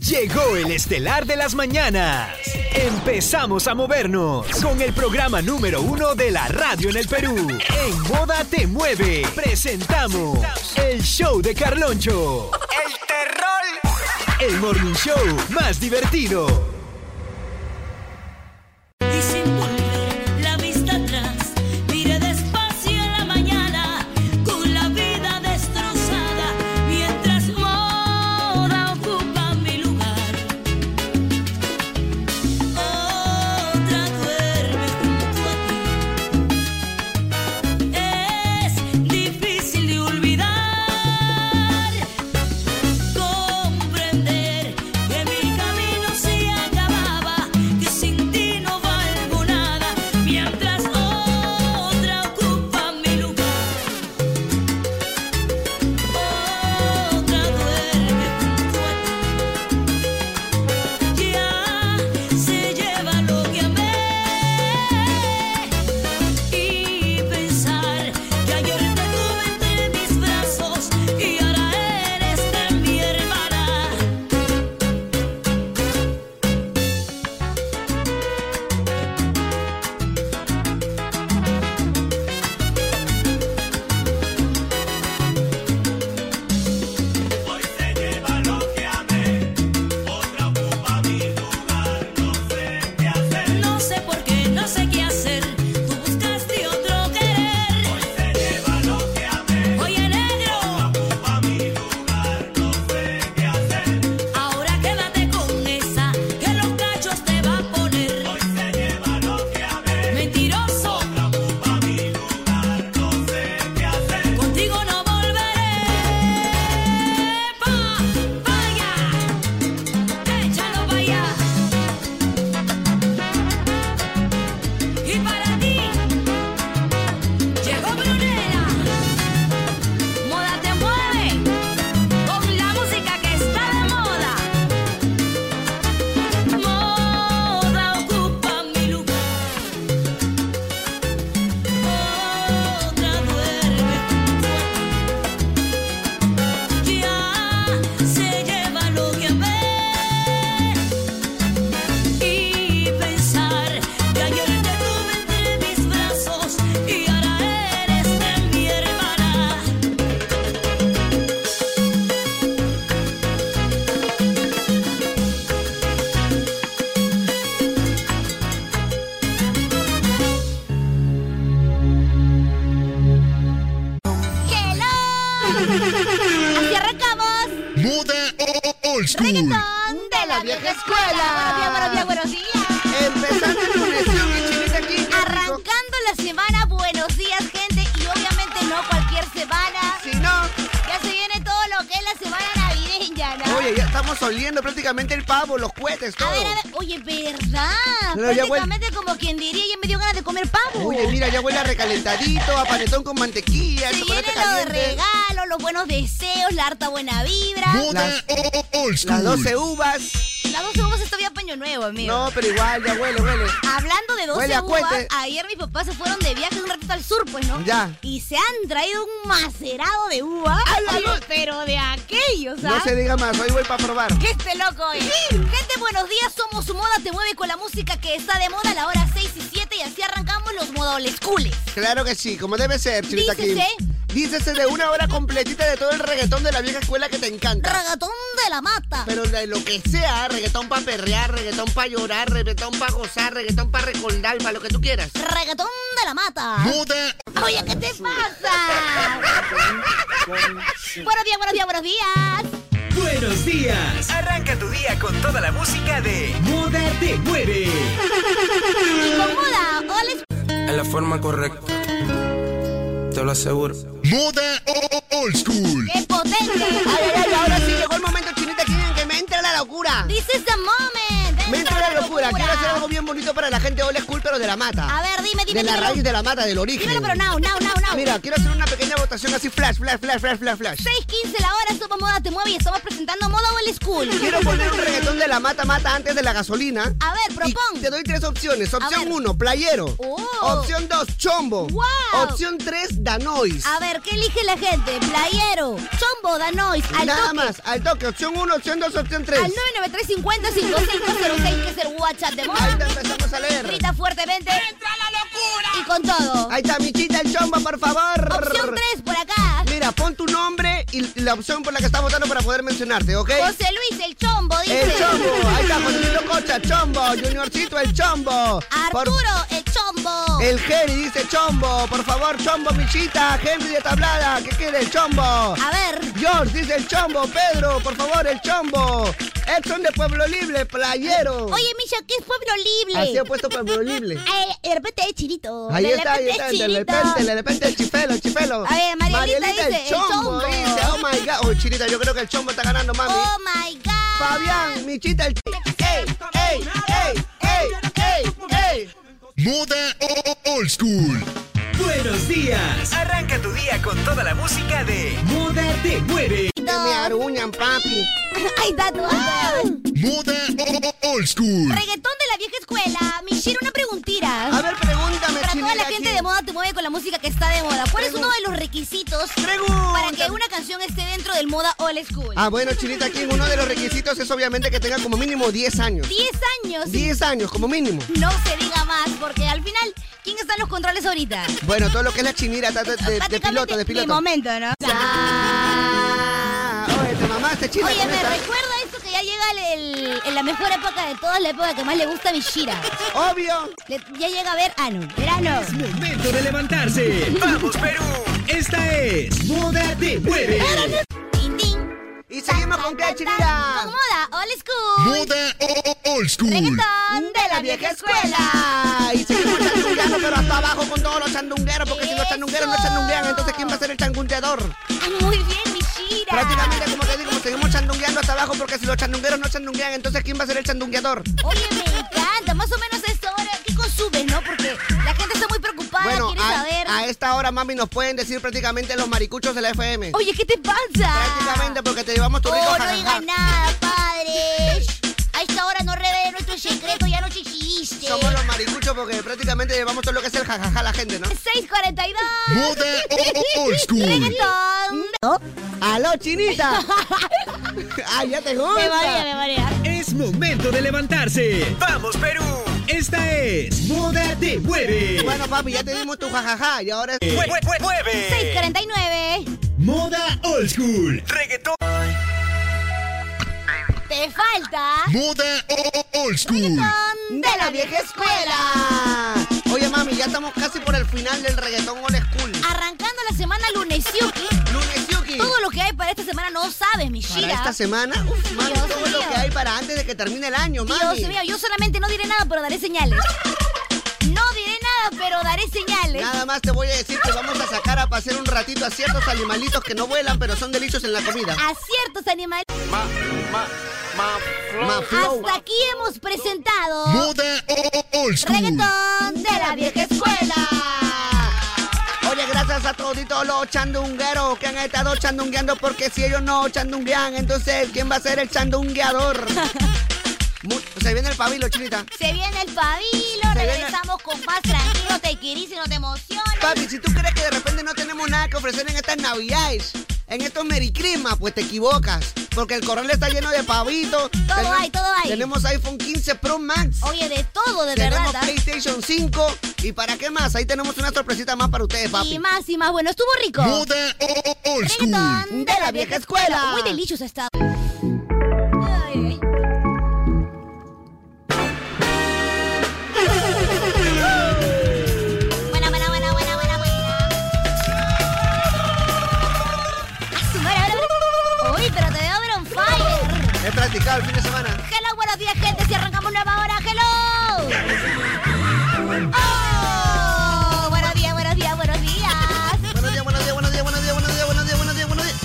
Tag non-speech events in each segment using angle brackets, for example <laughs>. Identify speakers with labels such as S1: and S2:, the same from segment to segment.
S1: Llegó el estelar de las mañanas. Empezamos a movernos con el programa número uno de la radio en el Perú. En Moda Te Mueve, presentamos el show de Carloncho.
S2: El terror.
S1: El morning show más divertido.
S3: Disimule la vista atrás, mire despacio en la mañana, con la vida destrozada, mientras moda ocupa mi lugar. Otra duerme junto a ti. Es difícil de olvidar, comprender que mi camino se acababa, que sin ti no valgo nada, mientras otra ocupa mi lugar. Otra duerme junto a ti. Ya se lleva lo que amé y pensar que ayer te tuve entre mis brazos y ahora eres de mi hermana. No sé por qué, no sé qué hacer. Tú buscaste otro querer. Hoy se lleva lo que amé. Oye, negro. Ocupa mi lugar, no sé qué hacer. Ahora quédate con esa, que los cachos te va a poner. Hoy se lleva lo que amé. Mentiroso. Ocupa mi lugar, no sé qué hacer. Contigo no volveré. ¡Pa! ¡Vaya! ¡Échalo para allá! Y para ti llegó Brunella. Moda te mueve con la música que está de moda. Moda ocupa mi lugar. Otra duerme junto a ti. Ya se lleva lo que amé. Y pensar que ayer te tuve entre mis brazos y ahora eres de mi hermana.
S4: <laughs>
S5: ¡Hello! ¡Así arrancamos!
S6: Moda o- o- Old School.
S5: ¡Ton de la vieja escuela! ¡Buenos días, buenos días, buenos días!
S4: Empezando el conexión en Chinita aquí.
S5: Arrancando la semana, buenos días, gente. Y obviamente no cualquier semana.
S4: Si no,
S5: Ya se viene todo lo que es la semana navideña, ¿no?
S4: oye, ya estamos oliendo prácticamente el pavo, los cohetes,
S5: A
S4: todo.
S5: ver, a ver, oye, ¿verdad?
S4: No, ya huele.
S5: Prácticamente como quien diría, ya me dio ganas de comer pavo.
S4: Oye, mira, ya huele a recalentadito, a panetón con mantequilla,
S5: Se
S4: chocolate
S5: vienen los
S4: caliente.
S5: regalos, los buenos deseos, la harta buena vibra.
S6: Moda o- o- o- Old
S4: Las
S6: School.
S4: 12 uvas.
S5: Las 12 uvas está bien paño nuevo, amigo.
S4: No, pero igual, ya huele, huele.
S5: Hablando de 12
S4: Huele a
S5: uvas,
S4: cohete.
S5: ayer mis papás se fueron de viaje un ratito al sur, pues, ¿no?
S4: Ya.
S5: Y se han traído un macerado de uva.
S4: la luz!
S5: Pero de aquellos, ¿ah?
S4: No se diga más, hoy voy para probar.
S5: Que este loco es. Gente, buenos días. Somos su moda. Te mueve con la música que está de moda a la hora 6 y 7. Y así arrancamos los modales cules.
S4: Claro que sí, como debe ser, Chinita aquí.
S5: Dícese.
S4: Dícese de una hora completita de todo el reggaetón de la vieja escuela que te encanta.
S5: Ragatón de la mata.
S4: Pero de lo que sea, reggaetón para perrear, reggaetón para llorar, reggaetón para gozar, reggaetón para recordar, para lo que tú quieras.
S5: Ragatón de la mata.
S6: Moda
S5: Oye, ¿qué te
S4: <laughs>
S5: pasa? buenos días, buenos días, buenos días.
S1: Buenos días.
S2: Arranca tu día con toda la música de
S1: Moda te mueve.
S5: Y con moda, all es
S7: Es la forma correcta. Te lo aseguro.
S6: Moda o- o- Old School.
S5: ¡Qué potente!
S4: Ay, ay, ay, ahora sí llegó el momento, Chinita aquí, en que me entra la locura.
S5: This is the moment.
S4: Me entra la locura. Quiero hacer algo bien bonito para la gente old school, pero de la mata.
S5: A ver, dime, dime,
S4: De la
S5: dímelo.
S4: raíz de la mata, del origen.
S5: Dímelo, pero now, now, now, now.
S4: Mira, quiero hacer una pequeña votación así flash, flash, flash, flash, flash, flash.
S5: 6.15 la hora, Somos Moda Te Mueve y estamos presentando Moda Old School.
S4: Quiero poner un reggaetón de la mata mata antes de la gasolina.
S5: A ver,
S4: Y
S5: propón.
S4: Te doy tres opciones. Opción
S5: ver.
S4: 1, playero.
S5: Oh.
S4: Opción 2, chombo.
S5: Wow.
S4: Opción 3, danois.
S5: A ver, ¿qué elige la gente? Playero, chombo, danois, al
S4: Nada
S5: toque.
S4: más, al toque. Opción 1, opción 2, opción 3.
S5: Al 99350-5506, que es el WhatsApp de
S4: Ahí
S5: moda.
S4: te empezamos a leer.
S5: Grita fuertemente. ¡Entra la locura! Y con todo.
S4: Ahí está, Michita, el chombo, por favor.
S5: Opción 3 por acá.
S4: Mira, pon tu nombre y la opción por la que estás votando para poder mencionarte, ¿ok?
S5: José Luis, el chombo, dice.
S4: El chombo, ahí está, Joselito Cocha, chombo, Juniorcito, el chombo. Por-
S5: Arturo, el chombo.
S4: el Henry dice chombo, por favor, chombo, Michita, Henry de Tablada, ¿qué quiere el chombo?
S5: A ver.
S4: George dice el chombo, Pedro, por favor, el chombo. Edson de Pueblo Libre, playero.
S5: Oye, Misha, ¿qué es Pueblo Libre?
S4: Así he puesto Pueblo Libre.
S5: Ay, de repente es chirito.
S4: Ahí
S5: de
S4: está, ahí
S5: repente
S4: está,
S5: es
S4: de
S5: chirito.
S4: repente, de repente el chifelo, el chifelo.
S5: A ver, Marielita dice,
S4: el
S5: el
S4: chombo.
S5: chombo.
S4: dice, oh my god. Oh, Chirita, yo creo que el chombo está ganando, mami.
S5: Oh my God.
S4: Fabián, Michita, el ¡Ey, ey, ey, ey, ey, ey!
S6: Moda o- o- old school.
S1: Buenos días.
S2: Arranca tu día con toda la música de
S1: Moda te mueve.
S5: <laughs>
S4: Me aruñan, papi.
S5: Ahí está tu
S6: Moda o- o- old school.
S5: Reggaetón de la vieja escuela. Mishira, una preguntita.
S4: A ver, pregúntame,
S5: Para toda la
S4: Chinita,
S5: gente
S4: ¿qué?
S5: de moda te mueve con la música que está de moda. ¿Cuál es uno de los requisitos
S4: Pregúntame.
S5: para que una canción esté dentro del moda old school?
S4: Ah, bueno, Chinita, aquí uno de los requisitos es obviamente que tenga como mínimo 10 años.
S5: 10 años.
S4: 10 años, como mínimo.
S5: No se diga más, porque al final, ¿quién está en los controles ahorita?
S4: Bueno, todo lo que es la chinira ta- ta- de, de
S5: Prácticamente
S4: piloto, de
S5: Mi
S4: piloto.
S5: momento, ¿no?
S4: Ah, Oye, te mamaste, China.
S5: Oye,
S4: con
S5: me
S4: esta.
S5: recuerda esto que ya llega el, el- en la mejor época de todas, la época que más le gusta a Mishira.
S4: Obvio.
S5: Le- ya llega verano. Verano.
S1: Momento de levantarse.
S2: Vamos Perú.
S1: Esta es Moda te mueve.
S5: Tin, tin.
S4: Y seguimos con qué,
S5: Tan, tan, tan.
S4: Chinita.
S5: Con moda, old school.
S6: Moda o- o- old school.
S5: Reggaetón de la vieja escuela.
S4: Y seguimos chandungueando, pero hasta abajo con todos los chandungueros, porque si los chandungueros no chandunguean, entonces ¿quién va a ser el changunteador?
S5: Ah, Muy bien, Mishira.
S4: Prácticamente, como te digo, seguimos chandungueando hasta abajo, porque si los chandungueros no chandunguean, entonces ¿quién va a ser el chandungueador?
S5: Oye, me encanta. Más o menos a esta hora, ¿qué consumes, no? Porque la gente está muy preocupada,
S4: Bueno,
S5: quiere
S4: a,
S5: Ah, saber.
S4: a esta hora, mami, nos pueden decir prácticamente los maricuchos de la FM.
S5: Oye, ¿qué te pasa?
S4: Prácticamente, porque te llevamos tu rico
S5: Oh, no
S4: jajaja.
S5: digas nada, padre. A esta hora no revele nuestro secreto, ya no chichiste.
S4: Somos los maricuchos porque prácticamente llevamos todo lo que es el jajaja a la gente, ¿no?
S5: 6.42.
S6: Moda o- o- old school.
S5: Reggaetón.
S4: ¡Aló,
S5: <laughs>
S4: chinita! ¡Ay, ya te
S5: Me marea, me
S4: gusta!
S5: marea.
S1: Es momento de levantarse.
S2: Vamos Perú.
S1: Esta es Moda te
S5: eh.
S1: mueve.
S4: Bueno, papi, ya te dimos tu jajaja y ahora es...
S2: Mue-
S6: Eh,
S2: mue- mue- Mueve.
S5: 6.49.
S1: Moda old school.
S2: Reggaetón.
S5: Te falta...
S6: Moda o- o- old school.
S4: Mm.
S5: Reggaetón de la vieja escuela.
S4: Oye, mami, ya estamos casi por el final del reggaetón old school.
S5: Arrancando la semana lunes, Yuki.
S4: Lunes Yuki.
S5: Todo lo que hay para esta semana no sabes, mi
S4: Para
S5: Shira.
S4: esta semana, uf, mami,
S5: Dios
S4: todo lo
S5: mío.
S4: que hay para antes de que termine el año, mami.
S5: Dios mío, yo solamente no diré nada, pero daré señales. No diré nada, pero daré señales.
S4: Nada más te voy a decir que vamos a sacar a pasear un ratito a ciertos animalitos que no vuelan, pero son delicios en la comida.
S5: A ciertos animales.
S4: Ma flow.
S5: Hasta aquí hemos presentado
S6: Moda o- o- old school.
S5: reggaetón de la vieja escuela.
S4: Oye, gracias a toditos los chandungueros que han estado chandungueando, porque si ellos no chandunguean, entonces, ¿quién va a ser
S5: <laughs>
S4: el chandungueador? Mu- Se viene el pabilo, chinita.
S5: Se viene el pabilo,
S4: viene-
S5: regresamos con más tranquilo, te querís y no te emociones.
S4: Papi, si tú crees que de repente no tenemos nada que ofrecer en estas navidades, en estos mericlimas, pues te equivocas. Porque el corral está lleno de pavitos.
S5: Todo
S4: Tenem-
S5: hay, todo hay.
S4: Tenemos iPhone 15 Pro Max.
S5: Oye, de todo, de
S4: tenemos
S5: verdad. ¿ah?
S4: PlayStation 5. ¿Y para qué más? Ahí tenemos una sorpresita más para ustedes,
S5: Y
S4: papi.
S5: más y más, bueno, estuvo rico.
S6: Moda o- o- old school.
S5: Reggaetón de la vieja escuela. Muy delicioso ha estado. Ay, ay. Buena, buena, buena, buena, buena, buena. Ah, su madre, ahora- Uy, pero te veo ver on fire.
S4: He practicado el fin de semana.
S5: Hello, buenos días, gente. Si arrancamos nueva hora, hello. Oh, buenos días, buenos días, buenos días.
S4: Buenos días, buenos días, buenos días, buenos días, buenos días, buenos días, buenos días, buenos días.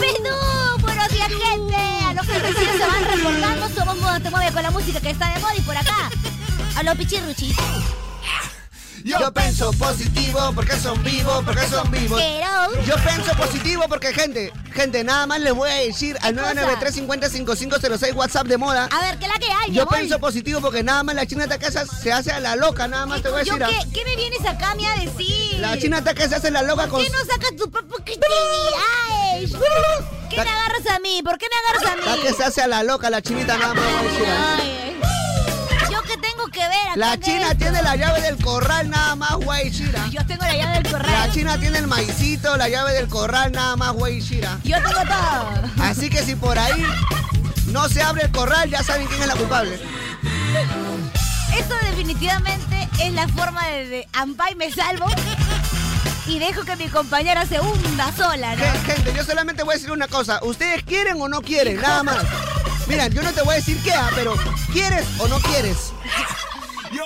S5: Perú, buenos días gente, a los que recién se van reportando somos Moda Te Mueve con la música que está de moda y por acá, a los pichirruchis.
S4: Yo pienso positivo porque son vivos, porque son vivos.
S5: Pero-
S4: Yo pienso positivo porque, gente, gente, nada más les voy a decir al
S5: cosa? Ah,
S4: 993-50-5506 WhatsApp de moda.
S5: A ver, ¿qué es la que hay, mi
S4: Yo
S5: amor?
S4: pienso positivo porque nada más la china esta casa se hace a la loca, nada más te voy a
S5: Yo,
S4: decir. ah.
S5: ¿qué, ¿Qué me vienes acá a mí a decir?
S4: La china esta que se hace la loca con.
S5: ¿Por qué no sacas tus propias creatividades? ¿Qué me agarras a mí? ¿Por qué me agarras a
S4: La
S5: mí?
S4: que se hace a la loca, la chinita nada más. voy a decir, ah.
S5: Ay, ay. ¿Yo qué tengo que ver acá?
S4: La
S5: ¿Qué
S4: china
S5: ves?
S4: tiene la llave del corral nada más, güey, Shira.
S5: Yo tengo la llave del
S4: ah. La
S5: corral.
S4: china tiene el maicito, la llave del corral nada más, güey, Shira.
S5: Yo tengo todo.
S4: Así que si por ahí no se abre el corral, ya saben quién es la culpable.
S5: Esto definitivamente es la forma de, de ampay me salvo y dejo que mi compañera se hunda sola, ¿no?
S4: Gen- Gente, yo solamente voy a decir una cosa. ¿Ustedes quieren o no quieren? Nada más. Mira, yo no te voy a decir qué, ah, pero ¿quieres o no quieres?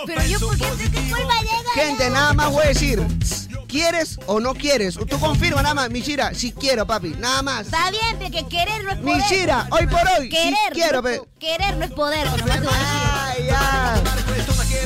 S5: Pero yo, ¿por qué? ¿Qué culpa tengo
S4: Gente,
S5: yo?
S4: nada más voy a decir, ¿quieres o no quieres? Tú confirma nada más, Mishira, si quiero, papi, nada más.
S5: Está bien, pe, que querer no es poder.
S4: Mishira, hoy por hoy, si
S5: Querer,
S4: quiero,
S5: no,
S4: pe.
S5: querer no es poder. nomás te voy a decir.
S4: Ay, ya.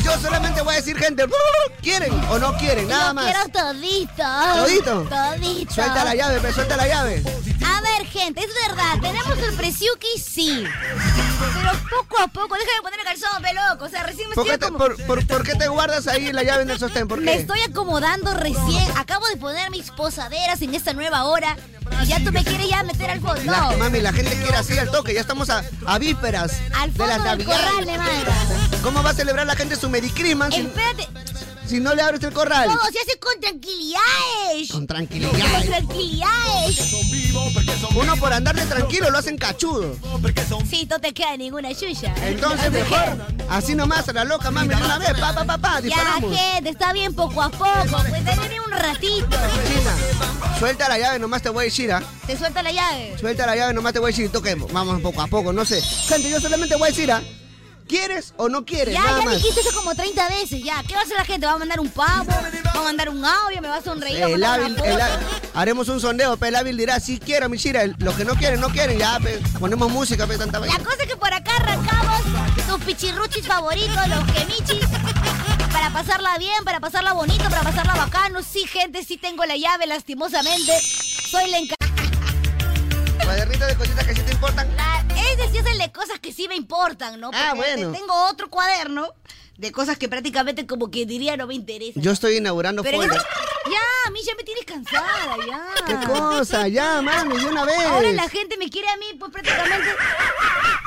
S4: Yo solamente voy a decir, gente, <laughs> ¿quieren o no quieren? Nada
S5: Yo
S4: más.
S5: quiero todito.
S4: ¿Todito?
S5: Todito.
S4: Suelta la llave, pe, suelta la llave.
S5: A ver, gente, es verdad. Tenemos el Presiuki, sí. Pero poco a poco, déjame poner el calzón, pe loco. O sea, recién me
S4: ¿Por qué,
S5: estoy
S4: te,
S5: Pues como-
S4: por- por- por qué te guardas ahí la llave en el sostén? ¿Por
S5: Me
S4: qué?
S5: estoy acomodando recién. Acabo de poner mis posaderas en esta nueva hora. Y ya tú me quieres ya meter al fondo.
S4: La- mami, la gente quiere así al toque, ya estamos a, a vísperas
S5: Al
S4: de las
S5: fondo del
S4: navidades.
S5: corral le mandas.
S4: ¿Cómo va a celebrar la gente su Merry Christmas si,
S5: Espérate,
S4: si no le abres el corral?
S5: todo se hace con tranquilidades.
S4: Con
S5: Con
S4: tranquilidad.
S5: tranquilidades.
S4: Uno por andarle tranquilo lo hacen cachudo.
S5: Sí, no te queda ninguna chucha.
S4: Entonces mejor así nomás a la loca, mami, de una vez, pa, pa, pa, pa,
S5: Ya,
S4: disparamos.
S5: gente, está bien poco a poco. Pues dale un ratito.
S4: China, suelta la llave, nomás te voy a decir, ¿ah?
S5: Te suelta la llave.
S4: Suelta la llave, nomás te voy a decir, toquemos, vamos poco a poco, no sé. Gente, yo solamente voy a decir, ¿ah? ¿Quieres o no quieres?
S5: Ya, ya
S4: Nada
S5: me
S4: más.
S5: dijiste eso como 30 veces, ya. ¿Qué va a hacer la gente? ¿Va a mandar un pavo? ¿Va a mandar un audio? ¿Me va a sonreír? ¿Va a
S4: El
S5: mandar una
S4: hábil,
S5: foto?
S4: el hábil- haremos un sondeo, pe, el hábil dirá, sí quiero, Michira, el- los que no quieren, no quieren, ya, pe, ponemos música, pe, tanta
S5: La
S4: vaina.
S5: cosa es que por acá arrancamos tus pichirruchis favoritos, los quemichis. Para pasarla bien, para pasarla bonito, para pasarla bacano. Sí, gente, sí tengo la llave, lastimosamente. Soy la encargada.
S4: Cuadernito de cositas que sí te importan.
S5: Es sí es el de cosas que sí me importan, ¿no?
S4: Ah, bueno.
S5: Tengo otro cuaderno de cosas que prácticamente como que diría no me interesan.
S4: Yo estoy inaugurando
S5: Pero en
S4: folder.
S5: esa- Ya, a mí ya me tienes cansada, ya.
S4: ¿Qué cosa? Ya, mami, de una
S5: Ahora la
S4: vez.
S5: gente me quiere a mí, pues prácticamente.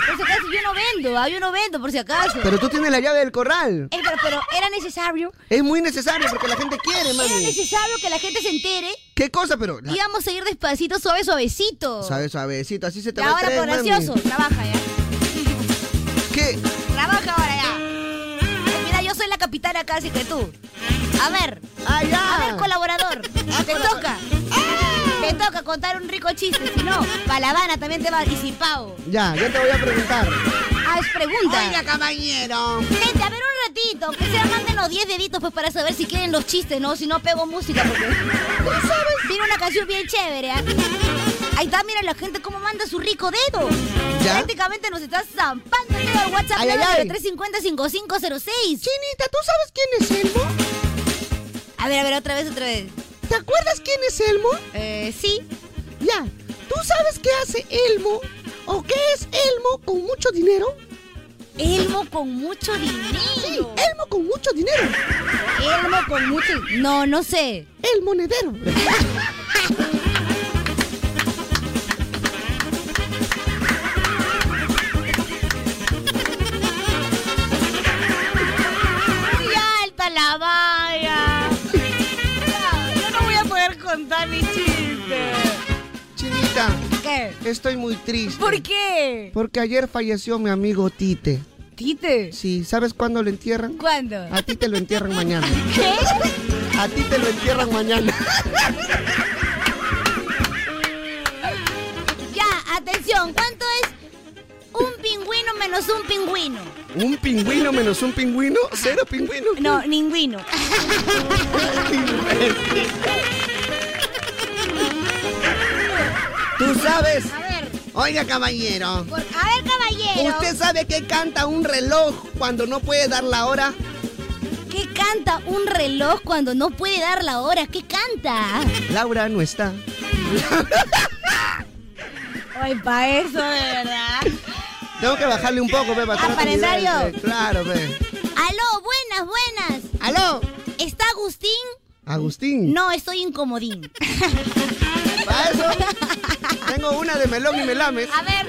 S5: Por si acaso, yo no vendo, ah, yo no vendo, por si acaso.
S4: Pero tú tienes la llave del corral.
S5: Eh, pero, pero era necesario.
S4: Es muy necesario porque la gente quiere,
S5: Era
S4: mami.
S5: necesario que la gente se entere
S4: ¿Qué cosa? Pero, la-
S5: y vamos a ir despacito, suave, suavecito.
S4: sabes, suavecito, así se te
S5: Y
S4: va
S5: ahora
S4: el
S5: por
S4: tren, mami.
S5: gracioso, trabaja ya.
S4: ¿Qué?
S5: Trabaja ahora ya. Mira, yo soy la capitana casi que tú. A ver,
S4: ¡Ah, ya!
S5: a ver,
S4: <laughs>
S5: colaborador. Te toca. Te toca contar un rico chiste. Si no, para la Habana también te va disipado.
S4: Ya, ya te voy a preguntar.
S5: Ah, es pregunta.
S4: caballero.
S5: Gente, a ver un ratito, aunque sea mándenos 10 deditos pues para saber si quieren los chistes, ¿no? Si no pego música porque. Tiene una canción bien chévere, ¿ah? Ahí está, mira la gente cómo manda su rico dedo.
S4: ¿Ya?
S5: Prácticamente nos está zampando el dedo al WhatsApp
S4: Ay, ay, ay.
S5: 350-5506.
S4: Chinita, ¿tú sabes quién es Elmo?
S5: A ver, a ver, otra vez, otra vez.
S4: ¿Te acuerdas quién es Elmo?
S5: Eh, sí.
S4: Ya, ¿tú sabes qué hace Elmo? ¿O qué es Elmo con mucho dinero?
S5: Elmo con mucho dinero.
S4: Sí, Elmo con mucho dinero.
S5: Elmo con mucho. No, no sé.
S4: El monedero.
S5: Muy alta la
S4: <laughs>
S5: valla. No, yo no voy a poder contar mi chiste.
S4: Chinita,
S5: ¿Qué?
S4: estoy muy triste.
S5: ¿Por qué?
S4: Porque ayer falleció mi amigo Tite.
S5: Tite.
S4: Sí, ¿sabes cuándo lo entierran?
S5: ¿Cuándo?
S4: A ti te lo entierran mañana.
S5: ¿Qué?
S4: A ti te lo entierran mañana.
S5: Ya, atención, ¿cuánto es un pingüino menos un pingüino?
S4: ¿Un pingüino menos un pingüino? ¿Cero pingüino?
S5: No, ningüino.
S4: ¿Tú sabes?
S5: A ver,
S4: Oiga, caballero.
S5: por- a ver, caballero.
S4: ¿Usted sabe qué canta un reloj cuando no puede dar la hora?
S5: ¿Qué canta canta un reloj cuando no puede dar la hora? ¿Qué canta?
S4: Laura no está.
S5: Ay, pa' eso, de verdad.
S4: Tengo que bajarle un poco, ve, para atrás.
S5: Aparentario.
S4: Eh, Claro, ve.
S5: Aló, buenas, buenas.
S4: ¡Aló!
S5: ¿Está Agustín?
S4: Agustín.
S5: No, estoy <laughs> incomodín.
S4: Para eso. Tengo una de melón y melames.
S5: A ver,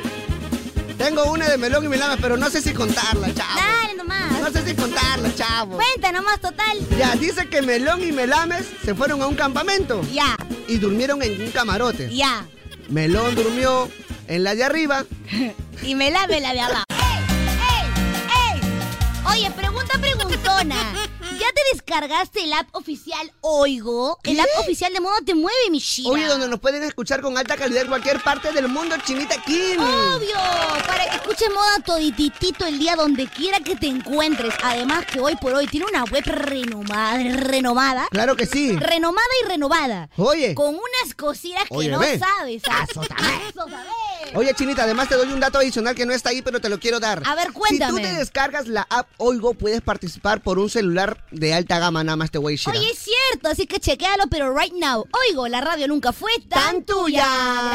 S4: Tengo una de melón y melames, pero no sé si contarla,
S5: Ah,
S4: chavo.
S5: dale nomás.
S4: No sé si contarla, chavo.
S5: Cuenta nomás, total.
S4: Ya, dice que melón y melames se fueron a un campamento
S5: Ya,
S4: y durmieron en un camarote.
S5: ya.
S4: Melón durmió en la de arriba.
S5: Y me lave la de abajo. <laughs> ¡Ey, ey, ey! Oye, pregunta preguntona. ¿Ya te descargaste el app oficial Oigo? El app oficial de modo te mueve, mi china.
S4: Oye, donde nos pueden escuchar con alta calidad en cualquier parte del mundo, Chinita Kim.
S5: Obvio, para que escuches moda todititito el día donde quiera que te encuentres. Además que hoy por hoy tiene una web renomada, renomada,
S4: Claro que
S5: Mm.
S4: sí.
S5: renomada y renovada.
S4: Oye.
S5: Con unas cositas que
S4: Oye,
S5: no
S4: ve.
S5: sabes. ¿ah?
S4: Azotamé.
S5: Azotamé.
S4: Oye, Chinita, además te doy un dato adicional que no está ahí, pero te lo quiero dar.
S5: A ver, cuéntame.
S4: Si tú te descargas la app Oigo, puedes participar por un celular de alta gama, nada más te voy a decir. ¿ah?
S5: Oye, es cierto, así que chequéalo, pero right now. Oigo, la radio nunca fue tan,
S4: Tan tuya.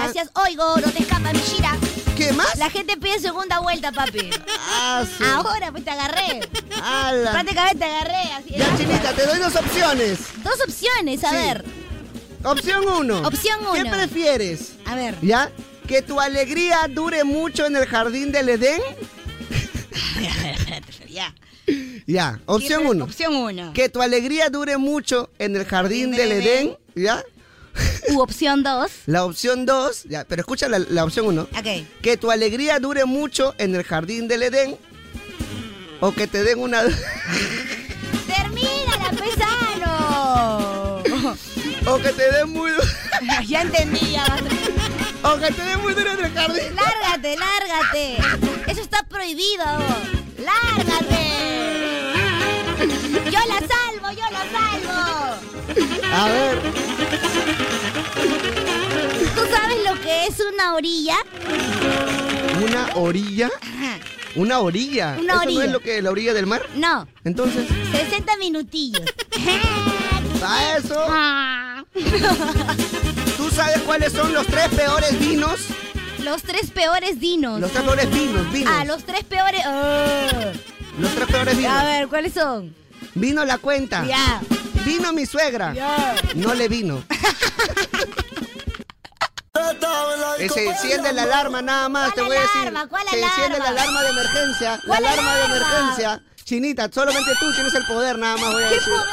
S5: Gracias, Oigo, no te escapas, mi gira.
S4: ¿Qué más?
S5: La gente pide segunda vuelta, papi.
S4: Ah, su-
S5: Ahora, pues te agarré.
S4: ala.
S5: Prácticamente te agarré. Así
S4: Ya, Chinita, te doy dos opciones.
S5: Dos opciones, a
S4: Sí.
S5: ver.
S4: Opción uno.
S5: Opción
S4: ¿Qué
S5: uno.
S4: prefieres?
S5: A ver.
S4: ¿Ya? ¿Que tu alegría dure mucho en el jardín del Edén?
S5: <laughs> Ya.
S4: Ya, opción uno.
S5: Opción 1.
S4: Que tu alegría dure mucho en el jardín del Edén, ¿ya?
S5: U opción 2.
S4: La opción dos, ya, pero escucha la, la opción uno.
S5: Ok.
S4: Que tu alegría dure mucho en el jardín del Edén. O que te den una. <laughs>
S5: Termina la
S4: <laughs>
S5: pesano.
S4: O que te den muy.
S5: <laughs> ya entendí, ya vas a-
S4: <laughs> O que te den muy duro en el jardín.
S5: Lárgate, lárgate. Eso está prohibido. Lárgate. Yo la salvo, yo la salvo.
S4: A ver.
S5: ¿Tú sabes lo que es una orilla?
S4: ¿Una orilla? ¿Una orilla?
S5: Una
S4: ¿Eso no
S5: orilla.
S4: es lo que la orilla del mar?
S5: No,
S4: Entonces,
S5: 60 minutillos.
S4: para eso.
S5: Ah.
S4: ¿Tú sabes cuáles son los tres peores vinos?
S5: Los tres peores dinos.
S4: Los tres peores vinos, vinos.
S5: Ah, los tres peores. Ah.
S4: Los tres peores
S5: A
S4: vinos.
S5: ver, ¿cuáles son?
S4: Vino la cuenta.
S5: Ya.
S4: Vino mi suegra. No le vino. Eh, Se enciende la alarma nada más, te
S5: ¿Cuál
S4: voy a decir.
S5: alarma? ¿Cuál
S4: Se enciende la
S5: alarma?
S4: alarma de emergencia. La
S5: ¿Cuál
S4: alarma, de
S5: alarma?
S4: emergencia. Chinita, solamente tú tienes el poder, nada más voy a
S5: ¿Qué
S4: decir.
S5: poder?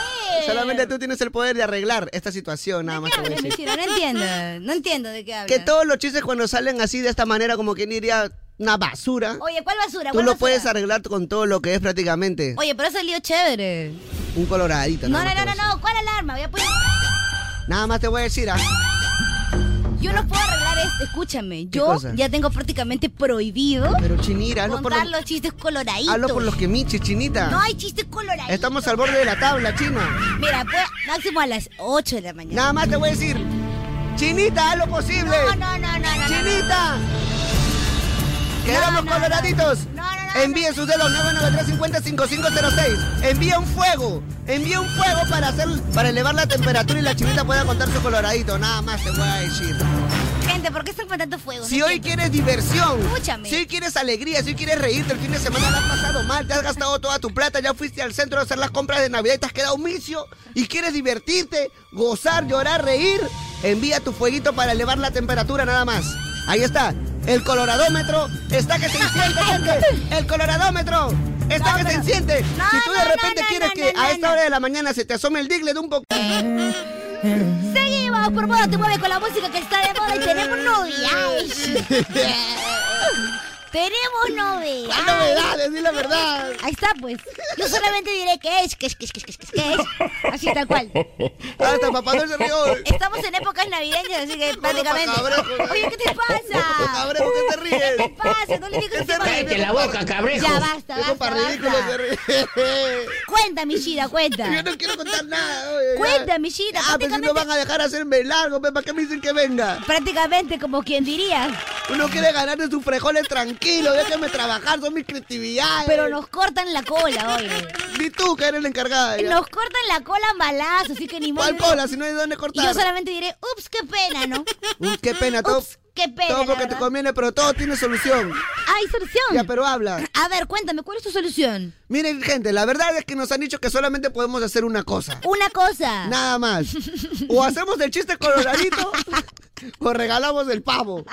S4: Solamente tú tienes el poder de arreglar esta situación, nada más te voy a
S5: Hable,
S4: decir.
S5: Michiro, No entiendo, no entiendo de qué
S4: Que
S5: hablas.
S4: todos los chistes cuando salen así de esta manera, como quien diría una basura,
S5: Oye, ¿cuál basura?
S4: tú
S5: ¿Cuál
S4: lo
S5: basura?
S4: puedes arreglar con todo lo que es prácticamente
S5: Oye, pero ha salido chévere.
S4: un coloradito.
S5: No,
S4: nada
S5: no, no,
S4: más te voy
S5: no,
S4: a decir.
S5: no, ¿cuál alarma? Voy a poner-
S4: Nada más te voy a decir. ah.
S5: Yo no puedo arreglar esto, escúchame. Yo
S4: cosa?
S5: ya tengo prácticamente prohibido
S4: Pero chinira, hazlo por,
S5: contar
S4: los,
S5: los chistes coloraditos.
S4: hazlo por los que michi, chinita.
S5: No hay chistes coloraditos.
S4: Estamos al borde de la tabla, china.
S5: Mira, pues, máximo a las 8 de la mañana.
S4: Nada más te voy a decir. Chinita, haz lo posible.
S5: No, no, no, no, no. no.
S4: Chinita. Quedamos
S5: no,
S4: coloraditos.
S5: no. No, no, no,
S4: Envíen sus dedos 993-50-5506. Envía un fuego. Envía un fuego para hacer, para elevar la temperatura y la chinita pueda contar su coloradito. Nada más te voy a decir.
S5: Gente, ¿por qué están contando fuego?
S4: Si
S5: No
S4: hoy
S5: entiendo.
S4: quieres diversión,
S5: Escúchame.
S4: si hoy quieres alegría, si hoy quieres reírte, el fin de semana la has pasado mal, te has gastado toda tu plata, ya fuiste al centro a hacer las compras de Navidad y te has quedado misio y quieres divertirte, gozar, llorar, reír, envía tu fueguito para elevar la temperatura nada más. Ahí está, el coloradómetro está
S5: <laughs>
S4: que se enciende, gente. El coloradómetro está
S5: No,
S4: que se
S5: pero-
S4: enciende.
S5: No,
S4: si tú de
S5: no,
S4: repente
S5: no, no,
S4: quieres
S5: no,
S4: que
S5: no, no,
S4: a
S5: no.
S4: esta
S5: Eh.
S4: hora de la mañana se te asome el digle de un poco.
S5: Seguimos por moda, te mueve con la música que está de moda y tenemos
S4: <laughs>
S5: novedades. tenemos
S4: ¡Hay
S5: novedades.
S4: novedades, di la verdad!
S5: Ahí está, pues. Yo solamente diré que es, que es, que es, que es, que es, que es. Así tal cual.
S4: Hasta papá no se rió.
S5: <laughs> Estamos en épocas navideñas, así que prácticamente.
S4: cabrejo.
S5: Oye, ¿qué te pasa?
S4: Cabrón, ¿por qué te
S5: ¿Qué
S4: ríes?
S5: te pasa? No le digo que
S4: Este
S5: se
S4: ríete la
S8: boca, cabrejo.
S5: Ya basta,
S4: Eso
S5: basta,
S4: para ridículos se
S5: basta.
S4: ríe.
S5: Cuenta, mi Shira, cuenta.
S4: <laughs> Yo no quiero contar nada. oye, ya.
S5: Cuenta, mi Shira,
S4: Ah, pero si no
S5: prácticamente-
S4: van a dejar hacerme largo, pe, ¿para qué me dicen que venga?
S5: Prácticamente como quien diría.
S4: Uno quiere ganarse sus frijoles tranquilo, déjenme trabajar, son mi actividades.
S5: Pero nos cortan la cola, oye.
S4: Ni tú que eres la encargada. ya.
S5: Nos cortan la cola a balazo, así que ni modo.
S4: ¿Cuál cola? Si no hay dónde
S5: Y
S4: cortar.
S5: yo solamente diré, ups, qué pena,
S4: <laughs>
S5: ¿no?
S4: Uy, qué pena, todo.
S5: Ups, qué pena,
S4: Todo
S5: la
S4: porque te
S5: verdad.
S4: conviene, pero todo tiene solución.
S5: Ay, solución.
S4: Ya, pero habla.
S5: A ver, cuéntame, ¿cuál es tu solución?
S4: Miren, gente, la verdad es que nos han dicho que solamente podemos hacer una cosa.
S5: Una cosa.
S4: Nada más. O hacemos el chiste coloradito o regalamos el pavo.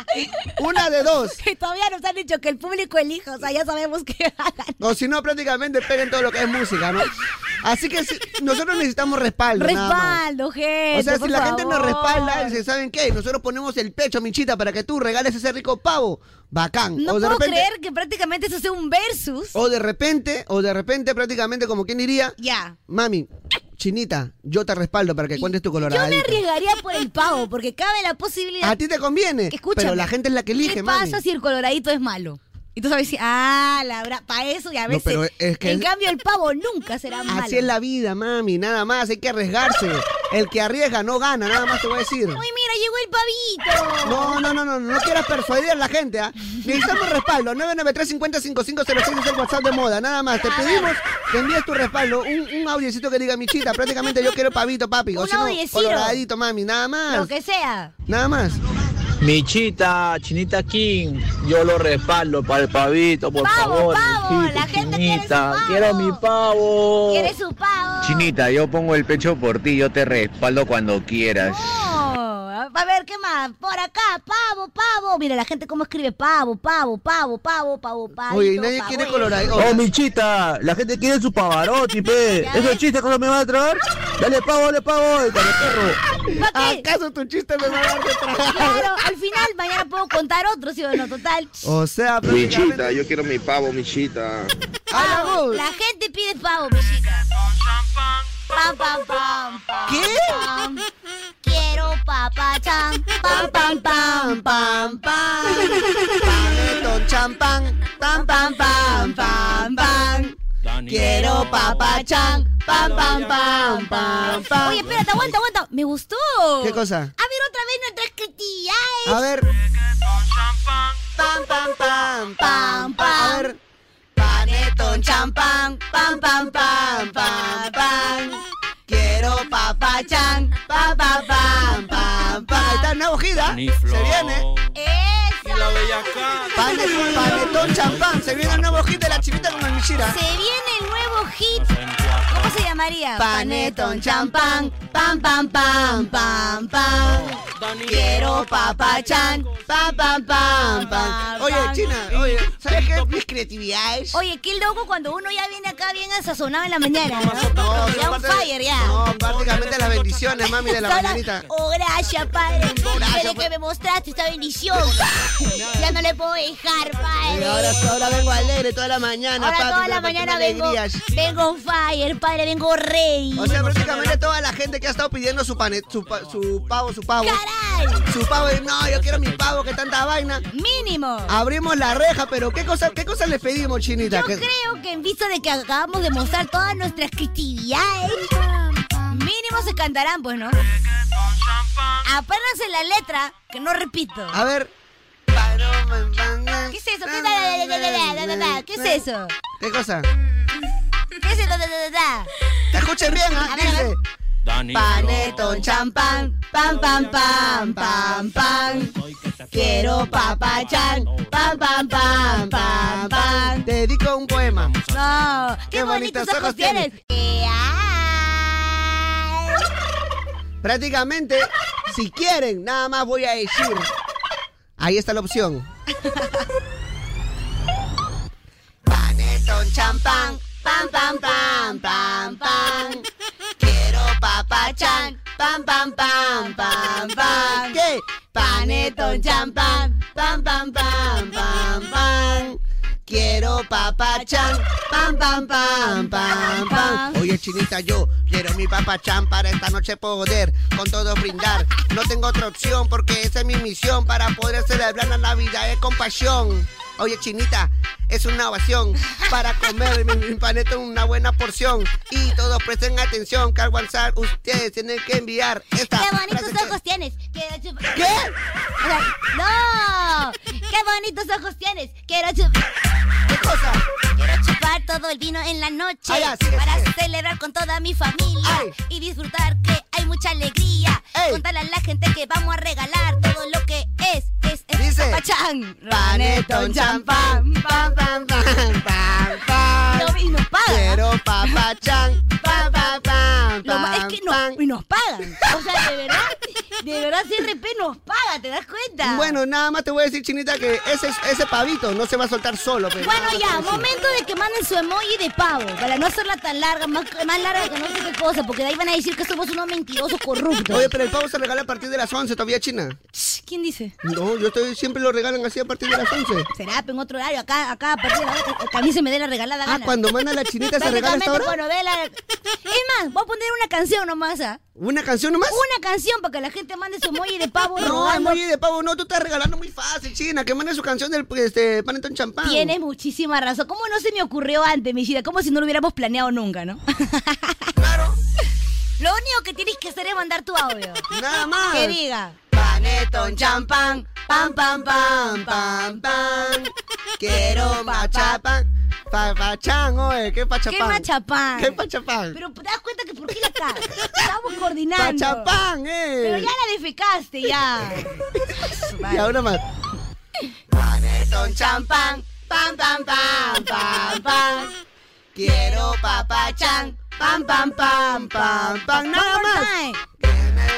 S4: Una de dos.
S5: Que <laughs> todavía nos han dicho que el público elija, o sea, ya sabemos que <laughs> hagan.
S4: O si no, prácticamente peguen todo lo que es música, ¿no? Así que sí, nosotros necesitamos respaldo. nada más.
S5: Respaldo, gente.
S4: O sea, si
S5: por
S4: la gente nos
S5: favor.
S4: respalda, dice, ¿saben qué? Nosotros ponemos el pecho, Minchita, para que tú regales ese rico pavo. Bacán.
S5: No
S4: o de
S5: puedo
S4: repente,
S5: creer que prácticamente eso sea un versus.
S4: O de repente, o de repente, prácticamente, como quien diría,
S5: Ya.
S4: mami, chinita, yo te respaldo para que cuentes tu
S5: Yo
S4: colorado.
S5: me arriesgaría por el pavo, porque cabe la posibilidad.
S4: A ti te conviene,
S5: Escúchame.
S4: pero la gente es la que elige,
S5: ¿Qué
S4: mami.
S5: pasa si el coloradito es malo? Y tú sabes si, ah, la verdad, para eso ya a
S4: No,
S5: veces.
S4: pero es que
S5: en
S4: es-
S5: cambio, el pavo nunca será malo.
S4: Así es la vida, mami, nada más, hay que arriesgarse. El que arriesga no gana, nada más te voy a decir.
S5: Uy, mira, llegó el pavito.
S4: No, no, no, no, no quieras persuadir a la gente, ¿ah? Necesitamos respaldo. 993-50-5506 es el WhatsApp de moda, nada más. Te pedimos que envíes tu respaldo, un, un audiecito que diga, michita, prácticamente yo quiero pavito, papi. O
S5: Un
S4: si no,
S5: audiecito.
S4: coloradito, mami, nada
S5: Lo
S4: más.
S5: que sea.
S4: Nada más.
S8: Michita, Chinita King, yo lo respaldo para el pavito, por
S5: Pavo,
S8: favor.
S5: pavo,
S8: Michita,
S5: la gente quiere su
S8: Chinita,
S5: pavo.
S8: quiero mi pavo.
S5: ¿Quieres su pavo?
S9: Chinita, yo pongo el pecho por ti, yo te respaldo cuando quieras.
S5: No. Oh, A ver, ¿qué más? Por acá, pavo, pavo. Mira la gente cómo escribe pavo, pavo, pavo, pavo, pavo, pavo.
S4: Oye, y nadie quiere coloradito.
S8: Oh, Michita, la gente quiere su pavarotti, pe.
S5: Ya
S8: Esos
S5: ves.
S8: chistes, ¿cómo me van a traer? Dale pavo, dale pavo. y dale perro.
S5: ¿Para qué?
S4: ¿Acaso tu chiste me va a dar de tragar?
S5: Claro, al final mañana puedo contar otro, ¿sí o no? Total.
S4: O sea, prácticamente...
S10: yo quiero mi pavo, Michita.
S4: ¡A Ah, la voz!
S5: Ah, La gente pide pavo, mijita. Pam, pam, pam, pam.
S4: ¿Qué?
S5: pam. Quiero papachán. Pam, pam, pam, pam, pam.
S4: Panetón, champán, pam, pam, pam, pam, pam. Quiero papachán, pam, pam, pam, pam, pam.
S5: Oye, espérate, aguanta, aguanta. Me gustó.
S4: ¿Qué cosa?
S5: A ver, otra vez nuestras creatividades.
S4: A ver. Pam, pam, pam, pam, pam. A ver. Panetón, champán, pam, pam, pam, pam, pam. Quiero papachán, pam, pam, pam, pam, pam. Ahí está, nueva gira. ¿eh? Se viene.
S5: Esa.
S4: Pane- Panetón, champán. Se viene el nuevo hit de la chivita con el Mishira.
S5: Se viene el nuevo hit. ¿Cómo se llamaría?
S4: Panetón champán, pam pam pam pam pam. Quiero papachán, pam pam pam pam. Oye, China, oye, ¿sabes qué? Mis creatividades.
S5: Oye, qué loco cuando uno ya viene acá bien asazonado en la mañana. ¿no?
S4: No, son
S5: ya un
S4: parte-
S5: fire, ya.
S4: No, prácticamente las bendiciones, mami, de
S5: <laughs>
S4: la
S5: Solo-
S4: mañanita.
S5: Oh, gracias, padre. Desde
S4: pues.
S5: que me mostraste esta bendición.
S4: <laughs>
S5: ya no le puedo dejar,
S4: Y
S5: padre.
S4: ahora, ahora vengo alegre toda la mañana,
S5: Ahora
S4: papi,
S5: toda
S4: pero
S5: la
S4: con tus
S5: mañana vengo,
S4: alegrías.
S5: vengo on fire, padre, vengo rey.
S4: O sea, prácticamente toda la gente que ha estado pidiendo su, pane, su, pa- su pavo, su pavo.
S5: ¡Caray!
S4: Su pavo, y no, yo quiero mi pavo, que tanta vaina.
S5: Mínimo.
S4: Abrimos la reja, pero ¿qué cosa, qué cosa les pedimos, Chinita?
S5: Yo
S4: ¿Qué-
S5: creo que en vista de que acabamos de mostrar todas nuestras creatividades, mínimo se cantarán, pues, ¿no? Apenas en la letra, que no repito.
S4: A ver.
S5: ¿Qué es eso? ¿Qué, da- da- da- da- da- da- da- da? ¿Qué es eso?
S4: ¿Qué cosa?
S5: ¿Qué es eso? Da- da- da- da?
S4: Te escuchen bien, ¿ah?
S5: A ver, a ver.
S4: Dice. Panetón champán, pam pam pam pam pam. Quiero papachán, pam pam pam pam pam. Te dedico un poema.
S5: No, qué, bonitos, ojos, tienes. Eh, ay.
S4: Prácticamente, si quieren, nada más voy a decir. Ahí está la opción. Panetón champán, pam pam pam pam pam. Quiero papachán, pam pam pam pam pam. ¿Qué? Panetón champán, pam pam pam pam pam. Quiero papachán, pam pam pam pam pam. Oye chinita yo quiero mi papachán para esta noche poder con todo brindar. No tengo otra opción porque esa es mi misión para poder celebrar la Navidad es con pasión. Oye chinita, es una ovación para comer mi, mi panetón una buena porción y todos presten atención que al WhatsApp ustedes tienen que enviar esta.
S5: Qué bonitos
S4: frase que-
S5: ojos tienes. Quiero chupar.
S4: ¿Qué?
S5: O sea, ¡No! ¡Qué bonitos ojos tienes! Quiero chupar.
S4: ¿Qué cosa?
S5: Quiero el vino en la noche
S4: Ay, así es,
S5: para
S4: así es.
S5: celebrar con toda mi familia y disfrutar que hay mucha alegría. Contarle a la gente que vamos a regalar todo lo que es. Es, es papachán.
S4: Panetón, champán, pam, pam, pam, pam, pam.
S5: No, y nos pagan.
S4: Quiero papachán, pam, pam, pam,
S5: Lo ma- es
S4: pam,
S5: que no-
S4: pam.
S5: y nos pagan. O sea, de verdad, de verdad CRP nos paga, ¿te das cuenta?
S4: Bueno, nada más te voy a decir, Chinita, que ese, ese pavito no se va a soltar solo. pues. Pero
S5: Bueno,
S4: nada más
S5: ya,
S4: te voy a decir.
S5: momento de que manden su emoji de pavo, para no hacerla tan larga, más, más larga que no sé qué cosa, porque de ahí van a decir que somos unos mentirosos corruptos.
S4: Oye, pero el pavo se regala a partir de las 11 todavía, China.
S5: ¿Quién dice?
S4: No, yo estoy, siempre lo regalan así a partir de las 11.
S5: Será en otro horario, acá, acá, a partir de la hora que- que a mí se me dé la regalada
S4: Ah,
S5: gana.
S4: cuando manda la chinita se regala a esta
S5: Prácticamente
S4: hora.
S5: cuando ve la- Es más, voy a poner una canción nomás, ¿ah?
S4: ¿Una canción nomás?
S5: Una canción para que la gente mande su emoji de pavo
S4: <laughs> No,
S5: rogando.
S4: emoji de pavo, no, tú estás regalando muy fácil, China. Que mande su canción del este, Panetón Champán.
S5: Tienes muchísima razón. ¿Cómo no se me ocurrió antes, mi Shida? Como si no lo hubiéramos planeado nunca,
S4: <laughs>
S5: ¿no? Lo único que tienes que hacer es mandar tu audio.
S4: Nada más.
S5: Que diga.
S4: Panetón Champán, pam, pam, pam, pam, pam.
S5: <laughs>
S4: Quiero machapán, papachán, oye, qué pachapán.
S5: ¿Qué machapán?
S4: ¿Qué pachapán?
S5: Pero te das cuenta que por qué la cagas. Estamos coordinando.
S4: Pachapán, eh.
S5: Pero ya la defecaste, ya.
S4: Y ahora más. Panetón champán, pam, pam, pam, pam, pam. Quiero papachán, pam, pam, pam, pam, pam. Nada
S5: One more
S4: más.
S5: time. <laughs>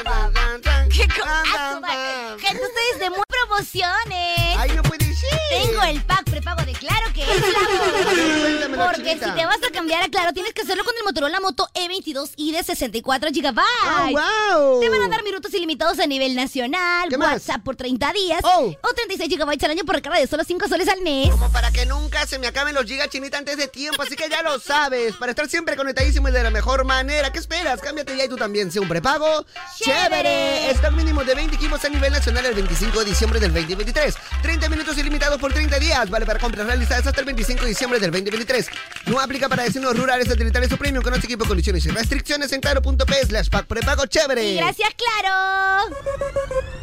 S4: Pam, pam, pam.
S5: ¡Qué Ah, coazo,
S4: Pam, pam, pam.
S5: man! Gente, ustedes de muy promociones.
S4: Ay, no puede ser.
S5: Tengo el pack prepago de Claro que es
S4: Cuéntamelo,
S5: Claro. Porque si
S4: chiquita.
S5: te vas a cambiar a Claro, tienes que hacerlo con el Motorola Moto E22 y de 64 GB.
S4: Ah, wow.
S5: Te van a dar minutos ilimitados a nivel nacional,
S4: ¿Qué más?
S5: WhatsApp por 30 días
S4: Oh.
S5: o 36 GB al año por recarga de solo 5 soles al mes.
S4: Como para que nunca se me acaben los gigas chinita antes de tiempo, así que ya lo sabes. Para estar siempre conectadísimo y de la mejor manera. ¿Qué esperas? Cámbiate ya y tú también. Sea un prepago. ¡Chévere!
S5: ¡Chévere!
S4: Stock mínimo de 20 equipos a nivel nacional el 25 de diciembre del 2023. 30 minutos ilimitados por 30 días. Vale para compras realizadas hasta el 25 de diciembre del 2023. No aplica para destinos rurales, satelitales o premium. Conoce equipo, condiciones y restricciones en claro.p slash pack prepago. ¡Chévere!
S5: Y gracias, Claro.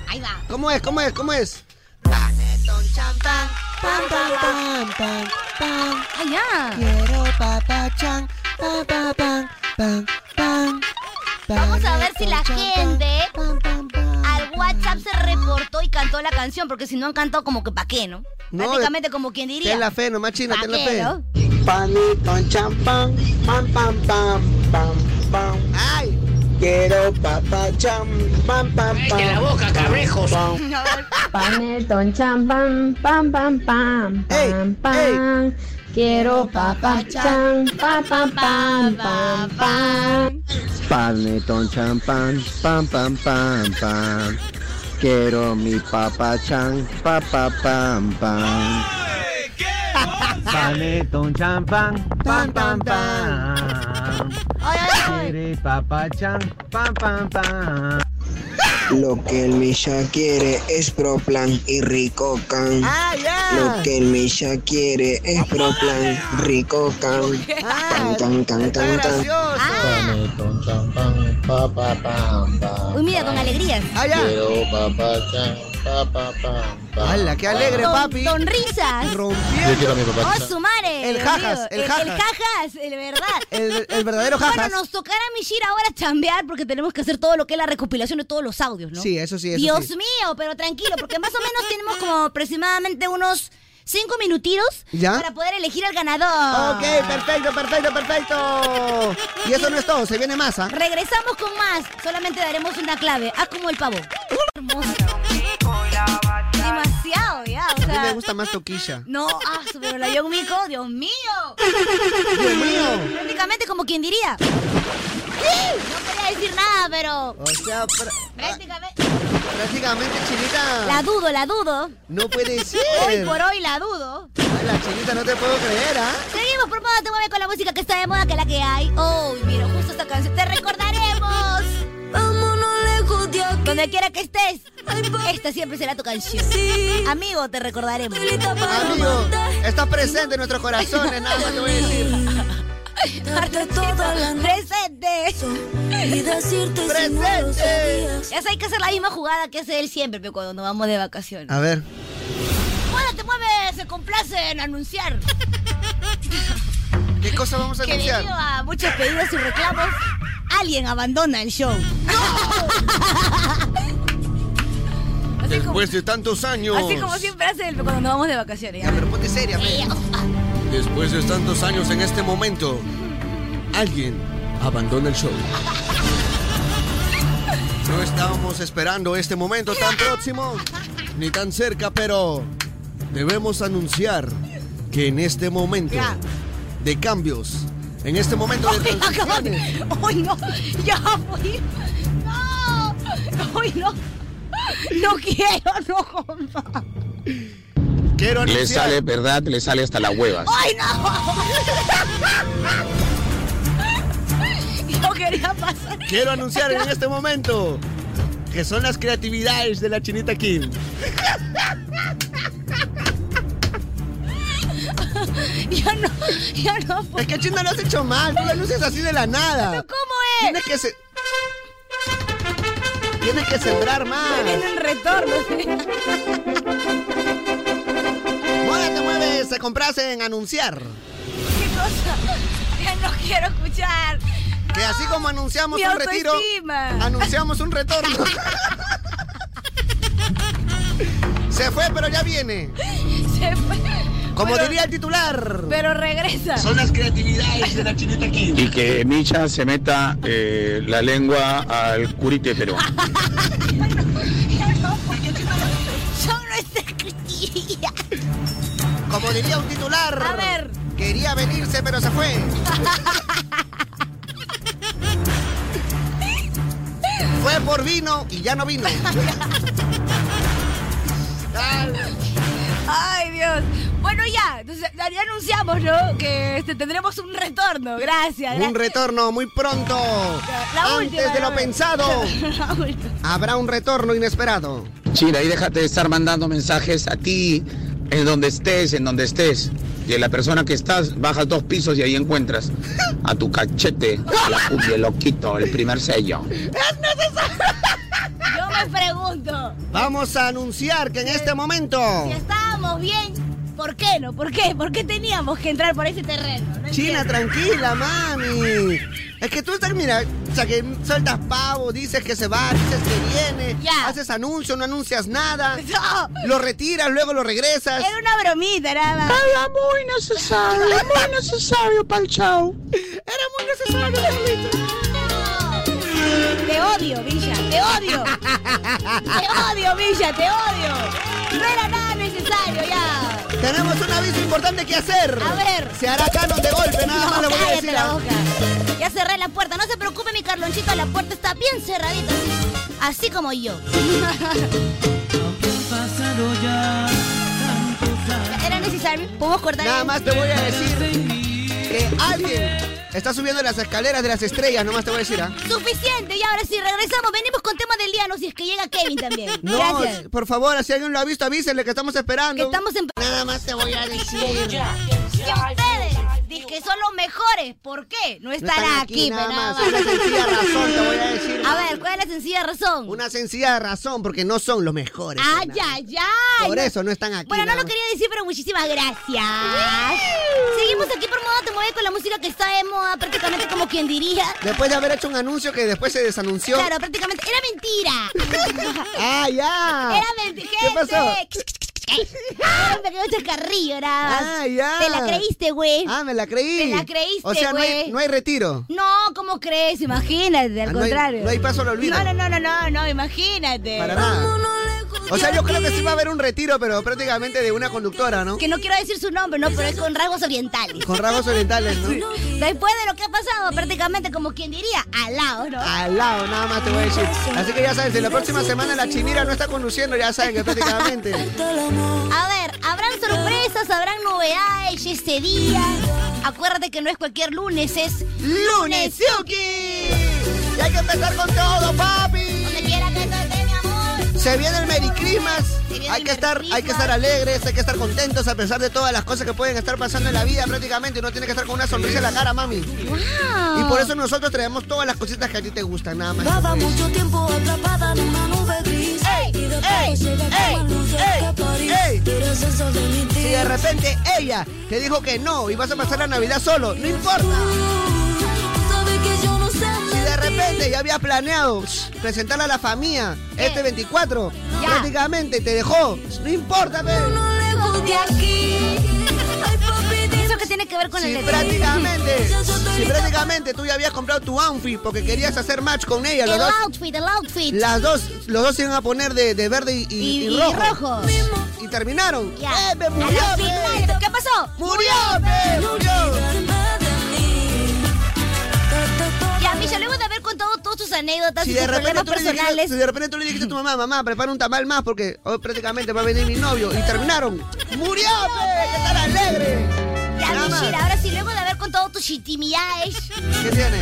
S5: Ahí va.
S4: ¿Cómo es? ¿Cómo es? ¿Cómo es?
S5: Ay, ya. Vamos a ver si la gente al WhatsApp se reportó y cantó la canción, porque si no han cantado, como que pa' qué, ¿no?
S4: No,
S5: Prácticamente como quien diría.
S4: Ten la fe, nomás china,
S5: ¿Pa'
S4: ten la
S5: qué,
S4: fe.
S5: no?
S11: Panetón champán, pam pam pam pam pam.
S4: ¡Ay!
S11: Quiero papachán, pam pam pam. la boca, cabrejos!
S12: Panetón champán, pam pam pam,
S4: Ey,
S12: pam pam. Quiero papachán, pam pam pam, pam pam.
S11: Panetón champán, pam pam pam pam. Quiero mi papachán, pa pa pam pam.
S13: Panetón champán, pam pam pam.
S5: Ay, ay, ay.
S13: Quiere papachán, pam pam pam.
S11: Lo que el Misha quiere es proplan y rico can.
S4: ¡Ah, ya!
S11: Lo que el Misha quiere es proplan, rico can. Can, can, can,
S4: Está
S11: can, can.
S4: gracioso.
S14: Panetón champán, pa pa pam pam.
S5: Ah. Uy, mira, con alegrías.
S4: Ah, ya.
S14: Quiero papachán, pa pa pam pam.
S4: ¡Hala, qué alegre,
S5: Don-
S4: papi!
S5: Don risas.
S14: Yo quiero a mi
S5: Oh,
S14: papachán.
S5: su madre.
S4: El
S5: Dios
S4: jajas,
S5: mío.
S4: el
S5: el
S4: jajas.
S5: El jajas, el verdad.
S4: El, el verdadero jajas.
S5: Bueno, nos tocará, Mishir, ahora chambear porque tenemos que hacer todo lo que es la recopilación de todos los audios, ¿no?
S4: Sí, eso sí, eso
S5: Dios
S4: sí.
S5: mío, pero tranquilo, porque más o menos tenemos como aproximadamente unos cinco minutitos
S4: ¿Ya?
S5: para poder elegir al ganador.
S4: Ok, perfecto, perfecto, perfecto. Y eso no es todo, se viene ¿ah? masa.
S5: Regresamos con más. Solamente daremos una clave. Ah, como el pavo. Hermoso. Demasiado, ya. O
S4: A mí me
S5: sea,
S4: gusta más toquilla.
S5: no, ah, su- pero la Young Miko, Dios mío.
S4: Dios mío.
S5: Prácticamente como quien diría. Sí, no quería decir nada, pero
S4: O sea, pra-
S5: prácticamente.
S4: prácticamente
S5: La
S4: chinita.
S5: dudo, la dudo. <laughs>
S4: No puede ser.
S5: Hoy por hoy la dudo.
S4: La chinita no te puedo creer, ¿ah?
S5: Seguimos por moda, te mueve con la música que está de moda, que es la que hay. Oh, mira, justo esta canción. Te recordaremos. Vámonos lejos de aquí. Donde quiera que estés, esta siempre será tu canción. Amigo, te recordaremos.
S4: Amigo, estás presente en nuestros corazones, nada más te voy a decir.
S3: <laughs>
S5: Presente.
S4: ¡Presente!
S5: Ya sé, hay que hacer la misma jugada que hace él siempre, pero cuando nos vamos de vacaciones.
S4: A ver.
S5: Moda, te mueve, se complace en anunciar.
S4: ¿Qué cosas vamos a
S5: que
S4: anunciar?
S5: debido a muchos pedidos y reclamos, alguien abandona el show.
S15: Después de tantos años.
S5: Así como siempre hace el- cuando nos vamos de vacaciones. Ya,
S4: pero ponte seria,
S15: Después de tantos años en este momento, alguien abandona el show. No estábamos esperando este momento tan próximo, ni tan cerca, pero debemos anunciar que en este momento de cambios, en este momento de transiciones,
S5: ¡Uy, no! ¡Ya voy! ¡No! ¡Uy, no! ¡No quiero, no, compa!
S15: quiero
S16: Le
S15: anunciar...
S16: sale, ¿verdad? Le sale hasta las huevas.
S5: ¡Ay, no! No quería pasar.
S15: Quiero anunciar en este momento que son las creatividades de la Chinita Kim.
S5: ya no, ya no.
S4: Es que Chino lo has hecho mal, tú lo luces así de la nada.
S5: ¿Cómo es?
S4: Tienes que se... Tienes que sembrar más.
S5: Viene el retorno.
S4: Moda te mueve, se comprace en anunciar.
S5: ¿Qué cosa? <laughs> Ya no quiero escuchar.
S4: Que así como anunciamos
S5: Mi
S4: un retiro,
S5: autoestima.
S4: anunciamos un retorno. se fue, pero ya viene.
S5: Se fue.
S4: Como
S5: Pero-
S4: diría el titular.
S5: Pero regresa.
S4: Son las creatividades de la Chinita Kim.
S16: Y que Micha se meta eh, la lengua al curite peruano.
S5: Son nuestras creatividades.
S4: Como diría un titular.
S5: A ver.
S4: Quería venirse, pero se fue. fue por vino y ya no vino.
S5: Ay, Dios. Bueno, ya. Entonces, ya ya anunciamos, ¿no? Que este, tendremos un retorno. Gracias.
S4: Un retorno muy pronto.
S5: La
S4: Antes
S5: última,
S4: de
S5: la última.
S4: lo pensado.
S5: <laughs> La última.
S4: Habrá un retorno inesperado.
S16: Chira, ahí déjate de estar mandando mensajes a ti, en donde estés, en donde estés. Y en la persona que estás, bajas dos pisos y ahí encuentras a tu cachete, a la cumbia, el loquito, el primer sello.
S5: Es necesario. Yo me pregunto.
S4: Vamos a anunciar que en este momento.
S5: Si estábamos bien, ¿por qué no? ¿Por qué? ¿Por qué teníamos que entrar por ese terreno? No
S4: China,
S5: entiendo.
S4: tranquila, mami. Es que tú estás, mira, o sea, que sueltas pavo, dices que se va, dices que viene, haces anuncio, no anuncias nada, lo retiras, luego lo regresas.
S5: <laughs> Era una bromita, era
S4: Era muy necesario, muy necesario para el chao. Era muy necesario,
S5: Te odio, Villa, te odio. te odio, Villa, te odio. No era nada necesario ya.
S4: Tenemos un aviso importante que hacer.
S5: A ver.
S4: Se hará canon de golpe, nada
S5: No,
S4: más le voy a
S5: cállate
S4: decir.
S5: la boca. Ya cerré la puerta. No se preocupe, mi Carlonchito. La puerta está bien cerradita. Así, así como yo. Era necesario. ¿Podemos cortar?
S4: Nada
S5: el-
S4: más te voy a decir que alguien está subiendo las escaleras de las estrellas, nomás te voy a decir, ¿ah?
S5: Suficiente. Y ahora sí, regresamos. Venimos con tema del día. No, si es que llega Kevin también.
S4: No,
S5: Gracias.
S4: por favor, si alguien lo ha visto, avísenle que estamos esperando.
S5: Estamos en...
S4: Nada más te voy a decir.
S5: Si ustedes dicen que son los mejores, ¿por qué? No estará
S4: están
S5: aquí,
S4: aquí,
S5: Ah. pero
S4: nada
S5: nada
S4: más. Una sencilla razón te voy a decir.
S5: A ver, ¿cuál es la sencilla razón?
S4: Una sencilla razón, porque no son los mejores.
S5: ¡Ay,
S4: nena.
S5: ay, ay!
S4: Por eso no están aquí.
S5: Ah, Bueno, no
S4: nada
S5: lo quería decir, pero muchísimas gracias. Seguimos aquí por Moda Te Mueve con la música que está de moda, prácticamente como quien diría.
S4: más. Después de haber hecho un anuncio que después se desanunció.
S5: Claro, prácticamente. ¡Era mentira!
S4: <laughs> ¡Ah, ya!
S5: ¡Era mentira! ¡Ah!
S4: ¿Qué pasó?
S5: Me quedó chascarrillo, nada más.
S4: ¡Ah, ya!
S5: Te la creíste, güey.
S4: Ah, me la creí.
S5: Te la creíste,
S4: O sea, no hay,
S5: güey.
S4: no hay retiro.
S5: No, ¿cómo crees? Imagínate, al
S4: Ah, no hay-
S5: contrario.
S4: no hay paso al olvido.
S5: No, no, no, no, no, no, imagínate.
S4: Para nada. O sea, yo creo que sí va a haber un retiro, pero prácticamente de una conductora, ¿no?
S5: Que no quiero decir su nombre, no, pero es con rasgos orientales.
S4: Con rasgos orientales, ¿no?
S5: Después de lo que ha pasado, prácticamente como quien diría, al lado, ¿no?
S4: Al lado, nada más te voy a decir. Así que ya saben, si la próxima semana la chimira no está conduciendo, ya saben que prácticamente.
S5: A ver, habrán sorpresas, habrán novedades este día. Acuérdate que no es cualquier lunes, es
S4: ¡Lunes Yuki! ¡Y hay que empezar con todo, papi!
S5: Donde quiera que tú estés, mi amor.
S4: Se viene el Merry Christmas. Hay que estar, hay que estar alegres, hay que estar contentos a pesar de todas las cosas que pueden estar pasando en la vida prácticamente. Uno tiene que estar con una sonrisa en la cara, mami. Y por eso nosotros traemos todas las cositas que a ti te gustan, nada más.
S3: tiempo atrapada en una nube gris. Y de
S4: ey, ey, ey, ey. Si de repente ella te dijo que no y vas a pasar la Navidad solo, no importa. Si de repente ya habías planeado presentarla a la familia este 24, prácticamente te dejó, no importa, pe.
S5: Ah. ¿Eso qué tiene que ver con
S4: Si
S5: el letrero? <laughs>
S4: prácticamente, si prácticamente tú ya habías comprado tu outfit porque querías hacer match con ella, los
S5: El
S4: dos,
S5: outfit, el outfit.
S4: las dos, los dos se iban a poner de, de verde y, y-
S5: Y,
S4: y
S5: y
S4: rojo.
S5: rojos.
S4: Y terminaron.
S5: Ya.
S4: ¡Eh, me murió,
S5: A la
S4: pe!
S5: final, ¿Qué pasó?
S4: ¡Murió, pe! ¡Murió!
S5: Ya, Michelle, luego de haber contado todas tus anécdotas
S4: Si
S5: y tus
S4: de, repente
S5: problemas
S4: tú le dijiste,
S5: personales.
S4: si de repente tú le dijiste a tu mamá, mamá, prepara un tamal más porque hoy prácticamente va a venir mi novio. Y terminaron. ¡Murió, pe! ¡Qué tan alegre!
S5: Ya,
S4: Nada más.
S5: Michelle, ahora sí, luego de haber contado tus intimidades.
S4: ¿Qué tiene?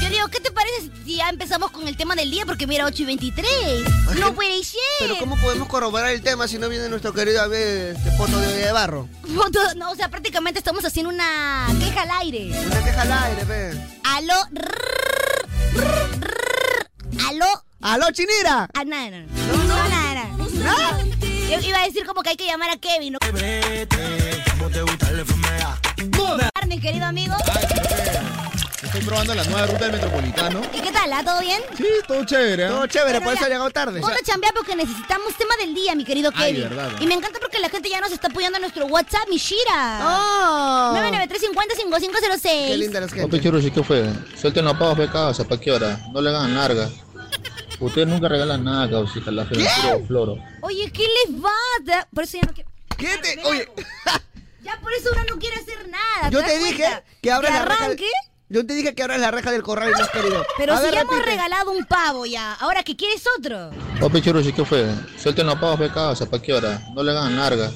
S5: Yo digo, ¿qué te parece si ya empezamos con el tema del día? Porque mira, 8 y 23. No puede ser.
S4: Pero ¿cómo podemos corroborar el tema si no viene nuestro querido a ver, este foto de, de barro?
S5: Foto- No, o sea, prácticamente estamos haciendo una queja al aire.
S4: Una queja al aire, pe.
S5: Aló. rrr, rrr, rrr. Aló.
S4: ¡Aló, chinira!
S5: Ah, nada, no, no. No, nada, nada. Yo iba a decir como que hay que llamar a Kevin. ¿no? Carmen, querido amigo.
S17: Estoy probando la nueva ruta del Metropolitano.
S5: ¿Y qué tal? ah? ¿Todo bien?
S17: Sí, todo chévere. ¿eh?
S4: Todo ¡Oh, chévere, por
S5: Pero
S4: eso ha
S5: ya,
S4: llegado tarde.
S5: Ponte a chambear porque necesitamos tema del día, mi querido
S17: Ay,
S5: Kevin.
S17: verdad, ¿no?
S5: Y me encanta porque la gente ya nos está apoyando en nuestro WhatsApp, Mishira.
S4: ¡Oh!
S5: 993
S4: Qué linda las
S14: Papi
S4: gente.
S14: Churushi, ¿qué fue? Suelten los pavos, pe causa, ¿para qué hora? No le hagan larga. Ustedes nunca regalan nada, causita, la fe puro floro.
S5: Oye, ¿qué les va? Da- Por eso ya no quiero.
S4: ¿Qué
S5: Ah,
S4: te.? Oye.
S5: Ya por eso uno no quiere hacer nada.
S4: Yo
S5: das
S4: te dije
S5: cuenta?
S4: que abras la reja.
S5: arranque.
S4: Yo te dije que abras la reja del corral y no has querido.
S5: Pero
S4: A
S5: si
S4: ver,
S5: ya hemos
S4: repite.
S5: regalado un pavo ya, ahora que quieres otro.
S14: Papi Churushi, ¿qué fue? Suelten los pavos, pe causa, ¿para qué hora? No le hagan larga.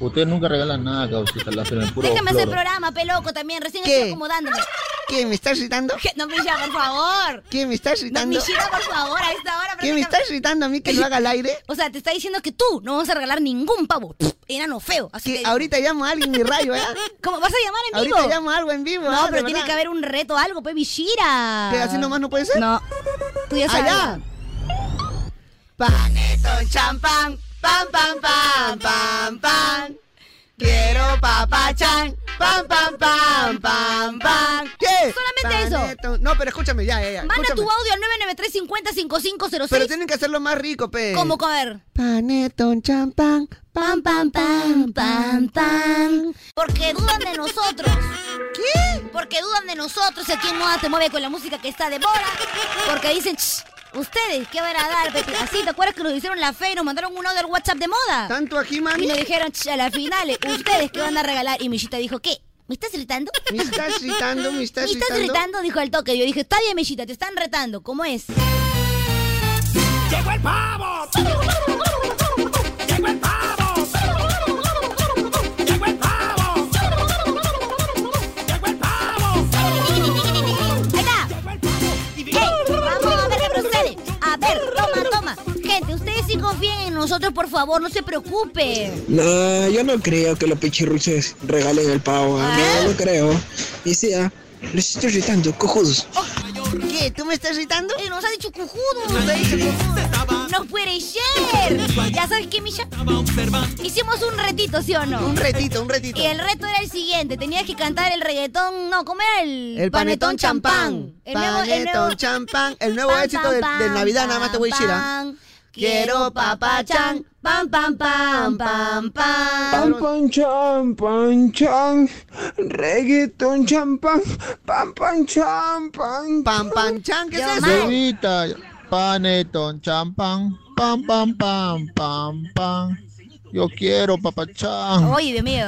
S14: Ustedes nunca regalan nada, causita, la fe puro
S5: Déjame hacer
S14: floro.
S5: programa, peloco, también. Recién
S4: ¿Qué?
S5: estoy acomodándome. <laughs>
S4: ¿Qué? ¿Me estás gritando?
S5: Que- No, Mishira, por favor.
S4: ¿Qué? ¿Me estás
S5: No,
S4: gritando?
S5: Mishira, por favor, a esta hora.
S4: ¿Qué?
S5: prácticamente-
S4: ¿Me estás gritando a mí que lo haga al aire?
S5: O sea, te está diciendo que tú no vas a regalar ningún pavo. Pff, Enano feo. Así
S4: Que
S5: te-
S4: ahorita llamo a alguien, mi rayo, ¿eh?
S5: ¿Cómo? ¿Vas a llamar <laughs> en vivo?
S4: Ahorita llamo a algo en vivo. ¿eh?
S5: No, pero tiene que haber un reto, algo, pues, Mishira.
S4: ¿Que así nomás no puede ser?
S5: No. Tú ya sabes.
S4: Allá. Panetón, champán, pam, pam, pam, pam, pam. Quiero papachán, pam, pam, pam, pam, pam. ¿Qué?
S5: Solamente eso.
S4: eso. No, pero escúchame, ya, ya, ya.
S5: Manda
S4: escúchame.
S5: tu audio al 993-50-5506.
S4: Pero tienen que hacerlo más rico, pe.
S5: ¿Cómo comer?
S4: Panetón, champán, pam, pam, pam, pam, pam.
S5: Porque dudan de nosotros. ¿Qué? Porque dudan de nosotros. Aquí en Moda te mueve con la música que está de moda. Porque dicen, "Ch, ustedes, ¿qué van a dar? Pepe?". Así, ¿te acuerdas que nos hicieron la fe y nos mandaron uno del WhatsApp de moda?
S4: ¿Tanto aquí,
S5: Y
S4: mami?
S5: nos dijeron, "Ch, a la final, eh, ¿ustedes qué van a regalar? Y Millita dijo, ¿qué? ¿Me estás gritando?
S4: <laughs> ¿Me estás gritando?
S5: <laughs>
S4: ¿Me
S5: ¿Me
S4: estás
S5: estás
S4: gritando?
S5: retando? Dijo al toque. Yo dije, está bien, Mellita, te están retando. ¿Cómo es?
S3: ¡Llegó el pavo! ¡Llegó el pavo! ¡Llegó el pavo! ¡Llegó el pavo!
S5: Ahí está. Hey, vamos a ver qué procede. A ver, toma, toma. Gente, ustedes sí confíen en nosotros, por favor, no se preocupen.
S18: No, yo no creo que los pichirruches regalen el pavo. ¿ah? No, no creo. Y sea, les estoy gritando, cojudos.
S4: ¿Qué? ¿Tú me estás gritando?
S5: Eh, nos ha dicho cujudo. No puede ser. ¿Ya sabes qué, Misha? Hicimos un retito, ¿sí o no?
S4: Un retito, un retito.
S5: Y el reto era el siguiente. Tenías que cantar el reggaetón... No, ¿cómo era el...?
S4: El panetón champán.
S5: El nuevo...
S4: Panetón
S5: El nuevo...
S4: champán. El nuevo
S5: Pam,
S4: éxito
S5: pam,
S4: de,
S5: pam,
S4: de Navidad, nada más te voy a decir. ¿ah?
S5: pam, Quiero papachán. Pam, pam, pam, pam, pam.
S19: Pam, pam, cham, pam, cham, reggaeton, champán, pam, pam, cham, pam,
S4: pam, pam, cham, ¿qué es
S14: Bebita, panetón, champán, pam, pam, pam, pam, pam. Yo quiero papachán.
S5: Oye, Dios mío.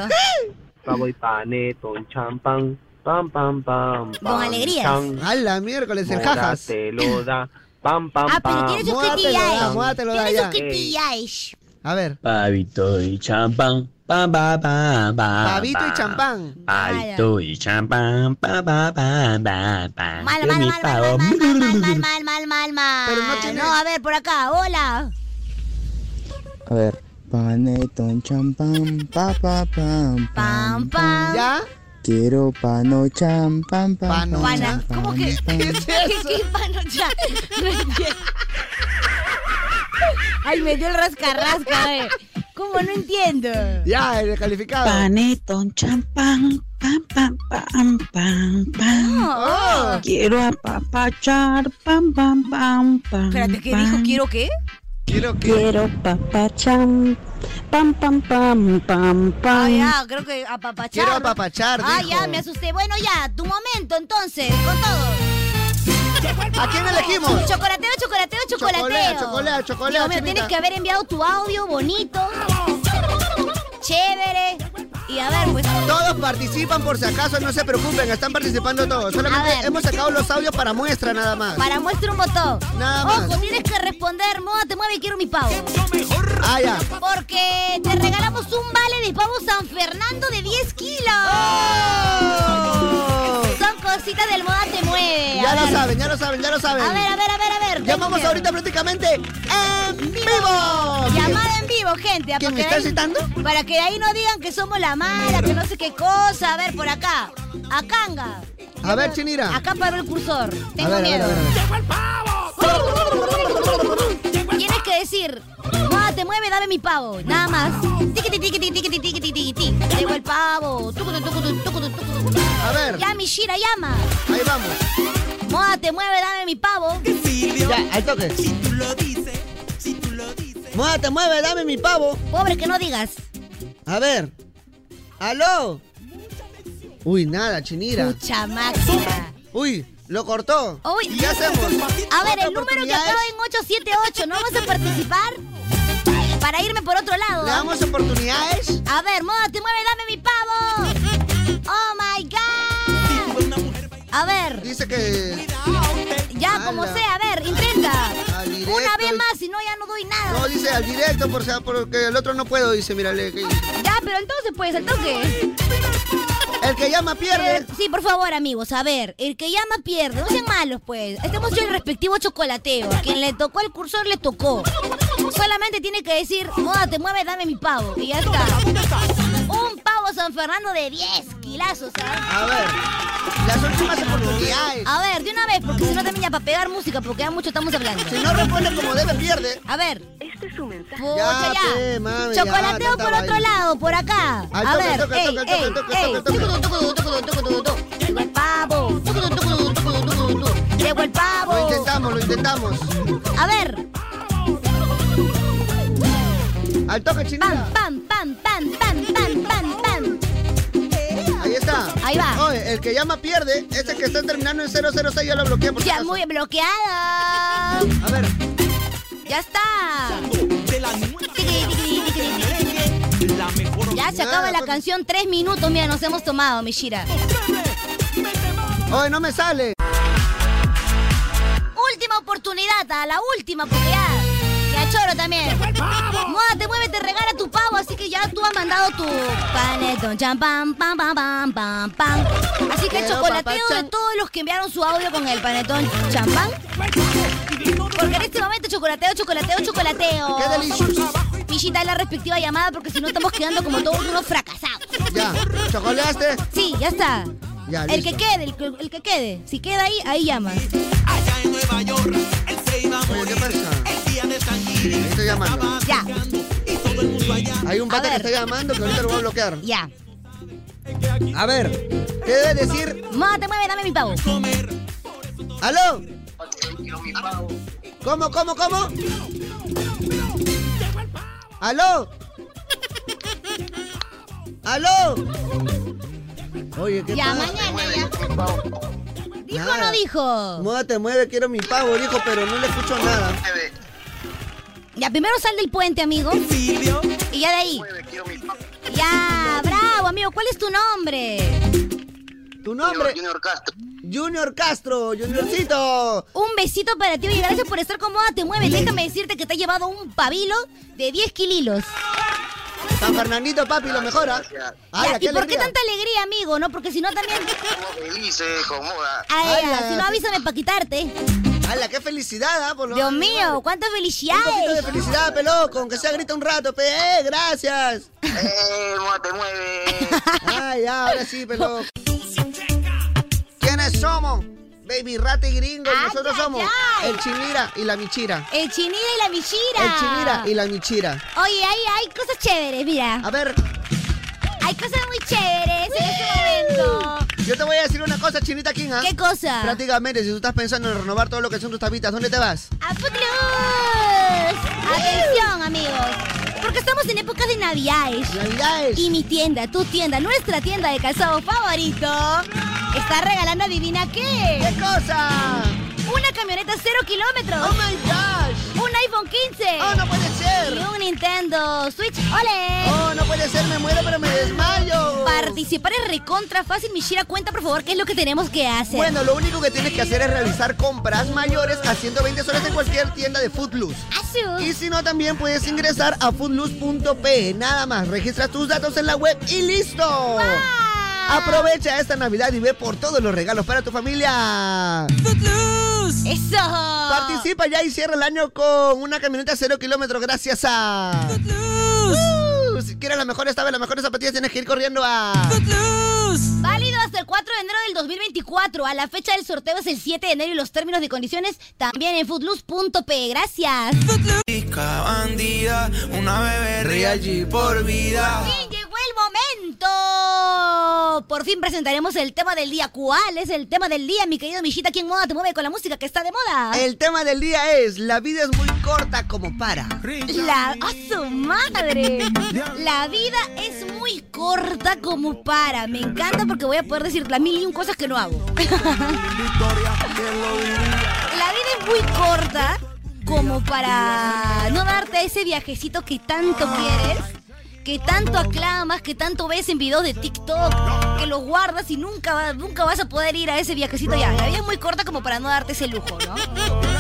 S20: Pavo y panetón, champán, pam, pam, pam.
S5: Con alegrías.
S4: A la miércoles, el jajas.
S20: Te lo da, pam, pam,
S5: Ah, pero
S20: pam.
S5: tiene sus
S4: Módatelo,
S5: KPIs.
S4: da, módatelo, da,
S5: Tiene sus
S4: ya.
S5: KPIs.
S4: A ver.
S21: Pavito y champán, pam, pam, pam,
S16: Ah,
S21: pam.
S4: Pavito y
S21: pam.
S4: champán.
S21: Pavito y champán, pam, pam, pam, pam, pam.
S5: Mal,
S21: Yo
S5: mal,
S21: mi
S5: mal,
S21: pavo.
S5: Mal, mal, mal, mal, mal. No, a ver, por acá. Hola.
S19: A ver, panetón, champán, pa, pa, pam, pam,
S5: Pam.
S4: ¿Ya?
S19: Quiero pano, cham, pam, pam, pam,
S5: Pana.
S19: pam,
S5: ¿Cómo que?
S19: pam.
S5: ¿Qué, qué pano ya? No entiendo. Ay, me dio el rascarrasca, eh. ¿Cómo? No entiendo.
S4: Ya, el calificado.
S12: Panetón, champán, pam, pam, pam, pam, pam.
S5: Oh.
S12: Quiero apapachar, pam, pam, pam, pam.
S5: Espérate, ¿qué dijo?
S12: pam.
S5: ¿Quiero qué?
S12: Quiero, papachar, pam, pam, pam, pam,
S5: Ah,
S4: Mm.
S12: pam.
S5: ya, creo que apapachar.
S12: Quiero
S5: ¿no?
S12: apapachar,
S5: Ah,
S12: dijo.
S5: ya, me asusté. Bueno, ya, tu momento, entonces, con todo.
S4: ¿A quién elegimos?
S5: Chocolateo, chocolateo,
S4: Chocolea,
S5: chocolateo.
S4: chocolea, chocolea,
S5: Digo, mira,
S4: chinita.
S5: tienes que haber enviado tu audio bonito, chévere. Y a ver, pues.
S4: Todos participan por si acaso, no se preocupen, están participando todos.
S5: A
S4: Solamente
S5: ver.
S4: hemos sacado los audios para muestra nada más.
S5: Para muestra un botón.
S4: Nada más.
S5: Ojo, tienes que responder, moda te mueve y quiero mi pavo.
S4: Ah, ya.
S5: Porque te regalamos un vale de pavo San Fernando de 10 kilos. Son cositas del moda te mueve.
S4: ¡Oh! Ya
S5: A
S4: lo
S5: ver.
S4: saben, ya lo saben, ya lo saben.
S5: A ver, a ver, a ver, a ver.
S4: Llamamos
S5: Tengo
S4: ahorita prácticamente en vivo.
S5: Llamada en vivo, gente. ¿Quién
S4: me está citando?
S5: Para que de ahí no digan que somos la mala, que no sé qué cosa. A ver, por acá. Acanga.
S4: A ver, Chinira.
S5: Acá para el cursor.
S4: Ah. A
S5: Tengo
S4: ver, a ver,
S5: miedo.
S4: a ver, a ver.
S5: Tienes que decir, no te mueve, dame mi pavo. Nada más. Tiqui, tiqui, tiqui, tiqui, tiqui, tiqui, tiqui, tiqui. Tengo el pavo. Tucutu, tucutu, tucutu, tucutu.
S4: A ver.
S5: Ya, mi Shira, llama.
S4: Ahí vamos.
S5: Moda te mueve, dame mi pavo.
S4: Ya, al toque. Si tú lo dices, si tú lo dices. Muévete, mueve, dame mi pavo.
S5: Pobre, que no digas.
S4: A ver. ¡Aló! Uy, nada, Chinira.
S5: Pucha máquina.
S4: Uy, lo cortó.
S5: Uy.
S4: ¿Y qué hacemos?
S5: A ver, el número que acaba en 878, ¿no vas a participar? Para irme por otro lado.
S4: ¿Le damos oportunidades?
S5: A ver, moda, te mueve, dame mi pavo. Oh my god. A ver.
S4: Dice que.
S5: Ya, como sea, a ver, intenta.
S4: Ah, directo.
S5: Una vez más, si no, ya no doy nada.
S4: No, dice al directo, por sea, porque el otro no puedo, dice, mírale. que-
S5: Ya, pero entonces, pues, al toque.
S4: El que llama pierde.
S5: Eh, sí, por favor, amigos, a ver, el que llama pierde. No sean malos, pues. Estamos en el respectivo chocolateo. A quien le tocó el cursor le tocó. Solamente tiene que decir, moda, te mueves, dame mi pavo. Y ya está. Un pavo San Fernando de 10 kilazos, ¿sabes?
S4: A ver. Las últimas oportunidades.
S5: A ver, de una vez, porque si no también ya para pegar música, porque ya mucho estamos hablando.
S4: Si no responde como debe, pierde.
S5: A ver. Este es un mensaje.
S4: Ya,
S5: ya.
S4: pe, mami, ya,
S5: Chocolateo
S4: tanta
S5: por otro
S4: vaina.
S5: lado, por acá.
S4: Al
S5: a
S4: toque,
S5: ver.
S4: toque,
S5: ey,
S4: toque,
S5: ey,
S4: toque, toque,
S5: ey.
S4: toque, toque,
S5: Tucu, tucu, tucu, tucu, tucu, tucu. Llegó el pavo. Tucu, tucu, tucu, tucu, tucu, tucu. Llegó el pavo.
S4: Lo intentamos, lo intentamos.
S5: A ver.
S4: Al toque, chinita.
S5: Pam, pam, pam, pam, pam, pam, pam.
S4: Ahí está.
S5: Ahí va.
S4: Oye, el que llama pierde. Este que está terminando en 006 ya lo bloqueé por si
S5: Ya
S4: acaso.
S5: muy bloqueada.
S4: A ver.
S5: Ya está. Ya se acaba la canción. Tres minutos, mira, nos hemos tomado, Mishira.
S4: Oye, no me sale.
S5: Última oportunidad, a la última, porque ya. Ya choro también. Moda te mueve, te regala tu pavo, así que ya tú has mandado tu panetón, cham, pam, pam, pam, pam, pam, pam. Así que el
S3: Pero,
S5: chocolateo
S3: papá,
S5: de
S3: chan.
S5: todos los que enviaron su audio con el panetón champán. Porque en este momento chocolateo, chocolateo, chocolateo.
S4: ¡Qué delicioso!
S5: Pichita es la respectiva llamada porque si no estamos quedando como todos unos fracasados.
S4: Ya, ¿chocoleaste?
S5: Sí, ya está.
S4: Ya,
S5: el
S4: listo.
S5: que quede, el que, el que quede. Si queda ahí, ahí llamas.
S4: Oye, ¿qué este pasa? Estoy llamando.
S5: Ya,
S4: Hay un pata que está llamando que ahorita lo voy a bloquear.
S5: ya.
S4: A ver, ¿qué debe decir?
S5: Moda te mueve, dame mi pavo.
S4: ¿Aló? ¿Cómo, cómo, cómo? ¿Aló? ¿Aló? Oye, ¿qué
S5: Ya,
S4: pasa?
S5: mañana, ya. ¿Dijo o
S4: Nada.
S5: no dijo?
S4: Moda te mueve, quiero mi pavo, dijo, pero no le escucho nada.
S5: Ya, primero sal del puente, amigo. Y ya de ahí. Ya, bravo, amigo. ¿Cuál es tu nombre?
S4: ¿Tu nombre? Junior Castro. Junior Castro, Juniorcito.
S5: Un besito para ti y gracias por estar con Moda Te Mueve. Déjame decirte que te ha llevado un pabilo de 10 kilos.
S4: San Fernandito, papi, lo mejora. Ay,
S5: Ya, ¿Y por
S4: qué
S5: qué
S4: alegría. eh,
S5: tanta alegría, amigo? No, porque si no
S4: <laughs>
S5: también...
S10: Felices con moda.
S5: Ay,
S4: Ala.
S5: ya, si no, avísame para quitarte.
S4: ¡Hala, qué felicidad, ah! Por lo
S5: Dios
S4: menos,
S5: mío, cuánta felicidad.
S4: Un poquito de felicidad, peloco, aunque sea grita un rato, pe. ¡Eh, gracias!
S10: ¡Eh, moda te mueve!
S4: ¡Ay, ya, ahora sí, peloco! ¿Quiénes somos? Baby Rata y Gringo, y
S5: Ay,
S4: nosotros
S5: ay,
S4: somos
S5: ay.
S4: el Chinira y la Michira.
S5: El Chinira y la Michira.
S4: El Chinira y la Michira.
S5: Oye, hay, hay cosas chéveres, mira.
S4: A ver.
S5: Hay cosas muy chéveres en este momento.
S4: Yo te voy a decir una cosa, Chinita King, ¿ah?
S5: ¿Qué cosa?
S4: Prácticamente, si tú estás pensando en renovar todo lo que son tus tapitas, ¿dónde te vas?
S5: ¡A Footloose! Atención, amigos. Porque estamos en época de Navidades.
S4: Navidades.
S5: Y mi tienda, tu tienda, nuestra tienda de calzado favorito, está regalando, adivina qué.
S4: ¿Qué cosa?
S5: Una camioneta cero kilómetros.
S4: ¡Oh, my gosh!
S5: Un iPhone 15.
S4: ¡Oh, no puede ser!
S5: Y un Nintendo Switch. ¡Ole!
S4: ¡Oh, no puede ser! ¡Me muero, pero me desmayo!
S5: Participar es recontra fácil. Mishira, cuenta por favor qué es lo que tenemos que hacer.
S4: Bueno, lo único que tienes que hacer es realizar compras mayores a 120 soles en cualquier tienda de Footloose.
S5: Azul.
S4: Y si no, también puedes ingresar a footloose.pe. Nada más, registras tus datos en la web y listo.
S5: Ah,
S4: Aprovecha esta Navidad y ve por todos los regalos para tu familia.
S5: ¡Eso!
S4: Participa ya y cierra el año con una camioneta cero kilómetros gracias a... Uh, si quieres las mejores tablas, las mejores zapatillas, tienes que ir corriendo a...
S5: Válido hasta el 4 de enero del 2024. A la fecha del sorteo es el 7 de enero y los términos y condiciones también en footloose.p. Gracias.
S2: bandida, una bebé real G por vida.
S5: Bien, llegó el momento. Por fin presentaremos el tema del día. ¿Cuál es el tema del día, mi querido Michita? ¿Quién moda te mueve con la música que está de moda?
S4: El tema del día es, la vida es muy corta como para.
S5: La a su madre. La vida es muy corta como para. Me encanta porque voy a poder decir las mil y un cosas que no hago. La vida es muy corta como para no darte ese viajecito que tanto quieres. Que tanto aclamas, que tanto ves en videos de TikTok, que los guardas y nunca, va- nunca vas a poder ir a ese viajecito ya. La vida es muy corta como para no darte ese lujo, ¿no?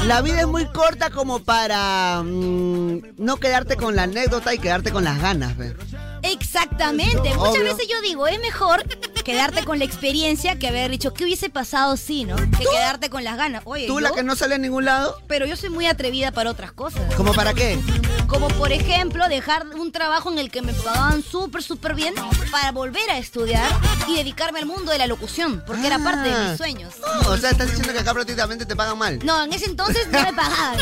S4: La vida es muy corta como para mm, no quedarte con la anécdota y quedarte con las ganas. ve.
S5: Exactamente. Muchas
S4: Obvio.
S5: veces yo digo, es mejor quedarte con la experiencia que haber dicho, ¿qué hubiese pasado si, no? Que quedarte con las ganas. Oye,
S4: Tú
S5: yo-
S4: la que no sale a ningún lado,
S5: pero yo soy muy atrevida para otras cosas.
S4: ¿como para qué?
S5: Como por ejemplo, dejar un trabajo en el que me pagaban súper, súper bien para volver a estudiar y dedicarme al mundo de la locución, porque era parte de mis sueños.
S4: Oh, o sea, estás diciendo que acá prácticamente te pagan mal.
S5: No, en ese entonces no me
S4: <laughs>
S5: pagaban.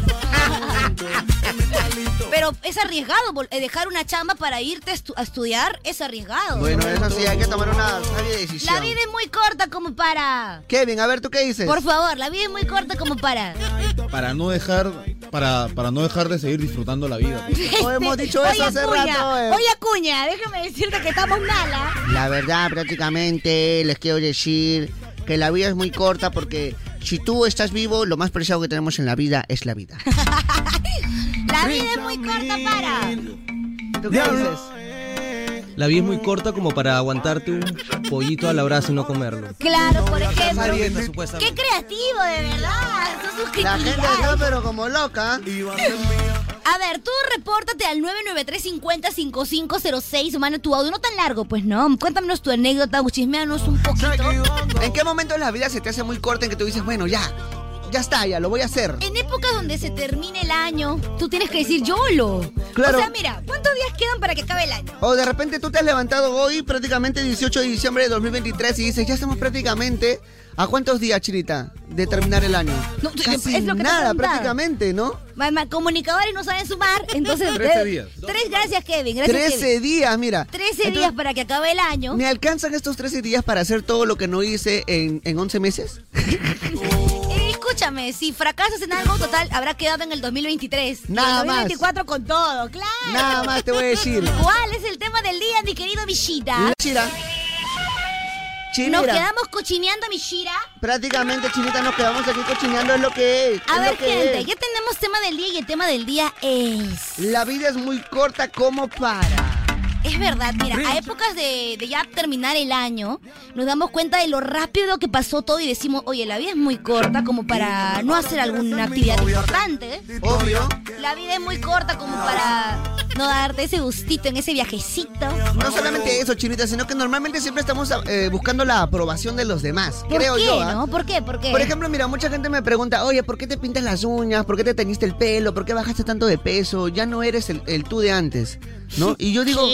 S5: Pero es arriesgado, vol- eh, dejar una chamba para irte a, estu- a estudiar es arriesgado.
S4: Bueno, eso sí, hay que tomar una sabia decisión.
S5: La vida es muy corta como para...
S4: Kevin, a ver, ¿tú qué dices?
S5: Por favor, la vida es muy corta como
S4: <laughs>
S5: para.
S17: Para no dejar, para, para no dejar de seguir disfrutando la vida.
S4: Oh, hemos dicho eso
S5: Oye,
S4: hace
S5: Este, Acuña,
S4: rato, eh.
S5: Oye, Acuña, déjame decirte que estamos malas.
S4: La verdad, prácticamente, les quiero decir que la vida es muy corta porque si tú estás vivo, lo más preciado que tenemos en la vida es la vida.
S5: La vida es muy corta para.
S4: ¿Tú qué dices?
S7: La vida es muy corta como para aguantarte un pollito a la brasa y no comerlo.
S5: Claro, por ejemplo.
S7: Esa dieta, supuestamente.
S5: Qué creativo, de verdad. Sos un
S4: La gente
S5: genial.
S4: está pero como loca.
S5: A ver, tú repórtate al 993-50-5506. Manda tu audio, no tan largo, pues no. Cuéntanos tu anécdota, chismeanos un poquito.
S4: ¿En qué momento en la vida se te hace muy corta en que tú dices, bueno, ya, ya está, ya lo voy a hacer?
S5: En épocas donde se termine el año, tú tienes que decir YOLO.
S4: Claro.
S5: O sea, mira, ¿cuántos días quedan para que acabe el año?
S4: O de repente tú te has levantado hoy, prácticamente 18 de diciembre de 2023, y dices, ya estamos prácticamente. ¿A cuántos días, Chirita, de terminar el año?
S5: No, t-
S4: Casi
S5: es lo que te he
S4: nada,
S5: preguntado.
S4: prácticamente, ¿no?
S5: Ma- ma- Comunicadores no saben sumar, entonces...
S4: <laughs> Trece
S5: eh,
S4: días.
S5: Tres, gracias, Kevin. Gracias, Kevin.
S4: 13 días, mira.
S5: 13
S4: Entonces,
S5: días para que acabe el año.
S4: ¿Me alcanzan estos 13 días para hacer todo lo que no hice en, en 11 meses?
S5: Eh, escúchame, si fracasas en algo total, habrá quedado en el 2023.
S4: Nada
S5: el 2024 con todo, claro.
S4: Nada más te voy a decir.
S5: <laughs> ¿Cuál es el tema del día, mi querido Michita?
S4: Chira. Chira.
S5: Ah. Nos quedamos cochineando, Michira.
S4: Prácticamente, Chinita, nos quedamos aquí cochineando, es lo que es.
S5: A
S4: es
S5: ver,
S4: lo que
S5: gente,
S4: es.
S5: ya tenemos tema del día y el tema del día es...
S4: La vida es muy corta como para.
S5: Es verdad, mira, a épocas de, de ya terminar el año, nos damos cuenta de lo rápido que pasó todo y decimos, oye, la vida es muy corta como para no hacer alguna actividad importante.
S4: Obvio.
S5: La vida es muy corta como para no darte ese gustito en ese viajecito.
S4: No solamente eso, Chinita, sino que normalmente siempre estamos eh, buscando la aprobación de los demás.
S5: ¿Por
S4: creo
S5: qué,
S4: yo, ¿ah?
S5: no? ¿Por qué? ¿Por qué?
S4: Por ejemplo, mira, mucha gente me pregunta, oye, ¿por qué te pintas las uñas? ¿Por qué te teñiste el pelo? ¿Por qué bajaste tanto de peso? Ya no eres el, el tú de antes. ¿no? Y yo digo,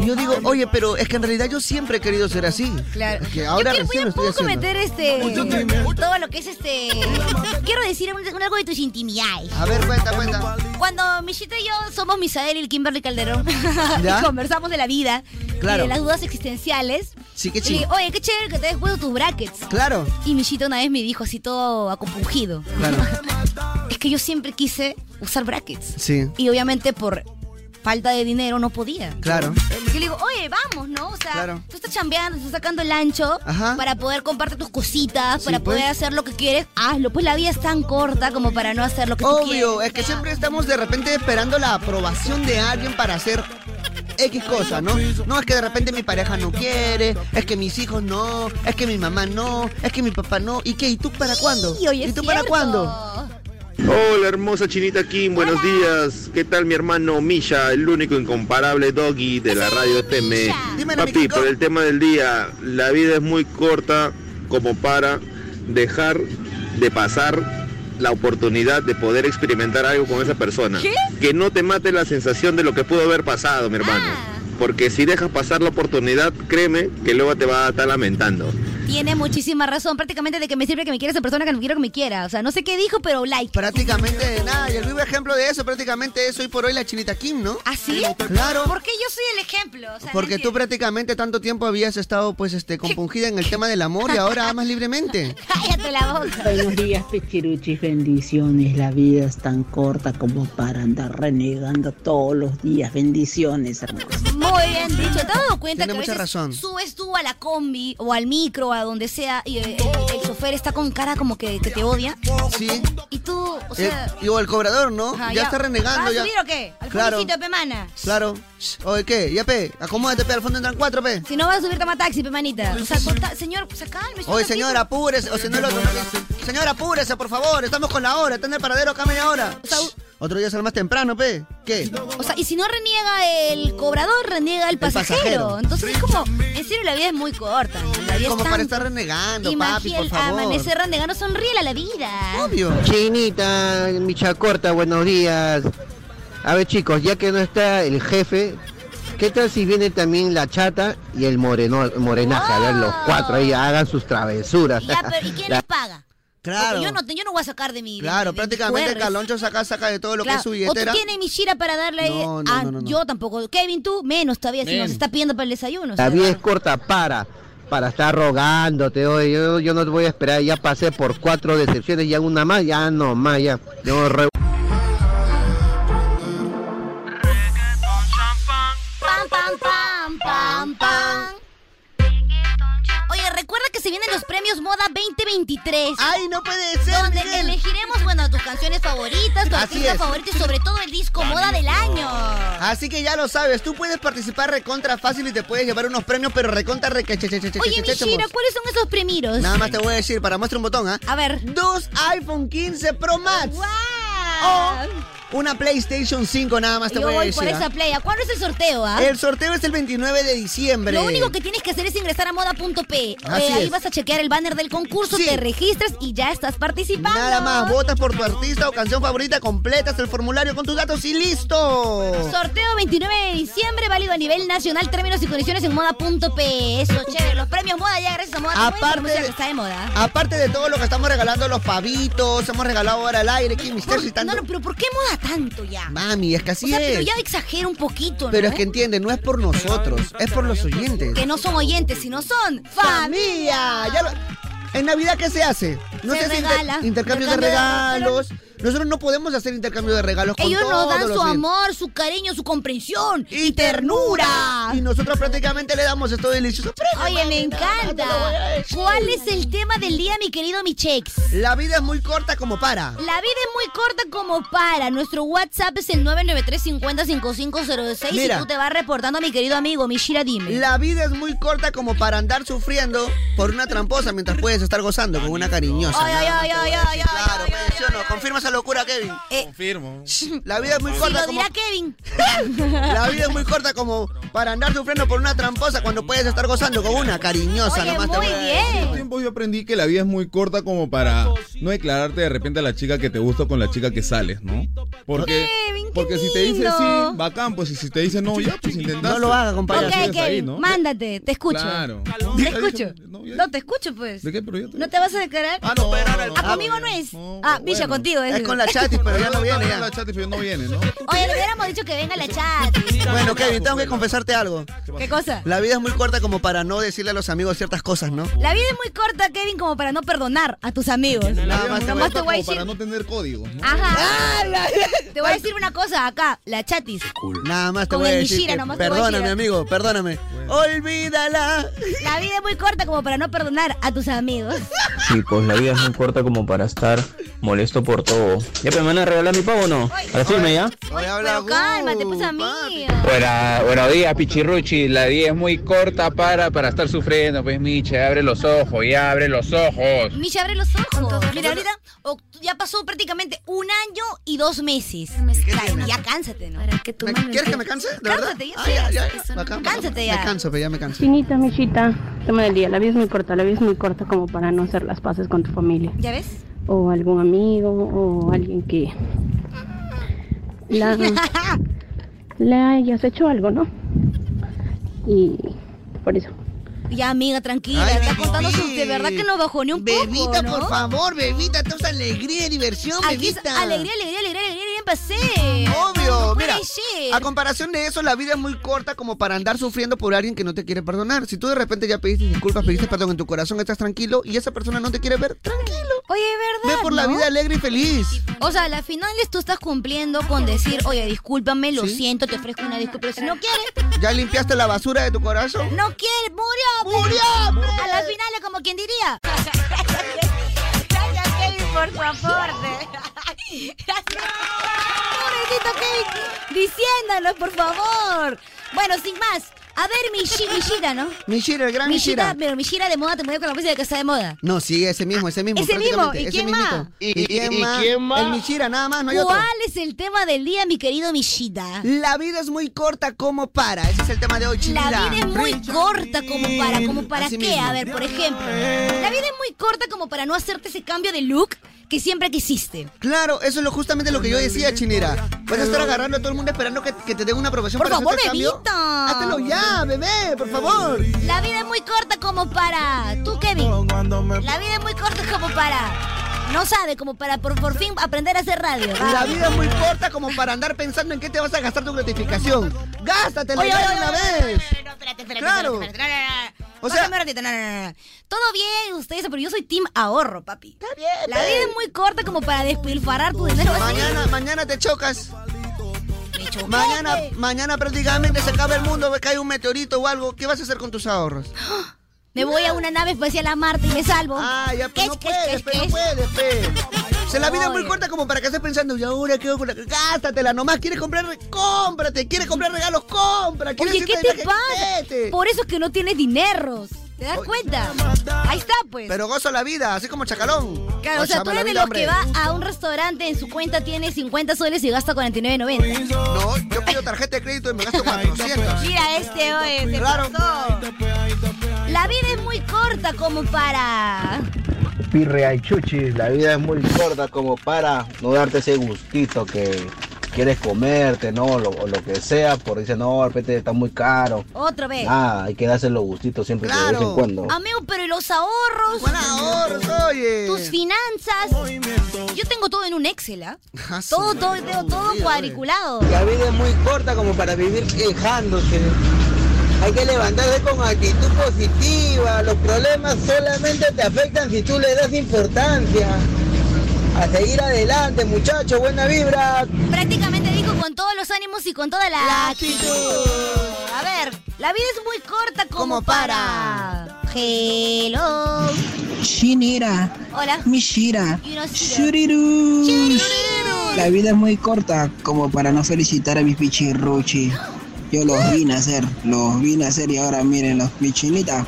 S4: y yo digo, oye, pero es que en realidad yo siempre he querido ser así.
S5: Claro.
S4: Que ahora
S5: yo
S4: recién
S5: quiero,
S4: lo
S5: voy a-
S4: estoy
S5: puedo
S4: haciendo.
S5: cometer este todo lo que es este. <laughs> quiero decir un- un- algo de tus intimidades.
S4: A ver, cuenta, cuenta.
S5: Cuando Michita y yo somos Misael y el Kimberly Calderón <laughs>
S4: ¿Ya?
S5: y conversamos de la vida
S4: Claro.
S5: y de las dudas existenciales.
S4: Sí, qué
S5: y le digo,
S4: chido.
S5: Oye, qué chévere que te des puesto tus brackets.
S4: Claro.
S5: Y Michita una vez me dijo así todo aconfundido. <laughs>
S4: Claro.
S5: Es que yo siempre quise usar brackets.
S4: Sí,
S5: Y obviamente por falta de dinero no podía.
S4: claro.
S5: Yo le digo, oye, vamos, ¿no? O sea,
S4: Claro.
S5: tú estás chambeando, estás sacando el ancho para poder compartir tus cositas, para
S4: pues.
S5: poder hacer lo que quieres. Hazlo, pues la vida es tan corta como para no hacer lo que tú quieres.
S4: Obvio, es que siempre estamos de repente esperando la aprobación de alguien para hacer X cosa, ¿no? No, es que de repente mi pareja no quiere, es que mis hijos no, es que mi mamá no, es que mi papá no. ¿Y qué? ¿Y tú para cuándo? ¿Y tú para cuándo?
S1: Hola hermosa chinita Kim, buenos días. ¿Qué tal mi hermano Misha, el único incomparable doggy de la radio este FM?
S4: Dímelo, mi
S1: Papi,
S4: Kiko.
S1: por el tema del día, la vida es muy corta como para dejar de pasar la oportunidad de poder experimentar algo con esa persona.
S5: ¿Qué?
S1: Que no te mate la sensación de lo que pudo haber pasado, mi hermano.
S5: Ah.
S1: Porque si dejas pasar la oportunidad, créeme que luego te va a estar lamentando.
S5: Tiene muchísima razón, prácticamente de que me sirve que me quiera esa persona que no quiero que me quiera. O sea, no sé qué dijo, pero like.
S4: Prácticamente de nada, y el vivo ejemplo de eso prácticamente es hoy por hoy la chinita Kim, ¿no?
S5: ¿Así?
S4: Claro.
S5: Porque yo soy el ejemplo. O sea,
S4: Porque tú prácticamente tanto tiempo habías estado pues este compungida en el tema del amor y ahora amas libremente.
S5: <laughs> cállate la boca.
S22: Buenos días, Pichiruchis, bendiciones. La vida es tan corta como para andar renegando todos los días. Bendiciones, hermanos.
S4: Pues,
S5: Muy bien dicho. ¿Te has dado cuenta
S22: Tiene
S5: que a
S22: mucha
S5: veces
S22: razón.
S5: subes tú a la combi o al micro, a donde sea, y eh, el, el chofer está con cara como que, que te odia?
S4: Sí.
S5: Y tú, o
S4: Eh,
S5: sea...
S4: y o el cobrador, ¿no?
S5: ajá, Ah,
S4: ya, está renegando.
S5: ¿Vas
S4: ya.
S5: a subir o qué? Al
S4: Claro.
S5: fundicito, pe, mana.
S4: Claro. Shh, Oye, ¿qué? Ya, pe, acomódate, pe, al fondo entran cuatro, pe.
S5: Si no vas a subir, toma taxi, pe, manita. O sea, corta- señor, pues se calme.
S4: Pues Oye, señora, apúrese. O si no, el otro. Señora, apúrese, por favor. Estamos con la hora. Está en el paradero acá media hora. Shh, Otro día sale más temprano, pe. ¿Qué?
S5: O sea, y si no reniega el cobrador, reniega el pasajero.
S4: pasajero.
S5: Entonces es como, en serio, la vida es muy corta. La vida
S4: Como
S5: es
S4: para
S5: tan-
S4: estar renegando, papi,
S5: Imagínate,
S4: por favor.
S5: amanecer renegando, sonríe a la vida.
S23: Chinita, Micha Corta, buenos días. A ver chicos, ya que no está el jefe, ¿qué tal si viene también la chata y el moreno, morenaje? A ver, los cuatro ahí hagan sus travesuras.
S5: Ya, pero ¿y quién
S23: La-
S5: les paga?
S23: Claro.
S5: Porque yo no, te- yo no voy a sacar de mi. de
S4: Claro,
S5: mi- de mis
S4: prácticamente el
S5: QRs.
S4: caloncho saca, saca de todo lo que
S5: Claro.
S4: es su
S5: O
S4: billetera.
S5: tú tienes mi shira para darle ahí.
S23: No, no,
S5: Ah,
S23: no, no, no.
S5: Yo tampoco. Kevin, tú menos todavía si
S23: Men.
S5: nos está pidiendo para el desayuno. o sea,
S23: La vida es corta para, para estar rogándote. oye, yo, yo no te voy a esperar, ya pasé por cuatro decepciones, ya una más, ya no más, ya. Yo re-
S5: Pam, pam, pam, pam, pam. Oye, recuerda que se vienen los premios Moda 2023.
S4: ¡Ay, no puede ser!
S5: Donde elegiremos, bueno, tus canciones favoritas, tu
S4: Así
S5: artista
S4: es.
S5: favorito y sobre todo el disco Moda del Año.
S4: Así que ya lo sabes, tú puedes participar recontra fácil y te puedes llevar unos premios, pero recontra
S5: Oye, Mishira,
S4: requechechechechechechechemos.
S5: ¿cuáles son esos premios?
S4: Nada más te voy a decir, para muestra un botón, ¿ah?
S5: A ver.
S4: Dos iPhone 15 Pro Max. O una PlayStation 5, nada más te
S5: Oh, Yo
S4: voy a
S5: voy
S4: decir.
S5: por esa
S4: ¿ah?
S5: playa. ¿Cuándo es el sorteo, ah?
S4: El sorteo es el 29 de diciembre.
S5: Lo único que tienes que hacer es ingresar a moda.p. Eh,
S4: Así
S5: ahí
S4: es.
S5: vas a chequear el banner del concurso, te registras y ya estás participando.
S4: Nada más, votas por tu artista o canción favorita, completas el formulario con tus datos y listo.
S5: Sorteo 29 de diciembre, válido a nivel nacional, términos y condiciones en moda.p. Eso, chévere. Los premios moda ya gracias a moda. Te pueden
S4: Aparte
S5: promocionar
S4: de-
S5: que está de moda.
S4: Aparte de todo lo que estamos regalando, los pavitos, hemos regalado ahora al aire, aquí Mister y tanto.
S5: No, no, pero ¿por qué moda tanto ya?
S4: Mami, es que así
S5: o sea,
S4: es.
S5: pero ya exagera un poquito, ¿no?
S4: Pero es que entiende, no es por nosotros, es por los oyentes.
S5: Que no son oyentes, sino son
S4: familia. Ya lo- En Navidad, ¿qué se hace? No
S5: Se
S4: se, hace
S5: regala.
S4: intercambios
S5: Intercambio
S4: de regalos. Nosotros no podemos hacer intercambio de regalos con
S5: Ellos nos
S4: todos
S5: dan
S4: los
S5: su
S4: niños.
S5: amor, su cariño, su comprensión y, ternura.
S4: Y nosotros prácticamente le damos esto delicioso. Premio,
S5: Oye,
S4: mami,
S5: me
S4: nada más te
S5: encanta.
S4: lo voy a decir.
S5: ¿Cuál es el tema del día, mi querido Michex?
S4: La vida es muy corta como para.
S5: La vida es muy corta como para. Nuestro WhatsApp es el 993-50-5506 y
S4: Mira.
S5: tú te vas reportando, mi querido amigo, Mishira, dime.
S4: La vida es muy corta como para andar sufriendo por una tramposa mientras puedes estar gozando con una cariñosa.
S5: Ay, ay,
S4: Nada más
S5: ay,
S4: te voy
S5: ay,
S4: a
S5: ay, Eh,
S4: decir. Claro, pues, ¿sí o no? confirma esa locura, Kevin.
S17: Confirmo.
S4: La vida es muy
S5: Sí,
S4: corta
S5: lo
S4: como
S5: dirá Kevin.
S4: <laughs> La vida es muy corta como para andar sufriendo por una tramposa cuando puedes estar gozando con una cariñosa.
S5: Oye,
S4: nomás te
S5: muy
S4: voy a decir.
S5: bien.
S16: pues,
S17: tiempo yo aprendí que la vida es muy corta como para no declararte de repente a la chica que te gusta con la chica que sales, ¿no? Porque
S5: Kevin.
S17: Porque si te dice sí, bacán, pues y si te dice no, ya, pues intentaste.
S4: No lo haga,
S5: Ok,
S4: compadre.
S5: Kevin, mándate, te escucho.
S17: Claro.
S5: Te escucho. No, te escucho, pues.
S17: ¿De qué? Pero yo
S5: ¿No te vas a declarar? Ah, no. Ah, conmigo no es. ah, Villa, contigo es.
S17: Es con la chatis, pero no viene, ¿no?
S5: Oye, le hubiéramos dicho que venga la chat.
S4: Bueno, Kevin, tengo que confesarte algo.
S5: ¿Qué cosa?
S4: La vida es muy corta como para no decirle a los amigos ciertas cosas, ¿no?
S5: La vida es muy corta, Kevin, como para no perdonar a tus amigos.
S4: Nada más te voy
S5: te voy a
S4: a- como para
S5: decir.
S17: No tener código. ¿no?
S5: Ajá. Ah, <laughs> Te voy a decir una cosa acá, la chatis.
S4: Nada más te
S5: Con
S4: voy a
S5: el
S4: decir.
S5: Nishira
S4: que-
S5: nomás te voy a
S4: Perdóname,
S5: decir.
S4: amigo, perdóname. Olvídala.
S5: La vida es muy corta como para no perdonar a tus amigos.
S6: Sí, pues la vida es muy corta como para estar molesto por todo. ¿Ya me van a regalar mi pavo o no? A la firme ya.
S5: Pero cálmate, pues amigo.
S8: Buena- buenos días, Pichirruchi. La 10 es muy corta para, para estar sufriendo. Pues, Miche, abre los ojos, ya abre los ojos.
S5: Misha, abre los ojos. Mira, ahorita oct- ya pasó prácticamente un año y dos meses. Ya, ya cánsate, ¿no?
S4: ¿Me- ¿Quieres que me canse? ¿De verdad?
S5: Cánsate, ya.
S4: Ah, ya, ya,
S5: Eso no-
S4: bacán,
S5: Cánsate
S4: Me
S5: ya.
S4: canso, pero ya me canso.
S12: Chinita, michita, toma del día. La vida es muy corta, la vida es muy corta como para no hacer las paces con tu familia.
S5: ¿Ya ves?
S12: O algún amigo o alguien que la, le hayas hecho algo, ¿no? Y por eso.
S5: <laughs> Ya, amiga, tranquila. está contando su... De verdad que nos bajó ni un poco,
S4: Bebita,
S5: ¿no?
S4: por favor, bebita. Estamos alegría y diversión,
S5: Aquí es
S4: bebita.
S5: alegría, alegría, alegría, alegría, empecé.
S4: Obvio,
S5: No puede
S4: mira,
S5: ser.
S4: a comparación de eso, la vida es muy corta como para andar sufriendo por alguien que no te quiere perdonar. Si tú de repente ya pediste disculpas, pediste perdón en tu corazón, estás tranquilo y esa persona no te quiere ver, tranquilo.
S5: Oye, es
S4: Ve
S5: verdad.
S4: por la
S5: ¿no?
S4: vida alegre y feliz.
S5: O sea, a las finales tú estás cumpliendo con decir, oye, discúlpame, lo siento, te ofrezco una disculpa. Pero si no quieres,
S4: ¿Ya limpiaste la basura de tu corazón?
S5: no quieres, murió.
S4: Murió.
S5: A las finales, como quien <laughs> diría. Gracias, Kevin, por tu aporte. Gracias. Pobrecito Kevin, diciéndonos, por favor. Bueno, sin más. A ver, Mishi- Mishira, ¿no?
S4: Mishira, el gran Mishira.
S5: Mishira, pero Mishira de moda te mueve con la música que está de moda.
S4: No, sí, ese mismo, ese mismo.
S5: Ese mismo,
S4: prácticamente,
S5: ¿y
S4: ese
S5: quién
S4: mismito.
S5: más?
S4: ¿Y,
S5: ¿Y quién más?
S4: El Mishira, nada más, no hay otro.
S5: ¿Cuál es el tema del día, mi querido Mishita?
S4: La vida es muy corta como para. Ese es el tema de hoy,
S5: La
S4: Chinita.
S5: vida es muy corta como para, como para
S4: Así
S5: qué,
S4: mismo.
S5: a ver, por ejemplo. La vida es muy corta como para no hacerte ese cambio de look que siempre quisiste.
S4: Claro, eso es lo, justamente lo que yo decía, Chinera. Vas a estar agarrando a todo el mundo esperando que, que te den una aprobación
S5: Por
S4: para
S5: favor,
S4: hacer este cambio.
S5: bebita.
S4: Háztelo ya, bebé, por favor.
S5: La vida es muy corta como para. Tú, Kevin. La vida es muy corta como para. No sabe, como para por, por fin aprender a hacer radio. Va.
S4: La vida es muy corta como para andar pensando en qué te vas a gastar tu gratificación. Gástatela
S5: Oye,
S4: ya
S5: oye,
S4: de
S5: oye,
S4: una
S5: oye,
S4: vez.
S5: Espérate, espérate,
S4: Claro.
S5: espérate, espérate, espérate, espérate.
S4: O sea-
S5: Pásame un ratito, no, no, no, no. Todo bien, ustedes, pero yo soy team ahorro, papi. Está bien. La vida es muy corta como para despilfarrar tu dinero. así.
S4: Mañana, mañana te chocas. Mañana, mañana prácticamente se acaba el mundo, cae un meteorito o algo. ¿Qué vas a hacer con tus ahorros?
S5: Me voy a una nave espacial a Marte y me salvo. Ah,
S4: ya, pero no puedes, pero no puedes, pe. Se la vida es muy corta como para que estés pensando, ¿y ahora qué hago con la.? Gástatela nomás, ¿quieres comprar? re- ¡Cómprate! ¿Quieres comprar regalos? ¡Compra! ¿Quieres
S5: Oye,
S4: irte
S5: ¿qué
S4: de
S5: te
S4: viaje?
S5: pasa?
S4: Vete.
S5: Por eso es que no tienes dineros. ¿Te das cuenta? Ahí está, pues.
S4: Pero gozo la vida, así como chacalón.
S5: Claro, o sea,
S4: Goza
S5: tú
S4: la
S5: eres de
S4: vida,
S5: los
S4: hombre.
S5: que va a un restaurante, en su cuenta tiene 50 soles y gasta 49.90.
S4: No, yo pido tarjeta de crédito y me gasto 400.
S5: Mira este, oye, se
S4: Claro.
S5: pasó. La vida es muy corta como para...
S23: Pirre al chuchi, la vida es muy corta como para no darte ese gustito que quieres comerte, ¿no? Lo, o lo que sea, por dice, no, de repente está muy caro.
S5: Otro vez.
S23: Ah, hay que darse los gustitos siempre de vez en cuando.
S5: Amigo, pero ¿y los ahorros?
S4: ahorros, oye.
S5: Tus finanzas. Yo tengo todo en un Excel, ¿ah? Todo, todo, tengo todo cuadriculado.
S18: La vida es muy corta como para vivir quejándose. Hay que levantarse con actitud positiva. Los problemas solamente te afectan si tú le das importancia. A seguir adelante, muchachos. Buena vibra.
S5: Prácticamente dijo con todos los ánimos y con toda la, actitud. A ver, la vida es muy corta como, para... Hello.
S18: Shinira.
S5: Hola.
S18: Mishira.
S5: Y unos-
S18: Shuriru. La vida es muy corta como para no felicitar a mis pichirruchi. Yo los vi nacer, los vi nacer y ahora miren los pichinitas.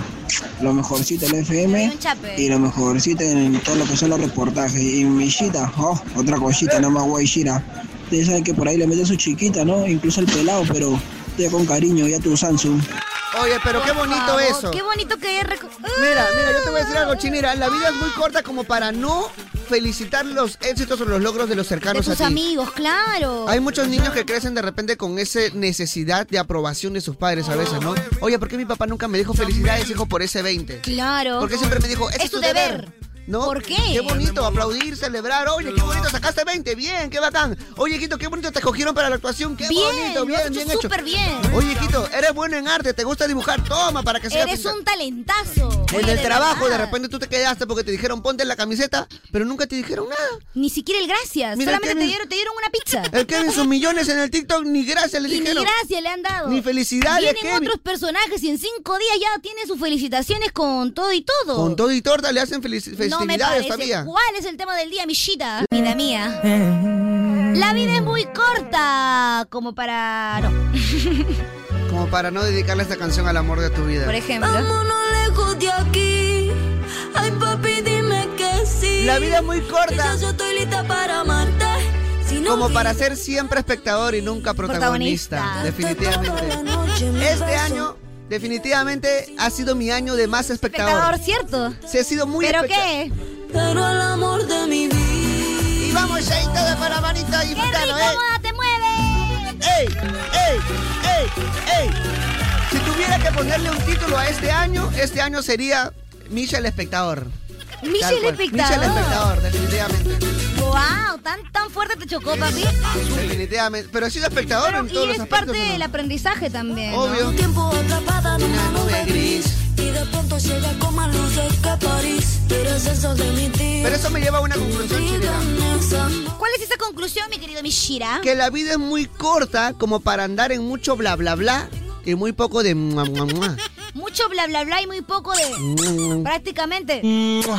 S18: Lo mejorcito del FM
S5: eh.
S18: y lo mejorcito en todo lo que son los reportajes. Y Mishita, oh, otra cosita, no más guay Shira. Ustedes saben que por ahí le meten su chiquita, ¿no? Incluso el pelado, pero ya con cariño, ya tu Samsung.
S4: Oye, pero qué
S5: Por
S4: bonito
S5: favor,
S4: eso.
S5: Qué bonito que es. reco-
S4: Mira, mira, yo te voy a decir algo, Chinira. La vida es muy corta como para no felicitar los éxitos o los logros de los
S5: De
S4: cercanos
S5: tus
S4: a ti.
S5: amigos, claro.
S4: Hay muchos niños que crecen de repente con esa necesidad de aprobación de sus padres a veces, ¿no? Oye, ¿por qué mi papá nunca me dijo felicidades, hijo, por ese 20?
S5: Claro.
S4: Porque siempre me dijo, "Ese
S5: es tu deber.
S4: ¿No? ¿Por qué? Qué bonito aplaudir, celebrar. Oye, qué bonito, sacaste 20. Bien, qué bacán. Oye, Quito, qué bonito te escogieron para la actuación. Qué
S5: Bien,
S4: bonito,
S5: lo
S4: bien,
S5: has hecho
S4: bien hecho.
S5: súper bien.
S4: Oye, Quito, eres bueno en arte, te gusta dibujar. Toma para que sea
S5: Eres un talentazo.
S4: en
S5: Oye, de
S4: el trabajo, de
S5: verdad.
S4: repente tú te quedaste porque te dijeron ponte la camiseta, pero nunca te dijeron nada.
S5: Ni siquiera el gracias.
S4: Mira,
S5: Solamente te
S4: Kevin.
S5: dieron, te dieron una pizza.
S4: <laughs> El Kevin, sus millones en el TikTok, ni gracias le
S5: Y ni
S4: dijeron.
S5: gracias le han dado.
S4: Ni felicidades,
S5: Vienen
S4: Kevin.
S5: otros personajes y en cinco días ya tiene sus felicitaciones con todo y todo.
S4: Con todo y torta le hacen felici-
S5: No me
S4: festividades
S5: parece.
S4: todavía.
S5: ¿Cuál es el tema del día, Michita? Vida mía. La vida es muy corta. Como para. No.
S4: Como para no dedicarle esta canción al amor de tu vida.
S5: Por ejemplo.
S3: Vámonos lejos de aquí. Ay, papi, dime que sí.
S4: La vida es muy corta.
S3: Yo estoy lista para amarte. Si no
S4: Como para
S3: vi-
S4: ser siempre espectador y nunca protagonista. Definitivamente. Este año, definitivamente, ha sido mi año de más espectador.
S5: Espectador, cierto.
S4: Se ha sido muy
S5: ¿Pero
S4: especta-
S5: qué?
S3: Pero el amor de mi vida.
S4: Y vamos ahí todo para manito y
S3: rico,
S4: ¿eh?
S3: moda,
S5: te mueve!
S4: ¡Ey! ¡Ey! ¡Ey! ¡Ey! Si tuviera que ponerle un título a este año, este año sería Michel Espectador.
S5: Michel
S4: Tal cual.
S5: Espectador.
S4: Michel Espectador, definitivamente.
S5: ¡Wow! Tan, tan fuerte te chocó, papi.
S4: Definitivamente. Pero he sido espectador en todos
S5: Y
S4: los
S5: es
S4: aspectos.
S5: parte del aprendizaje también. ¿no?
S4: Obvio.
S3: tiempo atrapada en una nube gris. Y de pronto llega con más luces que París. Tú eres el sol de mi día.
S4: Pero eso me lleva a una conclusión, chilena.
S5: ¿Cuál es esa conclusión, mi querido Mishira?
S4: Que la vida es muy corta como para andar en mucho bla bla bla y muy poco de mua, mua, mua.
S5: Mucho bla bla bla y muy poco de.
S4: Mucho
S5: Prácticamente.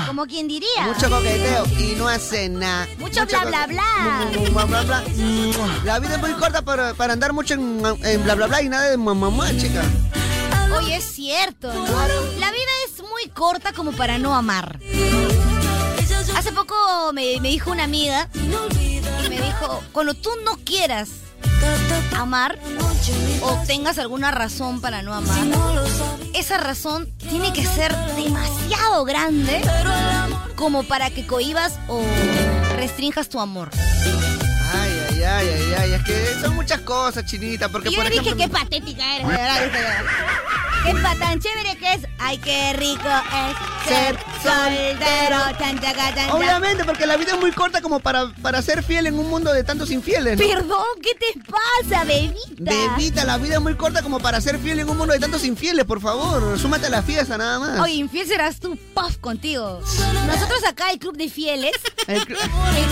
S5: Como quien diría.
S4: coqueteo y no hace nada.
S5: Mucho bla, bla,
S4: coque-
S5: bla.
S4: Mua, mua, bla, bla. La vida es muy corta para, para andar mucho en, mua- en bla bla bla y nada de mua, mua, mua, chica.
S5: Oye, es cierto. ¿no? La vida es muy corta como para no amar. Hace poco me, me dijo una amiga y me dijo, cuando tú no quieras amar o tengas alguna razón para no amar, esa razón tiene que ser demasiado grande como para que cohibas o restrinjas tu amor.
S4: Ay, ay, ay, ay, ay. Es que son muchas cosas, chinita. Porque
S5: Y yo
S4: por
S5: le dije,
S4: ejemplo.
S5: qué patética eres. de verdad, dice ella. Qué pa- tan chévere que es. Ay, qué rico es ser soltero. Tan, taca, tan, tan.
S4: Obviamente, porque la vida es muy corta como para, para ser fiel en un mundo de tantos infieles. ¿no?
S5: Perdón, ¿qué te pasa, bebita?
S4: Bebita, la vida es muy corta como para ser fiel en un mundo de tantos infieles, por favor. Súmate a la fiesta nada más.
S5: Oye, infiel serás tú, puff, contigo. Nosotros acá, el club de fieles.
S4: <laughs> El, cl-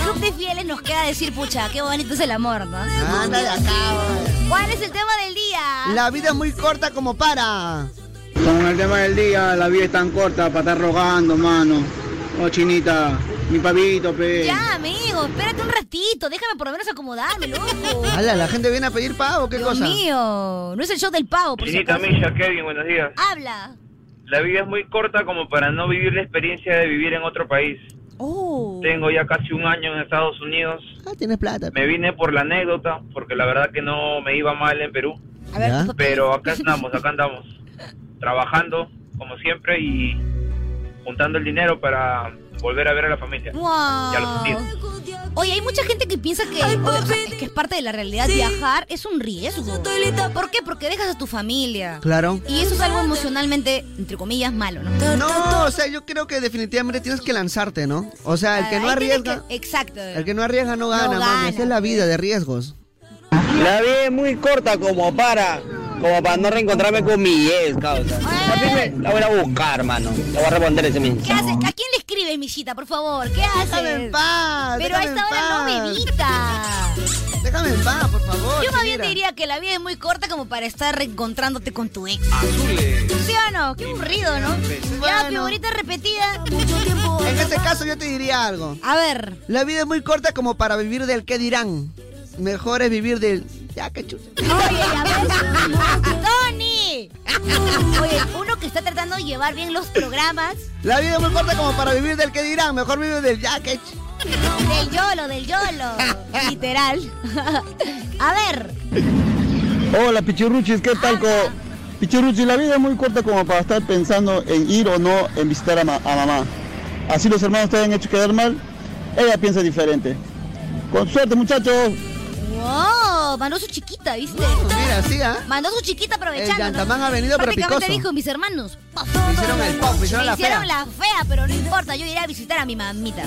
S5: club de fieles nos queda decir, pucha, qué bonito es el amor, ¿no?
S4: Anda de acá, oye.
S5: ¿Cuál es el tema del día?
S4: La vida es muy corta como para.
S9: Con el tema del día, la vida es tan corta para estar rogando, mano. Oh, chinita, mi papito, pe.
S5: Ya, amigo, espérate un ratito. Déjame por lo menos acomodarme, loco.
S4: Ala, la gente viene a pedir pavo, qué
S5: Dios
S4: cosa.
S5: mío, no es el show del pavo, por si
S11: Chinita
S5: acaso.
S11: Milla, Kevin, buenos días.
S5: Habla.
S11: La vida es muy corta como para no vivir la experiencia de vivir en otro país.
S5: Oh.
S11: Tengo ya casi un año en Estados Unidos.
S4: Ah, tienes plata.
S11: Me vine por la anécdota, porque la verdad que no me iba mal en Perú.
S5: A ver,
S11: Pero acá andamos, acá andamos. Trabajando, como siempre, y juntando el dinero para volver a ver a la familia.
S5: Wow.
S11: Y a los tíos.
S5: Oye, hay mucha gente que piensa que, o sea, es que es parte de la realidad
S3: Sí.
S5: viajar es un riesgo. ¿Por qué? Porque dejas a tu familia.
S4: Claro.
S5: Y eso es algo emocionalmente, entre comillas, malo, ¿no?
S4: No, o sea, yo creo que definitivamente tienes que lanzarte, ¿no? O sea, el que no
S5: Ahí tienes
S4: arriesga,
S5: que- exacto.
S4: el que no arriesga no gana,
S5: No
S4: mami.
S5: gana. pues.
S4: Esa es la vida de riesgos.
S9: La vida es muy corta como para, como para no reencontrarme con mi ex, causa. A mí me- La voy a buscar, mano. La voy a responder ese
S5: ¿Qué
S9: mensaje.
S5: haces? ¿A quién le escribes, Millita, por favor? ¿Qué haces?
S4: Déjame en paz,
S5: Pero a
S4: déjame
S5: esta
S4: en
S5: hora no,
S4: paz.
S5: bebita.
S4: Déjame en paz, por favor.
S5: Yo más bien te
S4: Shakira.
S5: diría que la vida es muy corta como para estar reencontrándote con tu ex. ¿Sí o no? Qué aburrido, ¿no? Ya,
S4: Bueno.
S5: figurita repetida. <laughs>
S4: En ese caso yo te diría algo.
S5: A ver.
S4: La vida es muy corta como para vivir del qué dirán. Mejor es vivir del... Ya, que chucha.
S5: Oye, ya ves. ¡Tony! Oye, uno que está tratando de llevar bien los programas.
S4: La vida es muy corta como para vivir del qué dirán. Mejor vivir del ya, que chucha.
S5: Del YOLO, del YOLO. Literal. <laughs> A ver.
S13: Hola Pichirruchis, ¿qué tal? Co? Pichirruchis, la vida es muy corta como para estar pensando en ir o no en visitar a, ma- a mamá. Así los hermanos te han hecho quedar mal. Ella piensa diferente. Con suerte, muchachos.
S5: Wow, mandó su chiquita, ¿viste?
S4: mira, sí, ¿ah?
S5: Mandó su chiquita aprovechando.
S4: El
S5: ¿no?
S4: Yantamán ha venido, pero
S5: Prácticamente
S4: picoso.
S5: dijo, mis hermanos. paf,
S4: Me hicieron el pop, me hicieron
S5: me
S4: la
S5: hicieron
S4: fea.
S5: la fea, pero no importa, yo iré a visitar a mi mamita.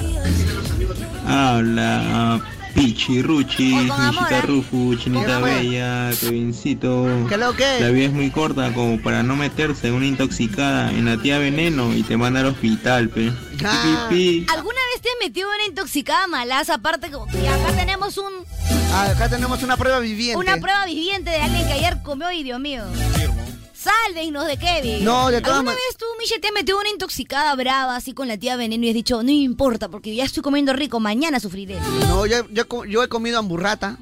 S14: Habla Pichirruchi,
S5: Oye, con amor,
S14: Luchita
S5: ¿eh?
S14: Rufu,
S5: Con
S14: Chinita
S5: amor.
S14: Bella, Kevincito.
S4: ¿Qué lo que?
S14: La vida es muy corta como para no meterse en una intoxicada en la tía veneno y te manda al hospital, pe.
S5: Ah.
S14: Pi, pi.
S5: ¿Alguna vez te has metido una intoxicada malaza? Aparte, como que acá tenemos un,
S4: Ah, Acá tenemos una prueba viviente.
S5: una prueba viviente de alguien que ayer comió y Dios mío. Sálvenos de Kevin.
S4: No, de todas
S5: ¿Alguna
S4: ma-
S5: vez tú, Michelle, te has metido una intoxicada brava así con la tía Veneno y has dicho, no importa, porque ya estoy comiendo rico, mañana sufriré?
S4: No, yo, yo, co- yo he comido hamburrata.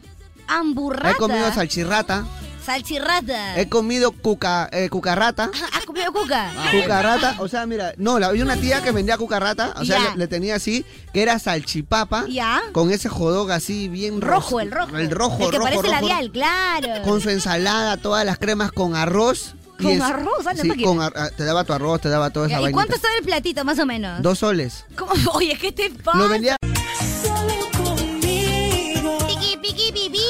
S5: Hamburrata.
S4: He comido salchirrata.
S5: Salchirrata. Ah,
S4: He comido cuca, eh, cucarrata.
S5: ¿Has comido cuca?
S4: Ah, Cucarrata, o sea, mira, no, la- había una tía que vendía cucarrata, o sea,
S5: Ya.
S4: le, le tenía así, que era salchipapa,
S5: Ya.
S4: con ese jodog así bien
S5: Rojo, el rojo.
S4: El rojo,
S5: El que
S4: rojo,
S5: parece
S4: rojo,
S5: labial, claro.
S4: Con su ensalada, todas las cremas con arroz. y
S5: Con
S4: es-
S5: arroz, anda,
S4: sí,
S5: máquina.
S4: con ar- ah, te daba tu arroz, te daba toda esa
S5: ¿Y
S4: vainita.
S5: cuánto estaba el platito, más o menos?
S4: Dos soles.
S5: ¿Cómo? <laughs> Oye, ¿qué te pasa?
S4: Lo vendía.
S5: Piqui, piqui, pipi.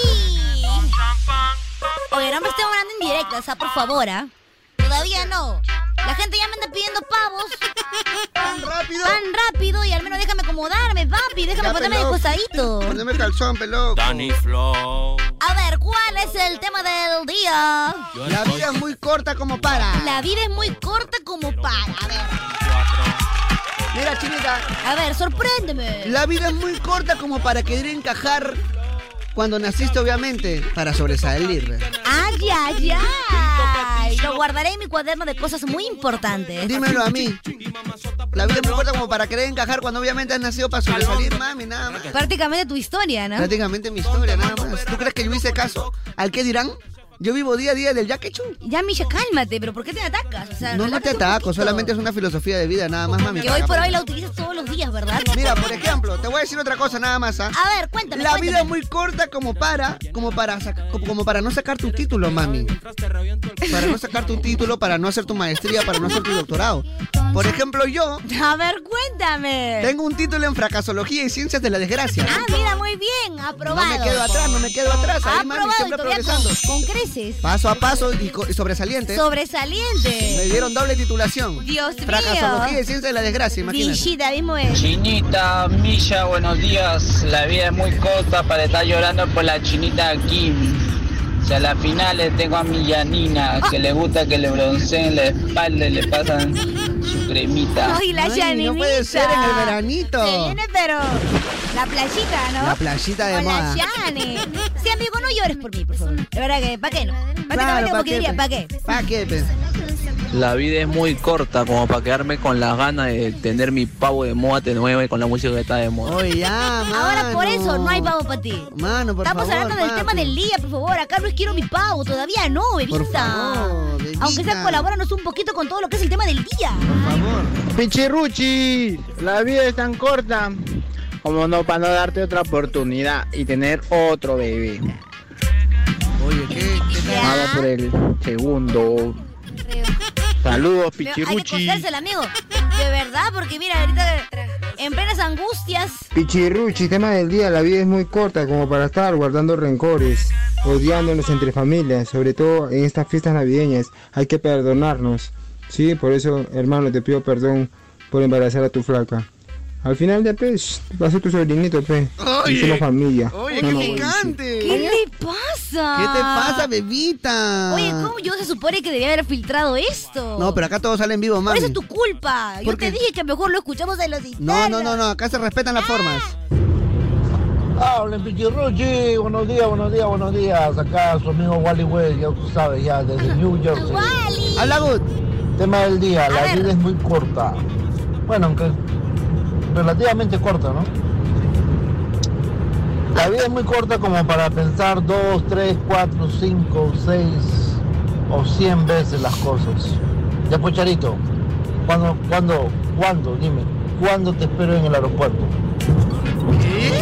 S5: Oye, no me estén hablando en directo, o sea, por favor, ¿ah? Todavía no. La gente ya me anda pidiendo pavos. ¿Tan
S4: rápido?
S5: Tan rápido y al menos déjame acomodarme, papi. Déjame
S4: Ya,
S5: ponerme de
S4: pelón.
S5: costadito.
S4: Poneme calzón, pelón.
S15: Danny Flow.
S5: A ver, ¿cuál es el tema del día?
S4: La vida es muy corta como para.
S5: La vida es muy corta como para. A ver,
S4: Mira, chinita,
S5: a ver, sorpréndeme.
S4: la vida es muy corta como para querer encajar cuando naciste, obviamente, para sobresalir.
S5: Ay, ay, ay. Lo guardaré en mi cuaderno de cosas muy importantes.
S4: Dímelo a mí. La vida es muy corta como para querer encajar cuando obviamente has nacido para sobresalir, mami, nada más.
S5: Prácticamente tu historia, ¿no?
S4: Prácticamente mi historia, nada más. ¿Tú crees que yo hice caso? ¿Al qué dirán? Yo vivo día a día del ya que chu.
S5: Ya, Misha, cálmate, pero ¿por qué te atacas? O sea,
S4: No, no te
S5: relájate un
S4: ataco,
S5: poquito.
S4: solamente es una filosofía de vida, nada más, mami.
S5: Que hoy por hoy la utilizas todos los días, ¿verdad?
S4: Mira, por ejemplo, te voy a decir otra cosa nada más, ¿ah?
S5: A ver, cuéntame.
S4: La
S5: cuéntame.
S4: vida es muy corta como para, como para, saca- como- como para no sacar tu título, mami. Para no sacar tu título, para no hacer tu maestría, para no hacer tu doctorado. Por ejemplo, yo
S5: <laughs> A ver, cuéntame.
S4: tengo un título en fracasología y ciencias de la desgracia.
S5: Ah, mira, muy bien, aprobado.
S4: No me quedo atrás, no me quedo atrás. Ahí, mami,
S5: aprobado y
S4: siempre
S5: todavía
S4: progresando.
S5: con, con creces.
S4: Paso a paso y, co- y sobresaliente. Me
S5: Sobresaliente.
S4: dieron doble titulación.
S5: Dios mío.
S4: Fracasología y ciencia de la desgracia, imagínate.
S5: Villita, mismo es.
S16: Chinita, Milla, buenos días. La vida es muy corta para estar llorando por la chinita Kim. Si a la final le tengo a mi Yanina, que le gusta que le bronceen la espalda y le pasan su cremita.
S5: Ay, la
S4: Ay,
S5: llaninita.
S4: no puede ser en el veranito.
S5: Se viene, pero la playita, ¿no?
S4: La playita de
S5: Con
S4: moda.
S5: la llane. Sí, amigo, no llores por mí, por favor. La verdad que, ¿para qué no? Prácticamente
S4: Claro,
S5: como
S4: ¿pa'
S5: que
S4: qué,
S5: diría,
S4: pe?
S5: ¿para qué?
S4: ¿Para qué, pe?
S16: La vida es muy corta como para quedarme con las ganas de tener mi pavo de moda de nuevo y con la música que está de moda.
S4: Oye, ya, Ah, mano.
S5: Ahora por eso no hay pavo para ti.
S4: Mano, por
S5: Estamos
S4: favor,
S5: hablando del
S4: papi.
S5: tema del día, por favor. Acá no es quiero mi pavo, todavía no, bebita.
S4: Por favor, bebita.
S5: Aunque sea colabóranos un poquito con todo lo que es el tema del día.
S24: Pichirruchi, la vida es tan corta como no para no darte otra oportunidad y tener otro bebé.
S4: Oye, ¿qué?
S24: Nada Ah, por el segundo. Saludos,
S5: Me- Hay que
S24: Pichirruchi.
S5: contárselo, amigo. De verdad, porque mira, ahorita en plenas angustias.
S25: Pichirruchi, tema del día, la vida es muy corta como para estar guardando rencores, odiándonos entre familias, sobre todo en estas fiestas navideñas, hay que perdonarnos. Sí, por eso, hermano, te pido perdón por embarazar a tu flaca. Al final de pez, va a ser tu sobrinito, pez. Y
S4: Oye.
S25: somos familia.
S4: Oye,
S25: no
S4: qué
S25: nos voy a decir.
S4: picante.
S5: ¿Qué le pasa?
S4: ¿Qué te pasa, bebita?
S5: Oye, ¿cómo yo se supone que debía haber filtrado esto?
S4: No, pero acá todo sale en vivo,
S5: Por
S4: mami.
S5: eso es tu culpa. Yo
S4: ¿Por
S5: te
S4: qué?
S5: dije que mejor lo escuchamos de los
S4: No, no,
S5: internos.
S4: no, no, acá se respetan las formas.
S26: Hablen, Pichirruchi. Buenos días, buenos días, buenos días. Acá su amigo Wally West, ya tú sabes, ya desde
S5: Ah,
S26: New Jersey.
S4: Habla Good.
S26: Tema del día, la vida es muy corta. Bueno, aunque relativamente corta, ¿no? La vida es muy corta como para pensar dos, tres, cuatro, cinco, seis o cien veces las cosas. Ya, Pocharito, ¿cuándo, cuándo, cuándo, dime, cuándo te espero en el aeropuerto?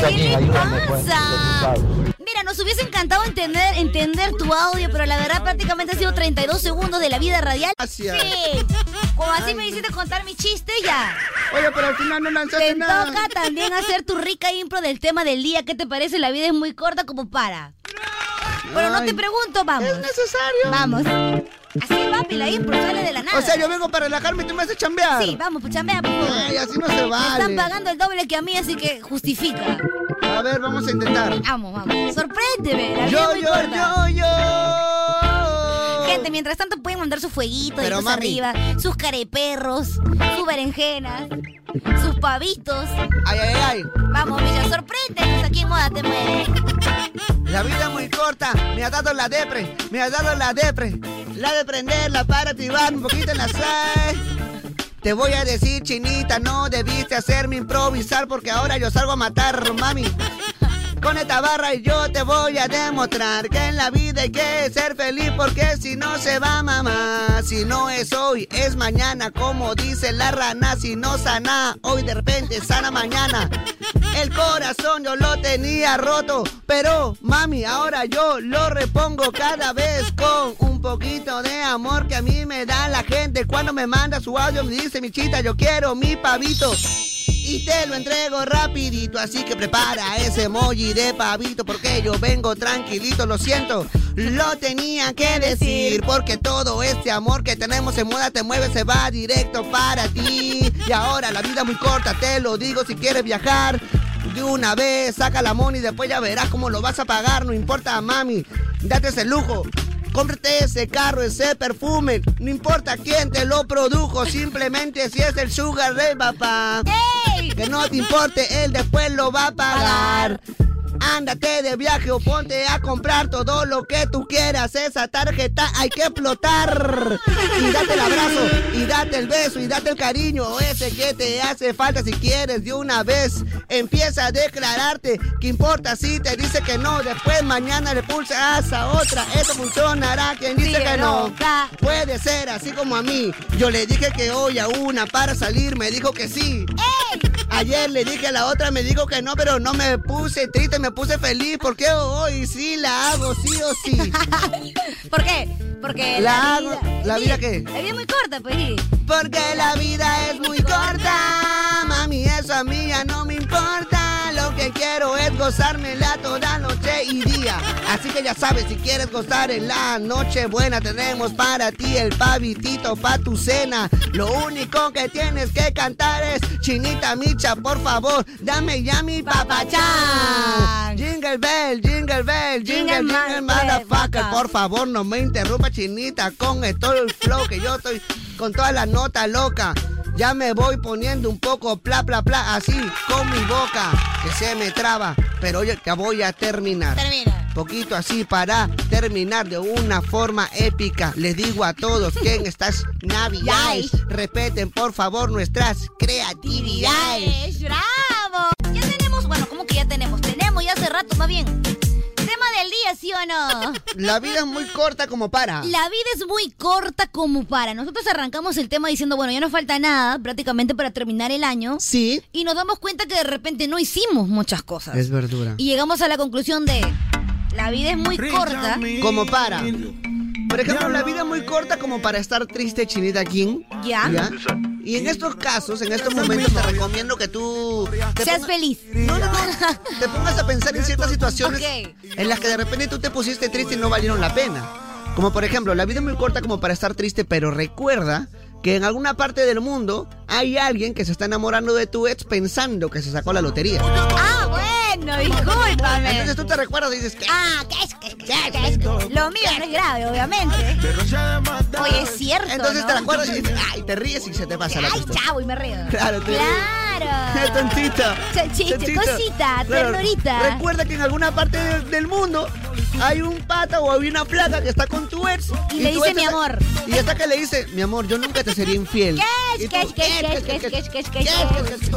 S26: Joaquín, ayúdame, pues, ya tú sabes.
S5: Mira nos hubiese encantado entender, entender tu audio, pero la verdad prácticamente ha sido 32 segundos de la vida radial.
S4: Gracias.
S5: Sí. Como así me hiciste contar mi chiste ya.
S4: Oye, pero al final no lanzaste
S5: Te
S4: nada.
S5: toca también hacer tu rica impro del tema del día. ¿Qué te parece? La vida es muy corta como para. Pero no te pregunto, vamos. Es
S4: necesario.
S5: Vamos. Así, papi, la impro sale de la nada.
S4: O sea, yo vengo para relajarme y tú me haces chambear.
S5: Sí, vamos, pues chambea, por favor.
S4: Ay, así no se
S5: Me están
S4: vale.
S5: pagando el doble que a mí, así que justifica.
S4: A ver, vamos a intentar.
S5: Vamos, vamos. Sorpréndeme. la vida
S4: Yo,
S5: es muy
S4: yo,
S5: corta.
S4: yo, yo.
S5: Gente, mientras tanto pueden mandar su fueguito
S4: Pero,
S5: deditos
S4: mami.
S5: arriba, sus careperros, sus berenjenas, sus pavitos.
S4: Ay, ay, ay.
S5: Vamos, Villa, sorpréndenos aquí en Moda Te Mueve.
S4: La vida es muy corta, me ha dado la depre, me ha dado la depre. La de prenderla para activar un poquito en la sal. Te voy a decir, chinita, no debiste hacerme improvisar porque ahora yo salgo a matar, mami. Con esta barra yo te voy a demostrar que en la vida hay que ser feliz porque si no se va mamá. Si no es hoy, es mañana, como dice la rana. Si no sana, hoy de repente sana mañana. El corazón yo lo tenía roto, pero mami, ahora yo lo repongo cada vez con un poquito de amor que a mí me da la gente. Cuando me manda su audio me dice, mi chita, yo quiero mi pavito. Y te lo entrego rapidito, así que prepara ese emoji de pavito porque yo vengo tranquilito, lo siento. Lo tenía que decir porque todo este amor que tenemos en moda te mueve, se va directo para ti. Y ahora la vida es muy corta, te lo digo si quieres viajar. De una vez saca la money y después ya verás cómo lo vas a pagar, no importa mami, date ese lujo. Cómprate ese carro, ese perfume, no importa quién te lo produjo, simplemente si es el sugar de papá. Que no te importe, él después lo va a pagar. Ándate de viaje o ponte a comprar todo lo que tú quieras. Esa tarjeta hay que explotar. Y date el abrazo, y date el beso, y date el cariño. Ese que te hace falta si quieres de una vez. Empieza a declararte que importa si te dice que no. Después mañana le pulsas a otra. Eso funcionará. Quien dice
S5: Sigue
S4: que no.
S5: loca.
S4: Puede ser así como a mí. Yo le dije que hoy a una para salir me dijo que sí. Ayer le dije a la otra, me dijo que no, pero no me puse triste, me puse feliz. Porque hoy sí la hago, sí o sí.
S5: ¿Por qué? Porque
S4: La
S5: la,
S4: hago-
S5: vida...
S4: ¿la vida
S5: Sí,
S4: qué?
S5: La vida es muy corta, pues. sí.
S4: Porque la vida es muy corta. Mami, eso a mí ya no me importa. Lo que quiero es gozármela toda noche y día. Así que ya sabes, si quieres gozar en la noche buena, tenemos para ti el pavitito pa' tu cena. Lo único que tienes que cantar es Chinita Micha, por favor, dame ya mi papachán. Jingle bell, jingle bell, jingle,
S5: Jingle
S4: jingle,
S5: man,
S4: motherfucker,
S5: motherfucker.
S4: por favor, no me interrumpa, chinita, con el- todo el flow que yo estoy con todas las notas loca. Ya me voy poniendo un poco pla, pla, pla, así con mi boca, que se me traba, pero ya, ya voy a terminar.
S5: Termina.
S4: Poquito así para terminar de una forma épica. Les digo a todos que en estas navidades respeten por favor nuestras creatividades.
S5: ¡Yes! ¡Bravo! Ya tenemos, bueno, ¿cómo que ya tenemos? Tenemos ya hace rato, más bien. Tema del día, ¿sí o no?
S4: La vida es muy corta como para.
S5: La vida es muy corta como para. Nosotros arrancamos el tema diciendo, bueno, ya no falta nada prácticamente para terminar el año.
S4: Sí.
S5: Y nos damos cuenta que de repente no hicimos muchas cosas.
S4: Es verdura.
S5: Y llegamos a la conclusión de, la vida es muy corta.
S4: Como para. Por ejemplo, la vida es muy corta como para estar triste, Chinita King.
S5: Ya.
S4: Y en estos casos, en estos momentos, te recomiendo que tú... te
S5: Seas
S4: pongas-
S5: feliz.
S4: No, no, no. Te pongas a pensar en ciertas situaciones en las que de repente tú te pusiste triste y no valieron la pena. Como por ejemplo, la vida es muy corta como para estar triste, pero recuerda que en alguna parte del mundo hay alguien que se está enamorando de tu ex pensando que se sacó la lotería.
S5: <laughs> Ah, bueno, discúlpame.
S4: Entonces tú te recuerdas y dices, ¿qué?
S5: Ah, ¿qué es? ¿Qué es? ¿Qué es? ¿Qué es? Lo mío no es grave, obviamente. Oye, es cierto,
S4: Entonces
S5: ¿no?
S4: te recuerdas y dices, ay, te ríes y se te pasa la
S5: Ay,
S4: tristeza.
S5: chavo, y me río.
S4: Claro, te-
S5: <laughs>
S4: <laughs>
S5: Claro.
S4: Tontita.
S5: Chanchita,
S4: Tontita.
S5: cosita,
S4: Claro.
S5: ternurita.
S4: Recuerda que en alguna parte de- del mundo hay un pata o hay una placa que está con tu ex.
S5: Y le
S4: tu
S5: dice,
S4: ex
S5: "Mi
S4: está-
S5: amor".
S4: Y hasta que le dice, mi amor, yo nunca te sería infiel.
S5: ¿Qué
S4: Y
S5: es? ¿Qué es?
S4: tú,
S5: ¿Qué es? ¿Qué es? ¿Qué es? ¿Qué es? ¿Qué es?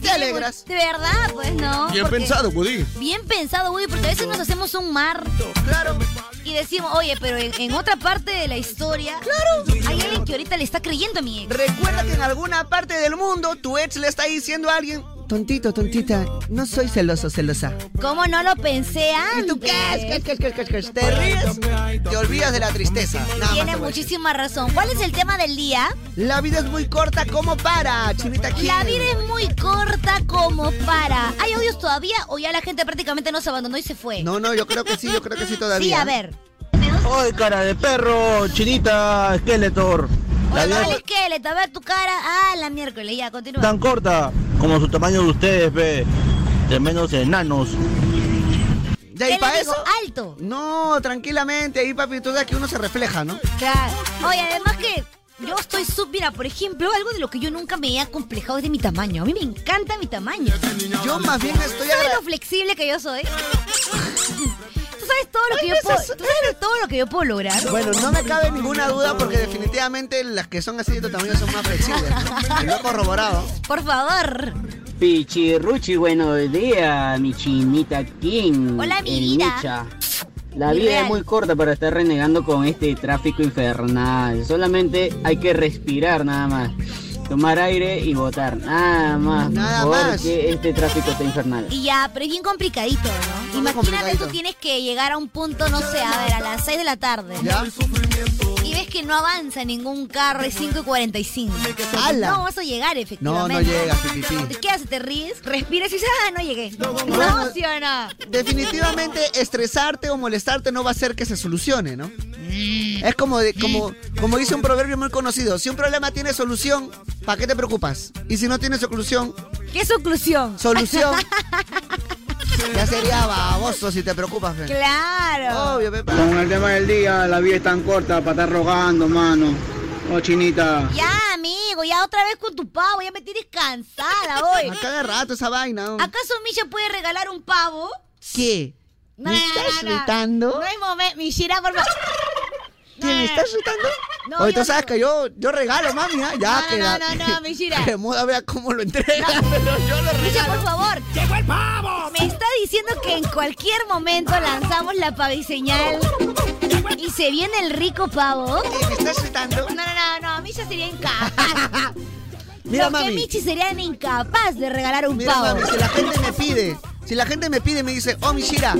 S4: Te alegras.
S5: De verdad, pues no. porque-
S4: Woody.
S5: Bien pensado, Woody, porque a veces nos hacemos un mar.
S4: Claro.
S5: Y decimos, oye, pero en, en otra parte de la historia. Claro. Hay alguien que ahorita le está creyendo a mi ex.
S4: Recuerda que en alguna parte del mundo tu ex le está diciendo a alguien, Tontito, tontita, no soy celoso, celosa.
S5: ¿Cómo no lo pensé antes?
S4: tú qué? ¿Qué, qué, qué, qué? ¿Te ríes? Te olvidas de la tristeza. Nada más
S5: Tiene
S4: te voy a decir.
S5: muchísima razón. ¿Cuál es el tema del día?
S4: La vida es muy corta como para, chinita aquí.
S5: La vida es muy corta como para. ¿Hay audios todavía o ya la gente prácticamente nos abandonó y se fue?
S4: No, no, yo creo que sí, yo creo que sí todavía.
S5: Mm, Sí, a ver.
S2: ¡Ay, cara de perro! Chinita, Skeletor. La
S5: Oye,
S2: vida
S5: ¿cuál
S2: es
S5: esqueleto? A ver tu cara. Ah, la miércoles, ya, continúa.
S2: tan corta como su tamaño de ustedes, ve. De menos enanos.
S4: ¿Ya y para eso?
S5: ¿Alto?
S4: No, tranquilamente, ahí papi, tú sabes que uno se refleja, ¿no?
S5: Claro. Oye, además que yo estoy sub... Mira, por ejemplo, algo de lo que yo nunca me he complejado es de mi tamaño. A mí me encanta mi tamaño.
S4: Yo más bien estoy...
S5: ¿Sabes lo flexible que yo
S4: <laughs>
S5: soy? ¿Tú sabes todo lo que yo puedo... ¿Tú sabes todo lo que yo puedo lograr?
S4: Bueno, no me cabe ninguna duda porque definitivamente las que son así de tu tamaño son más flexibles. ¿no? Lo he corroborado.
S5: Por favor.
S10: Pichirruchi, buenos días, mi chinita
S4: Mm,
S10: King.
S5: Hola, mi
S10: el
S5: vida.
S10: Micha. La
S5: Mi
S10: vida
S5: real.
S10: es muy corta para estar renegando con este tráfico infernal. Solamente hay que respirar nada más. Tomar aire y votar. Nada más.
S5: Nada
S10: porque
S5: más.
S10: este tráfico está infernal.
S5: Y ya, pero es bien complicadito, ¿no? Imagínate tú tienes que llegar a un punto, no sé, a ver, a las 6 de la tarde. Y ves que no avanza ningún carro, es 5 y 45.
S4: ¡Hala!
S5: No vas a llegar,
S4: No,
S5: efectivamente.
S4: no llegas, pipipí.
S5: ¿Te quedas, te ríes, respiras y dices, ah, no llegué. No, ¿sí o no?
S4: Definitivamente estresarte o molestarte no va a hacer que se solucione, ¿no? Es como, de, como, como dice un proverbio muy conocido, si un problema tiene solución, ¿para qué te preocupas? Y si no tiene solución...
S5: ¿Qué solución?
S4: Solución. ya sería baboso si te preocupas. fe.
S5: Claro.
S4: Obvio, Pepa.
S2: Con el tema del día, la vida es tan corta para estar rogando, mano. Oh, chinita.
S5: Ya, amigo, ya otra vez con tu pavo, ya me tienes cansada hoy.
S4: A cada rato esa vaina. oh.
S5: ¿Acaso Misha puede regalar un pavo?
S4: ¿Qué?
S5: No,
S4: ¿Me
S5: no, no,
S4: estás
S5: no.
S4: gritando?
S5: No hay momento. Mishira, por favor.
S4: ¿Qué, me estás gritando?
S5: No,
S4: Oye,
S5: yo
S4: tú sabes que yo, yo regalo, mami, ¿ah? ya
S5: No,
S4: que
S5: no,
S4: la-
S5: no, no, no, mentira.
S4: <laughs> Que muda vea cómo lo entrega, <laughs> pero yo lo regalo.
S5: Misha, por favor. ¡Llegó el pavo! Me está diciendo que en cualquier momento lanzamos la paviseñal y se viene el rico pavo.
S4: ¿Me estás
S5: No,
S4: gritando?
S5: no, no, no. Misha sería incapaz.
S4: <laughs> Mira,
S5: Porque
S4: mami.
S5: Michi serían incapaz de regalar un
S4: Mira,
S5: pavo.
S4: mami, si la gente me pide, si la gente me pide y me dice, oh, Mishira,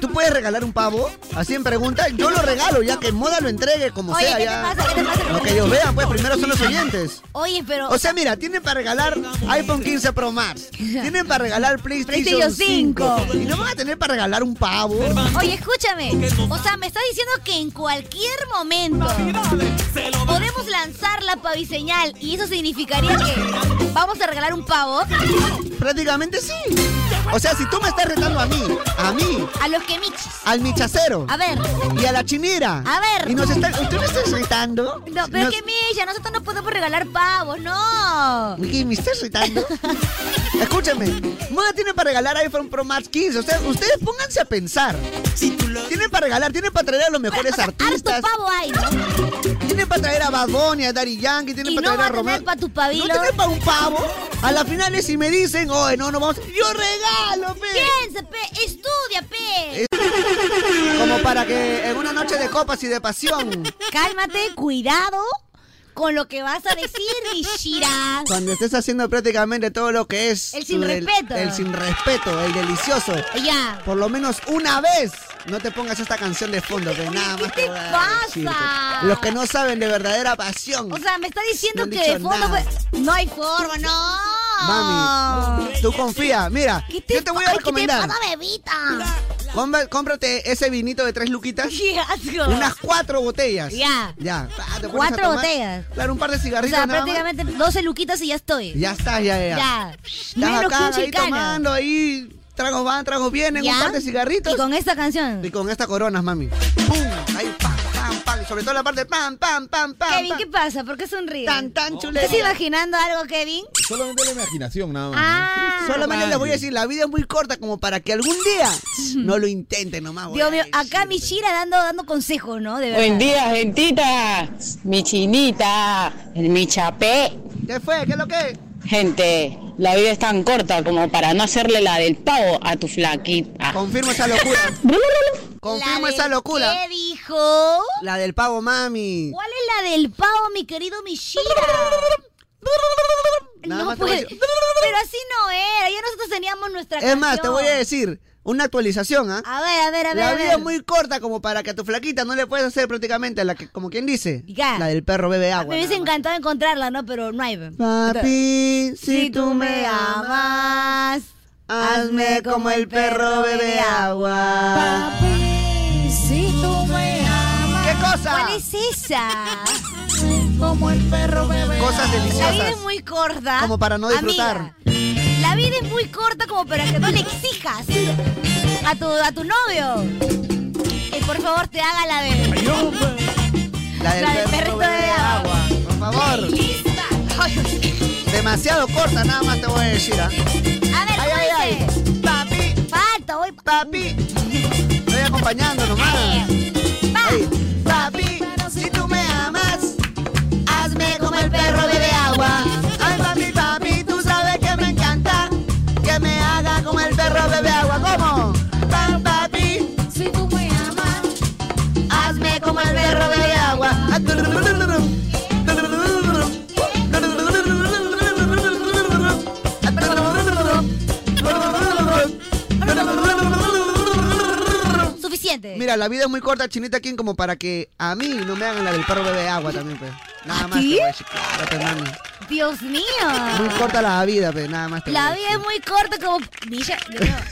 S4: ¿tú puedes regalar un pavo? Así en pregunta, yo lo regalo, ya que moda lo entregue, como
S5: Oye,
S4: sea,
S5: ¿qué te
S4: ya.
S5: pasa? ¿Qué te pasa?
S4: Lo que ellos vean, pues primero son los oyentes.
S5: Oye, pero.
S4: O sea, mira, tienen para regalar iPhone 15 Pro Max. Tienen para regalar PlayStation
S5: PlayStation
S4: 5.
S5: 5.
S4: Y no van a tener para regalar un pavo.
S5: Oye, escúchame. O sea, me está diciendo que en cualquier momento podemos lanzar la paviseñal y eso significaría que vamos a regalar un pavo
S4: Prácticamente sí. O sea, si tú me estás retando a mí, a mí,
S5: a los que michis.
S4: al michacero.
S5: A ver.
S4: Y a la chinera.
S5: A ver.
S4: Y nos están. ¿Tú me estás retando?
S5: No, pero
S4: Nos-
S5: es que Milla, nosotros no podemos regalar pavos, no.
S4: Oye, ¿Me estás
S5: <laughs>
S4: retando? Escúchame. Moda tiene para regalar iPhone Pro Max 15. O sea, ustedes pónganse a pensar. Tienen para regalar, tienen para traer a los mejores artistas.
S5: Harto pavo hay, ¿no?
S4: Tienen para traer a Bad Bunny, a Daddy Yankee, tienen
S5: Y no
S4: para
S5: va
S4: traer
S5: a
S4: a Romeo.
S5: tener para tu
S4: ¿No
S5: pabilo.
S4: tienen para un pavo? A las finales si me dicen, oye, no, no vamos. Yo regalo, pe.
S5: Piensa, pe, estudia, pe.
S4: Como para que en una noche de copas y de pasión,
S5: Cálmate, cuidado con lo que vas a decir, Mishira.
S4: cuando estés haciendo prácticamente todo lo que es.
S5: El sin respeto.
S4: El sin respeto, el delicioso.
S5: Ya.
S4: Por lo menos una vez no te pongas esta canción de fondo, que nada más. te voy a decirte.
S5: pasa?
S4: Los que no saben de verdadera pasión.
S5: O sea, me está diciendo
S4: No han
S5: que de
S4: dicho
S5: fondo
S4: nada.
S5: pues, no hay forma, no.
S4: Mami, tú confía. Mira, yo te voy a
S5: Ay, ¿qué te
S4: recomendar.
S5: pasa, bebita?
S4: Compra- cómprate ese vinito de tres luquitas.
S5: Qué asco.
S4: Unas cuatro botellas.
S5: Ya.
S4: Ya. Pa, te pones a
S5: Cuatro
S4: tomar.
S5: botellas.
S4: Claro, un par de
S5: O
S4: cigarritos.
S5: sea,
S4: nada más.
S5: prácticamente 12 luquitas y ya estoy.
S4: Ya está, ya, ya.
S5: Ya.
S4: Estás
S5: Menos que
S4: acá
S5: un
S4: ahí
S5: chicano.
S4: tomando ahí. Tragos van, tragos vienen,
S5: Ya.
S4: un par de cigarritos.
S5: Y con esta canción.
S4: Y con estas coronas, mami. ¡Pum! Ahí, pam, pam, pam. Sobre todo la parte pam, pam, pam, pam.
S5: Kevin,
S4: pam.
S5: ¿qué pasa? ¿Por qué sonríes?
S4: Tan,
S17: Oh,
S4: tan chuleta.
S5: ¿Estás imaginando algo, Kevin?
S17: Solamente la imaginación, nada más.
S5: Ah.
S4: Solamente les voy a decir, la vida es muy corta como para que algún
S5: <laughs>
S4: día no lo intenten nomás. güey.
S5: Dios mío, acá Michira dando, dando consejos, ¿no? De verdad.
S15: Buen día, gentita. Mi chinita, mi chapé.
S4: ¿Qué fue? ¿Qué es lo que?
S15: Gente, la vida es tan corta como para no hacerle la del pavo a tu flaquita.
S4: Confirmo esa locura. Confirmo
S5: La
S4: esa
S5: del
S4: locura.
S5: ¿Qué dijo?
S4: La del pavo, mami.
S5: ¿Cuál es la del pavo, mi querido Michira?
S4: Nada
S5: No
S4: más te voy
S5: puede.
S4: a decir-
S5: Pero así no era. teníamos nuestra
S4: Es más, te
S5: canción.
S4: voy a decir una actualización, ¿ah?
S5: A ver, a ver, a ver.
S4: La
S5: a
S4: vida
S5: ver.
S4: es muy corta como para que a tu flaquita no le puedas hacer prácticamente la que, como quien dice,
S5: Ya.
S4: la del perro bebe agua.
S5: Me hubiese
S4: nada
S5: encantado encontrarla, ¿no? Pero no hay.
S4: Papi, si tú me
S5: amas,
S4: hazme como el perro bebe agua.
S5: Papi, si tú me amas.
S4: ¿Qué cosa?
S5: ¿Cuál es esa?
S4: <laughs> Como el perro bebe Cosas
S5: La vida
S4: deliciosas.
S5: es muy corta.
S4: Como para no disfrutar.
S5: Amiga, la vida es muy corta como para que no le exijas a tu, a tu novio. Que por favor te haga la de.
S4: La del
S5: la del
S4: perro
S5: perrito
S4: bebe
S5: de agua.
S4: agua. Por favor. Demasiado corta, nada más te voy a decir, ¿ah?
S5: A ver,
S4: Ay, ay, ay. Papi.
S5: Falta, voy.
S4: Papi. Estoy acompañando nomás. Ay. Papi, si tú me amas, hazme como el perro bebe agua. Ay, papi, papi, tú sabes que me encanta que me haga como el perro bebe agua. ¿Cómo? Pa- papi, si tú me amas, hazme como el perro bebe agua.
S5: Suficiente.
S4: Mira, la vida es muy corta, Chinita King, como para que a mí no me hagan la del perro bebe agua también, pues. Nada más. te voy a decir, claro, pe, mami.
S5: Dios mío.
S4: Muy corta la vida, pues, nada más. Te voy a
S5: La
S4: decir.
S5: vida es muy corta como... Mira, de verdad.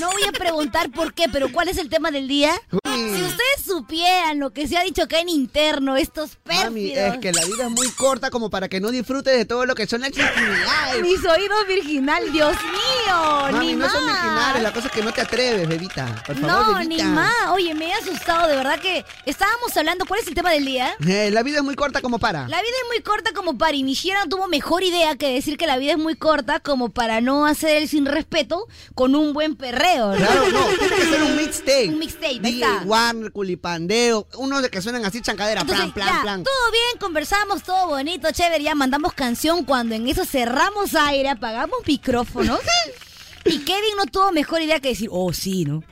S5: No voy a preguntar por qué, pero ¿cuál es el tema del día? Si ustedes supieran lo que se ha dicho acá en interno, estos
S4: Mami,
S5: pérfidos,
S4: es que la vida es muy corta como para que no disfrutes de todo lo que son las intimidades.
S5: mis oídos virginal, Dios mío,
S4: Mami,
S5: ni
S4: no
S5: más.
S4: son virginales, la cosa es que no te atreves, bebita. Por favor,
S5: no, ni
S4: bebita.
S5: más. Oye, me he asustado, de verdad que estábamos hablando, ¿cuál es el tema del día?
S4: Eh, la vida es muy corta como para.
S5: La vida es muy corta como para, y Michira no tuvo mejor idea que decir que la vida es muy corta como para no hacer el sin respeto con un buen perreo. ¿no?
S4: Claro, no, tiene que ser un mixtape.
S5: Un mixtape, ahí
S4: DJ
S5: está.
S4: Warner, culipandeo, unos de que suenan así chancadera, plan,
S5: Entonces,
S4: plan,
S5: ya,
S4: plan.
S5: todo bien, conversamos, todo bonito, chévere, ya mandamos canción cuando en eso cerramos aire, apagamos micrófonos. y Kevin no tuvo mejor idea que decir, oh sí,
S4: <laughs>
S5: ¿no?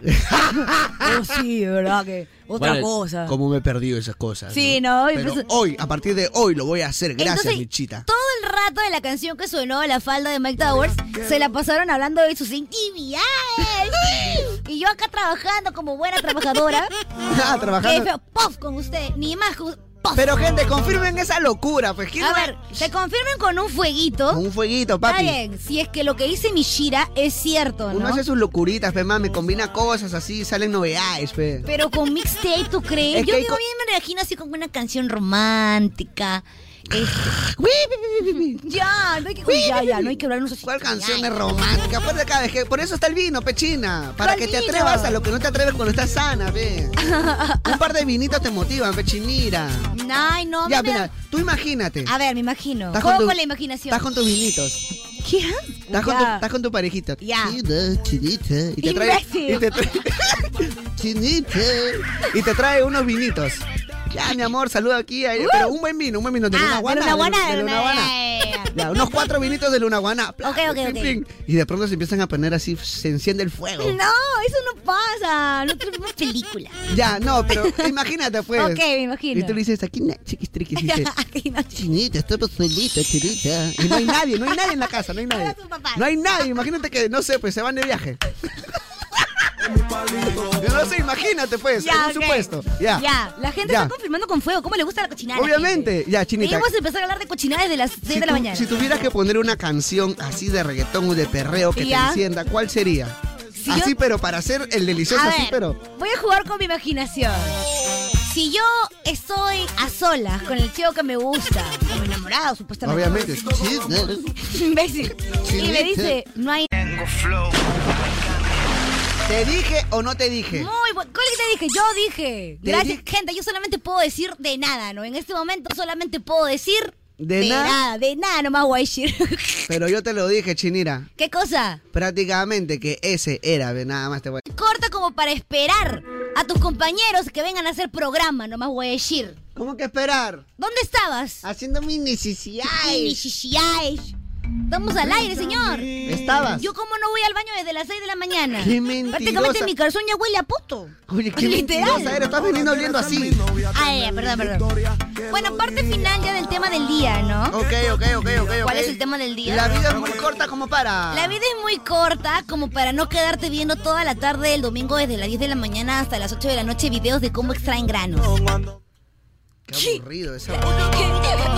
S5: <laughs> oh sí, de verdad que otra
S4: Bueno,
S5: cosa.
S4: Cómo me he perdido esas cosas.
S5: Sí,
S4: ¿no?
S5: no, y
S4: Pero
S5: pues-
S4: hoy, a partir de hoy, lo voy a hacer. Gracias,
S5: Entonces,
S4: Michita.
S5: Todo el rato de la canción que sonó de la falda de Mike Towers se la pasaron hablando de sus
S4: <laughs>
S5: intimidades. y yo acá trabajando como buena trabajadora.
S4: Ah, <laughs> trabajando.
S5: Que fue puff con usted, ni más con- puff.
S4: Pero, gente, confirmen esa locura, pues. ¿quién
S5: A
S4: no-
S5: ver, se confirmen con un fueguito.
S4: Un fueguito, papi.
S5: Está bien, si es que lo que dice Mishira es cierto, ¿no?
S4: Uno hace sus locuritas, pe, mami, combina cosas así, salen novedades, pe.
S5: Pero con mixtape, ¿tú crees?
S4: Es que
S5: Yo
S4: hay
S5: digo,
S4: co-
S5: bien me imagino así como una canción romántica.
S4: <laughs>
S5: este. ya, no hay que, uy, ya, ya, no hay que hablarnos así.
S4: ¿Cuál canción es romántica? Por, acá, es que por eso está el vino, pechina. Para
S5: ¿Cuál
S4: que te
S5: vino?
S4: atrevas a lo que no te atreves cuando estás
S5: <laughs>
S4: sana, pe. Un par de vinitos te motivan, pechinira.
S5: Ay, no, a mí
S4: ya,
S5: me da-
S4: mira, tú imagínate.
S5: A ver, me imagino.
S4: Estás
S5: Juego
S4: con
S5: con,
S4: tu-
S5: la imaginación.
S4: Estás con tus vinitos.
S5: ¿Qué?
S4: Estás con, tu, estás con tu parejita.
S5: Ya.
S4: Chinita, chinita. Y te trae.
S5: Imbécil.
S4: Y te trae, <laughs> chinita. Y te trae unos vinitos. Ya,
S5: <laughs>
S4: mi amor, saluda aquí. ahí,
S5: Uh.
S4: Pero un buen vino, un buen vino. De Luna
S5: Ah,
S4: Guana.
S5: de una
S4: de Lu-
S5: guana,
S4: de
S5: de
S4: Luna
S5: una
S4: Guana. Ya, unos cuatro vinitos de Luna Guana. Pla,
S5: Ok, ok,
S4: pim,
S5: ok.
S4: pim. Y de pronto se empiezan a poner así, se enciende el
S5: <laughs>
S4: fuego.
S5: No, eso no pasa. No tenemos
S4: <laughs>
S5: película.
S4: Ya, no, pero imagínate, pues.
S5: Ok, me imagino.
S4: Y tú le dices, aquí na- chiquis triquis.
S5: <laughs>
S4: Dices, chinita, estoy solita, chinita. Y no hay nadie, no hay nadie en la casa, no hay nadie. No hay nadie, imagínate que, no sé, pues se van de viaje. No sé, imagínate, pues,
S5: Ya,
S4: en un
S5: ok.
S4: supuesto. Ya.
S5: Ya, la gente
S4: Ya.
S5: está confirmando con fuego. ¿Cómo le gusta la cochinada? a la
S4: Obviamente,
S5: gente?
S4: ya, chinita.
S5: Debemos empezar a hablar de cochinada desde las 6
S4: Si,
S5: de la
S4: tú-
S5: mañana.
S4: si tuvieras que poner una canción así de reggaetón o de perreo que
S5: Ya.
S4: te encienda, ¿cuál sería?
S5: Si
S4: así,
S5: yo-
S4: pero para hacer el delicioso,
S5: A
S4: así,
S5: ver.
S4: pero.
S5: Voy a jugar con mi imaginación. Si yo estoy a solas con el chico que me gusta, como enamorado supuestamente.
S4: Obviamente.
S5: <laughs>
S4: Chinita.
S5: Imbécil. Y me dice, no hay.
S4: Eh. ¿Te dije o no te dije?
S5: Muy bueno. ¿Cuál es que te dije? Yo dije.
S4: Te
S5: Gracias, gente. Yo solamente puedo decir de nada, ¿no? En este momento solamente puedo decir.
S4: De nada.
S5: De nada, nomás Guayshir.
S4: Pero yo te lo dije, Chinira.
S5: <laughs> ¿Qué cosa?
S4: Prácticamente que ese era, ve, nada más te voy a...
S5: Corta como para esperar a tus compañeros que vengan a hacer programa, nomás Guayshir.
S4: ¿Cómo que esperar?
S5: ¿Dónde estabas?
S4: Haciendo mis necesidades.
S5: Mis necesidades. Estamos al aire, señor.
S4: Estabas.
S5: Yo como no voy al baño desde las 6 de la mañana.
S4: Qué mentirosa.
S5: Prácticamente mi calzón ya huele a puto.
S4: Oye, qué mentirosa eres, estás veniendo oliendo así.
S5: Ah, ya, perdón, perdón. Bueno, parte final ya del tema del día, ¿no?
S4: Ok, ok, ok, ok.
S5: ¿Cuál
S4: ok.
S5: es el tema del día?
S4: La vida es muy corta como para.
S5: La vida es muy corta como para no quedarte viendo toda la tarde el domingo desde las 10 de la mañana hasta las 8 de la noche videos de cómo extraen granos.
S4: Qué aburrido esa.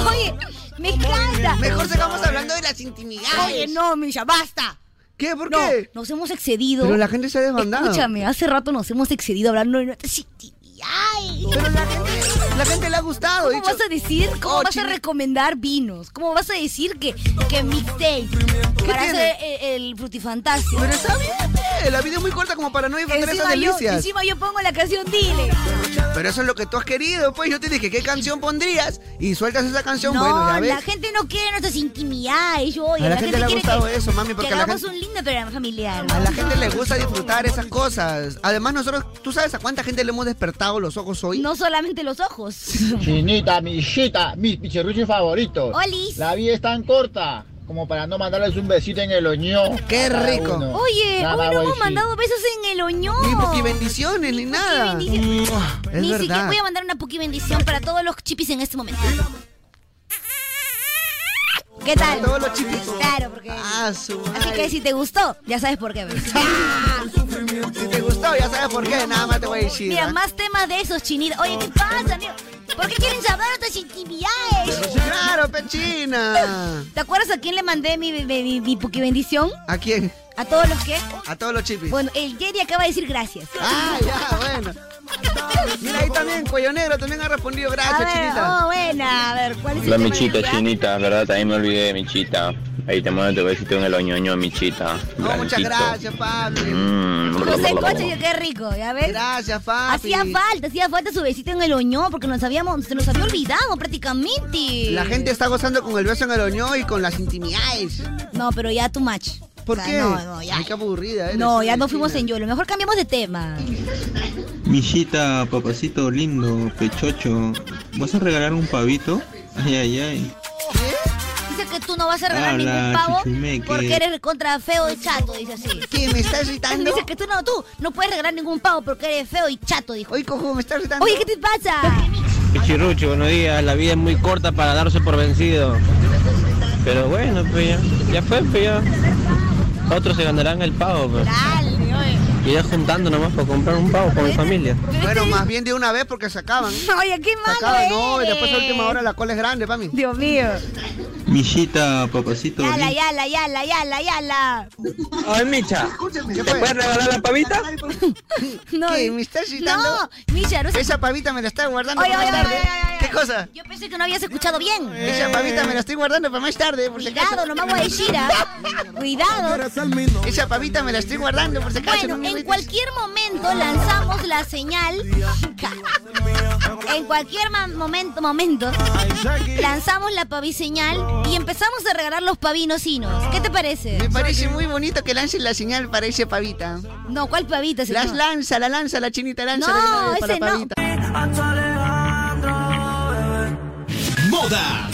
S5: Oye, me encanta.
S4: Mejor sigamos hablando de las intimidades.
S5: Oye, no, Misha, basta.
S4: eh. ¿Qué? ¿Por
S5: qué? nos hemos excedido.
S4: Pero la gente se ha desbandado.
S5: Escúchame, hace rato nos hemos excedido hablando de nuestras
S4: Pero la gente, la gente le ha gustado.
S5: ¿Cómo vas a decir?
S4: Oh,
S5: ¿Cómo vas a recomendar vinos? ¿Cómo vas a decir que, que mixtape? Para
S4: tiene?
S5: hacer eh, el, el frutifantástico.
S4: Pero está bien, la vida es muy corta como para no disfrutar esas
S5: Encima yo,
S4: delicias.
S5: encima yo pongo la canción Dile.
S4: Pero eso es lo que tú has querido, pues yo te dije qué canción pondrías y sueltas esa canción,
S5: no,
S4: bueno, ya ves.
S5: la gente no quiere nuestras intimidades. Yo, oye,
S4: A la gente le ha
S5: quiere
S4: gustado
S5: que-
S4: eso, mami, porque
S5: que
S4: a la
S5: hagamos
S4: gente-
S5: un lindo programa familiar.
S4: A la gente le gusta disfrutar esas cosas. Además, nosotros, ¿tú sabes a cuánta gente le hemos despertado los ojos hoy?
S5: No solamente los
S4: <laughs>
S5: ojos.
S1: Chinita, mijita, mis picherruchis favoritos.
S5: Olis.
S1: La vida es tan corta como para no mandarles un besito en el oñó.
S4: ¡Qué
S1: a cada
S4: rico!
S1: uno.
S5: Oye,
S1: Nada,
S5: hoy no hemos
S1: guaychi.
S5: mandado besos en el oñón.
S4: Ni puki bendiciones, ni nada. Mua, Es
S5: Ni siquiera
S4: verdad.
S5: voy a mandar una puki bendición para todos los chipis en este momento. ¿Qué tal?
S4: Todos los chipis.
S5: Claro, porque.
S4: Ah,
S5: Así que si te gustó, ya sabes por qué. ¿ves?
S4: Si te gustó, ya sabes por qué, nada más <laughs> te voy a decir.
S5: Mira,
S4: ¿ah?
S5: más temas de esos chinitos. Oye, ¿qué pasa, amigo? ¿Por qué quieren saber otras intimidades?
S4: Pues Claro, pechina.
S5: ¿Te acuerdas a quién le mandé mi, mi, mi- mi puki bendición?
S4: ¿A quién?
S5: A todos los que.
S4: A todos los chipis.
S5: Bueno, el Jerry acaba de decir gracias.
S4: Ah, ya, bueno. Mira, ahí también, Cuello Negro también ha respondido.
S5: A
S4: Gracias,
S5: ver,
S4: chinita.
S5: oh, buena. A ver, ¿cuál es el
S7: La
S5: tema del
S7: michita
S5: día?
S7: chinita, verdad, también me olvidé de michita. Ahí te mando tu besito en el oñoño, michita. Mm,
S4: No, Ah, muchas gracias, Pablo.
S5: Mm. Crucé el coche, yo qué rico, ¿ya ves?
S4: Gracias, papi.
S5: Hacía falta, hacía falta su besito en el oñón porque nos habíamos, se nos había olvidado prácticamente.
S4: La gente está gozando con el beso en el oñó y con las intimidades.
S5: No, pero ya tu match.
S4: ¿Por
S5: O sea,
S4: qué?
S5: No, no, ya.
S4: Ay, qué aburrida eres,
S5: No, ya
S4: Cristina.
S5: no fuimos en YOLO. Mejor cambiamos de tema.
S14: Mijita, papacito lindo, pechocho, ¿vas a regalar un pavito? Ay, ay, ay.
S5: Dice que tú no vas a regalar
S14: Habla,
S5: ningún pavo
S14: chuchumeque.
S5: porque eres contra feo y chato, dice así.
S4: ¿Qué? ¿Me
S5: <laughs>
S4: estás irritando?
S5: Dice que tú no, tú no puedes regalar ningún pavo porque eres feo y chato, dijo.
S4: Oye, cojo, me estás irritando.
S5: Oye, ¿qué te pasa?
S9: Pichirruchi, buenos días. La vida es muy corta para darse por vencido. Pero bueno, pues ya, ya fue, pues ya. Otros se ganarán el pavo, pues.
S5: Dale, oye.
S9: Y ya juntando nomás para comprar un pavo con mi familia.
S4: Bueno, más bien de una vez porque se acaban.
S5: <laughs> Oye, qué
S4: Se
S5: malo
S4: acaban, no, y
S5: eres.
S4: después a última hora la cola es grande, mami.
S5: Dios mío.
S14: Mijita, papacito
S5: Yala,
S14: lindo.
S5: yala, yala, yala, yala.
S9: Oye, Micha, ¿te puedes regalar la pavita?
S5: No,
S4: ¿Qué? ¿Me estás irritando?
S5: No, Misha, no sé.
S4: Esa pavita me la está guardando
S5: Oye,
S4: para
S5: oye,
S4: más tarde.
S5: oye,
S4: ¿Qué cosa? Eh,
S5: Yo pensé que no habías escuchado bien.
S4: Esa pavita me la estoy guardando para más tarde, por si acaso.
S5: Cuidado, nomás voy a decir, ¿ah? Cuidado.
S4: Esa pavita me la estoy guardando, por si acaso.
S5: Bueno,
S4: no me
S5: en
S4: metes.
S5: cualquier momento lanzamos la señal. En cualquier ma- momento, momento, lanzamos la paviseñal y empezamos a regalar los pavinocinos. ¿Qué te parece?
S4: Me parece muy bonito que lances la señal para ese pavita.
S5: No, ¿cuál pavita? señor?
S4: Las lanza, la lanza, la chinita, lanza.
S5: No, ese no.
S4: ¡Moda!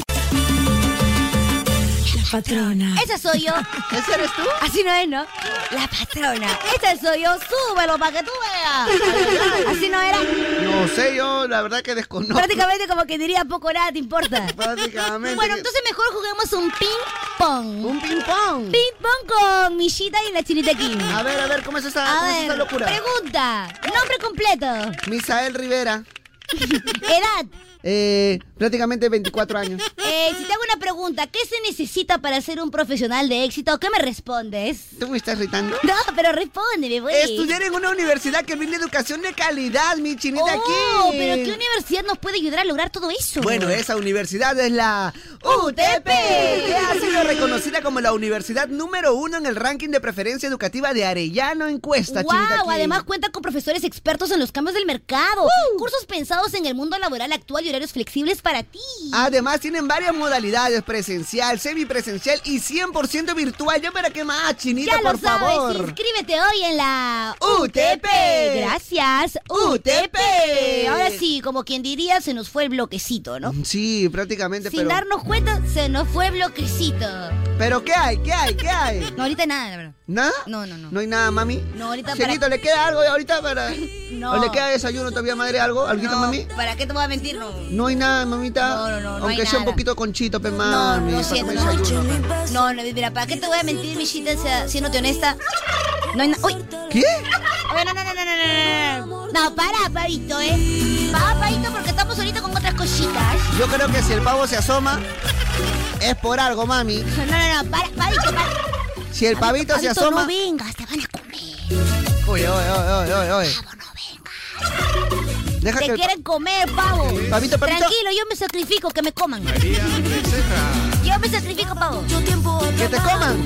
S3: La patrona.
S5: Esa soy yo.
S4: ¿Esa eres tú?
S5: Así no es, ¿no? La patrona. Esa soy yo. Súbelo para que tú veas. Así no era.
S4: No sé, yo la verdad que desconozco.
S5: Prácticamente como que diría poco o nada te importa.
S4: <laughs> Prácticamente.
S5: Bueno, entonces mejor juguemos un ping pong. Un ping pong. Ping pong con Millita y la chinita Kim.
S4: A ver, a ver, ¿cómo es esa,
S5: A
S4: cómo es
S5: ver,
S4: esa Ah, locura?
S5: Pregunta. Nombre completo.
S4: <laughs> Misael Rivera.
S5: Edad.
S4: Eh, prácticamente 24 años. <laughs>
S5: Eh, si te hago una pregunta, ¿qué se necesita para ser un profesional de éxito? ¿Qué me respondes?
S4: ¿Tú me estás irritando?
S5: No, pero respóndeme, güey.
S4: Estudiar en una universidad que brinde educación de calidad, mi chinita
S5: Oh,
S4: aquí.
S5: pero ¿qué universidad nos puede ayudar a lograr todo eso?
S4: Bueno, esa universidad es la UTP, que ha sido reconocida como la universidad número uno en el ranking de preferencia educativa de Arellano Encuesta, Chinita
S5: Wow,
S4: Kim.
S5: además cuenta con profesores expertos en los cambios del mercado, cursos pensados en el mundo laboral actual y horarios flexibles para ti.
S4: Además, tienen varias modalidades: presencial, semipresencial y 100% virtual. ¿Ya para qué más, chinita?
S5: Ya
S4: por
S5: lo sabes,
S4: favor.
S5: inscríbete hoy en la
S4: UTP.
S5: Gracias, UTP. Ahora sí, como quien diría, se nos fue el bloquecito, ¿no?
S4: Sí, prácticamente,
S5: Sin
S4: pero.
S5: darnos cuenta, se nos fue el bloquecito.
S4: ¿Pero qué hay? ¿Qué hay? ¿Qué hay?
S5: No, ahorita nada, la verdad.
S4: ¿Nada?
S5: No, no, no.
S4: ¿No hay nada, mami?
S5: No, ahorita para-
S4: Chinito, ¿le queda algo ahorita para.?
S5: <laughs> No.
S4: ¿O le queda desayuno todavía, madre, algo? ¿Alguito,
S5: No,
S4: mami?
S5: ¿Para qué te voy a mentir? No.
S4: No hay nada, mamita.
S5: No, no, no, no
S4: Aunque
S5: hay
S4: sea un
S5: nada.
S4: poquito conchito, pe,
S5: No,
S4: mami.
S5: no,
S4: para
S5: siento.
S4: comer desayuno.
S5: No, no, mira, ¿para qué te voy a mentir, Michita, sea- siéndote honesta? No hay na- ¡Uy!
S4: ¿Qué?
S5: No, no, no, no, no, no, no, no. No, para, pavito, ¿eh? Para, pavito, porque estamos ahorita con otras cositas.
S4: Yo creo que si el pavo se asoma, es por algo, mami.
S5: No, no, no, para, pavito, para.
S4: Si el pavito se
S5: Pavito,
S4: asoma.
S5: No vengas, te van a comer.
S4: Uy, uy, uy, uy, uy, uy. Deja
S5: te
S4: que el pa-
S5: quieren comer, pavo.
S4: Pavito, pavito.
S5: Tranquilo, yo me sacrifico, que me coman. Yo me sacrifico, pavo.
S4: Que te coman.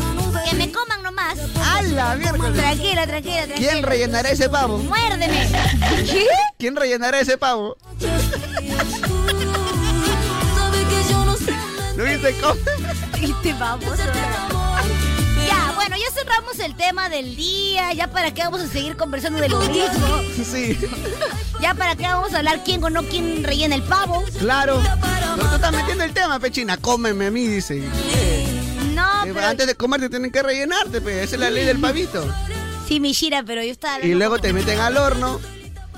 S5: Que me coman nomás.
S4: ¡Hala, miércoles!
S5: Tranquila, tranquila, tranquila.
S4: ¿Quién rellenará ese pavo?
S5: Muérdeme.
S4: ¿Qué? ¿Quién rellenará ese pavo? Luis se come. <laughs>
S5: Viste, baboso. Ya, bueno, ya cerramos el tema del día. Ya para qué vamos a seguir conversando de lo mismo.
S4: Sí.
S5: Ya para qué vamos a hablar quién o no quién rellena el pavo.
S4: Claro. Pero tú estás metiendo el tema, pechina. Cómeme a mí, dice.
S5: No,
S4: Eh,
S5: Ah, pero.
S4: Antes de comerte tienen que rellenarte, pe. Esa es la ley del pavito.
S5: Sí, Mishira, pero yo estaba.
S4: Y luego te meten al horno.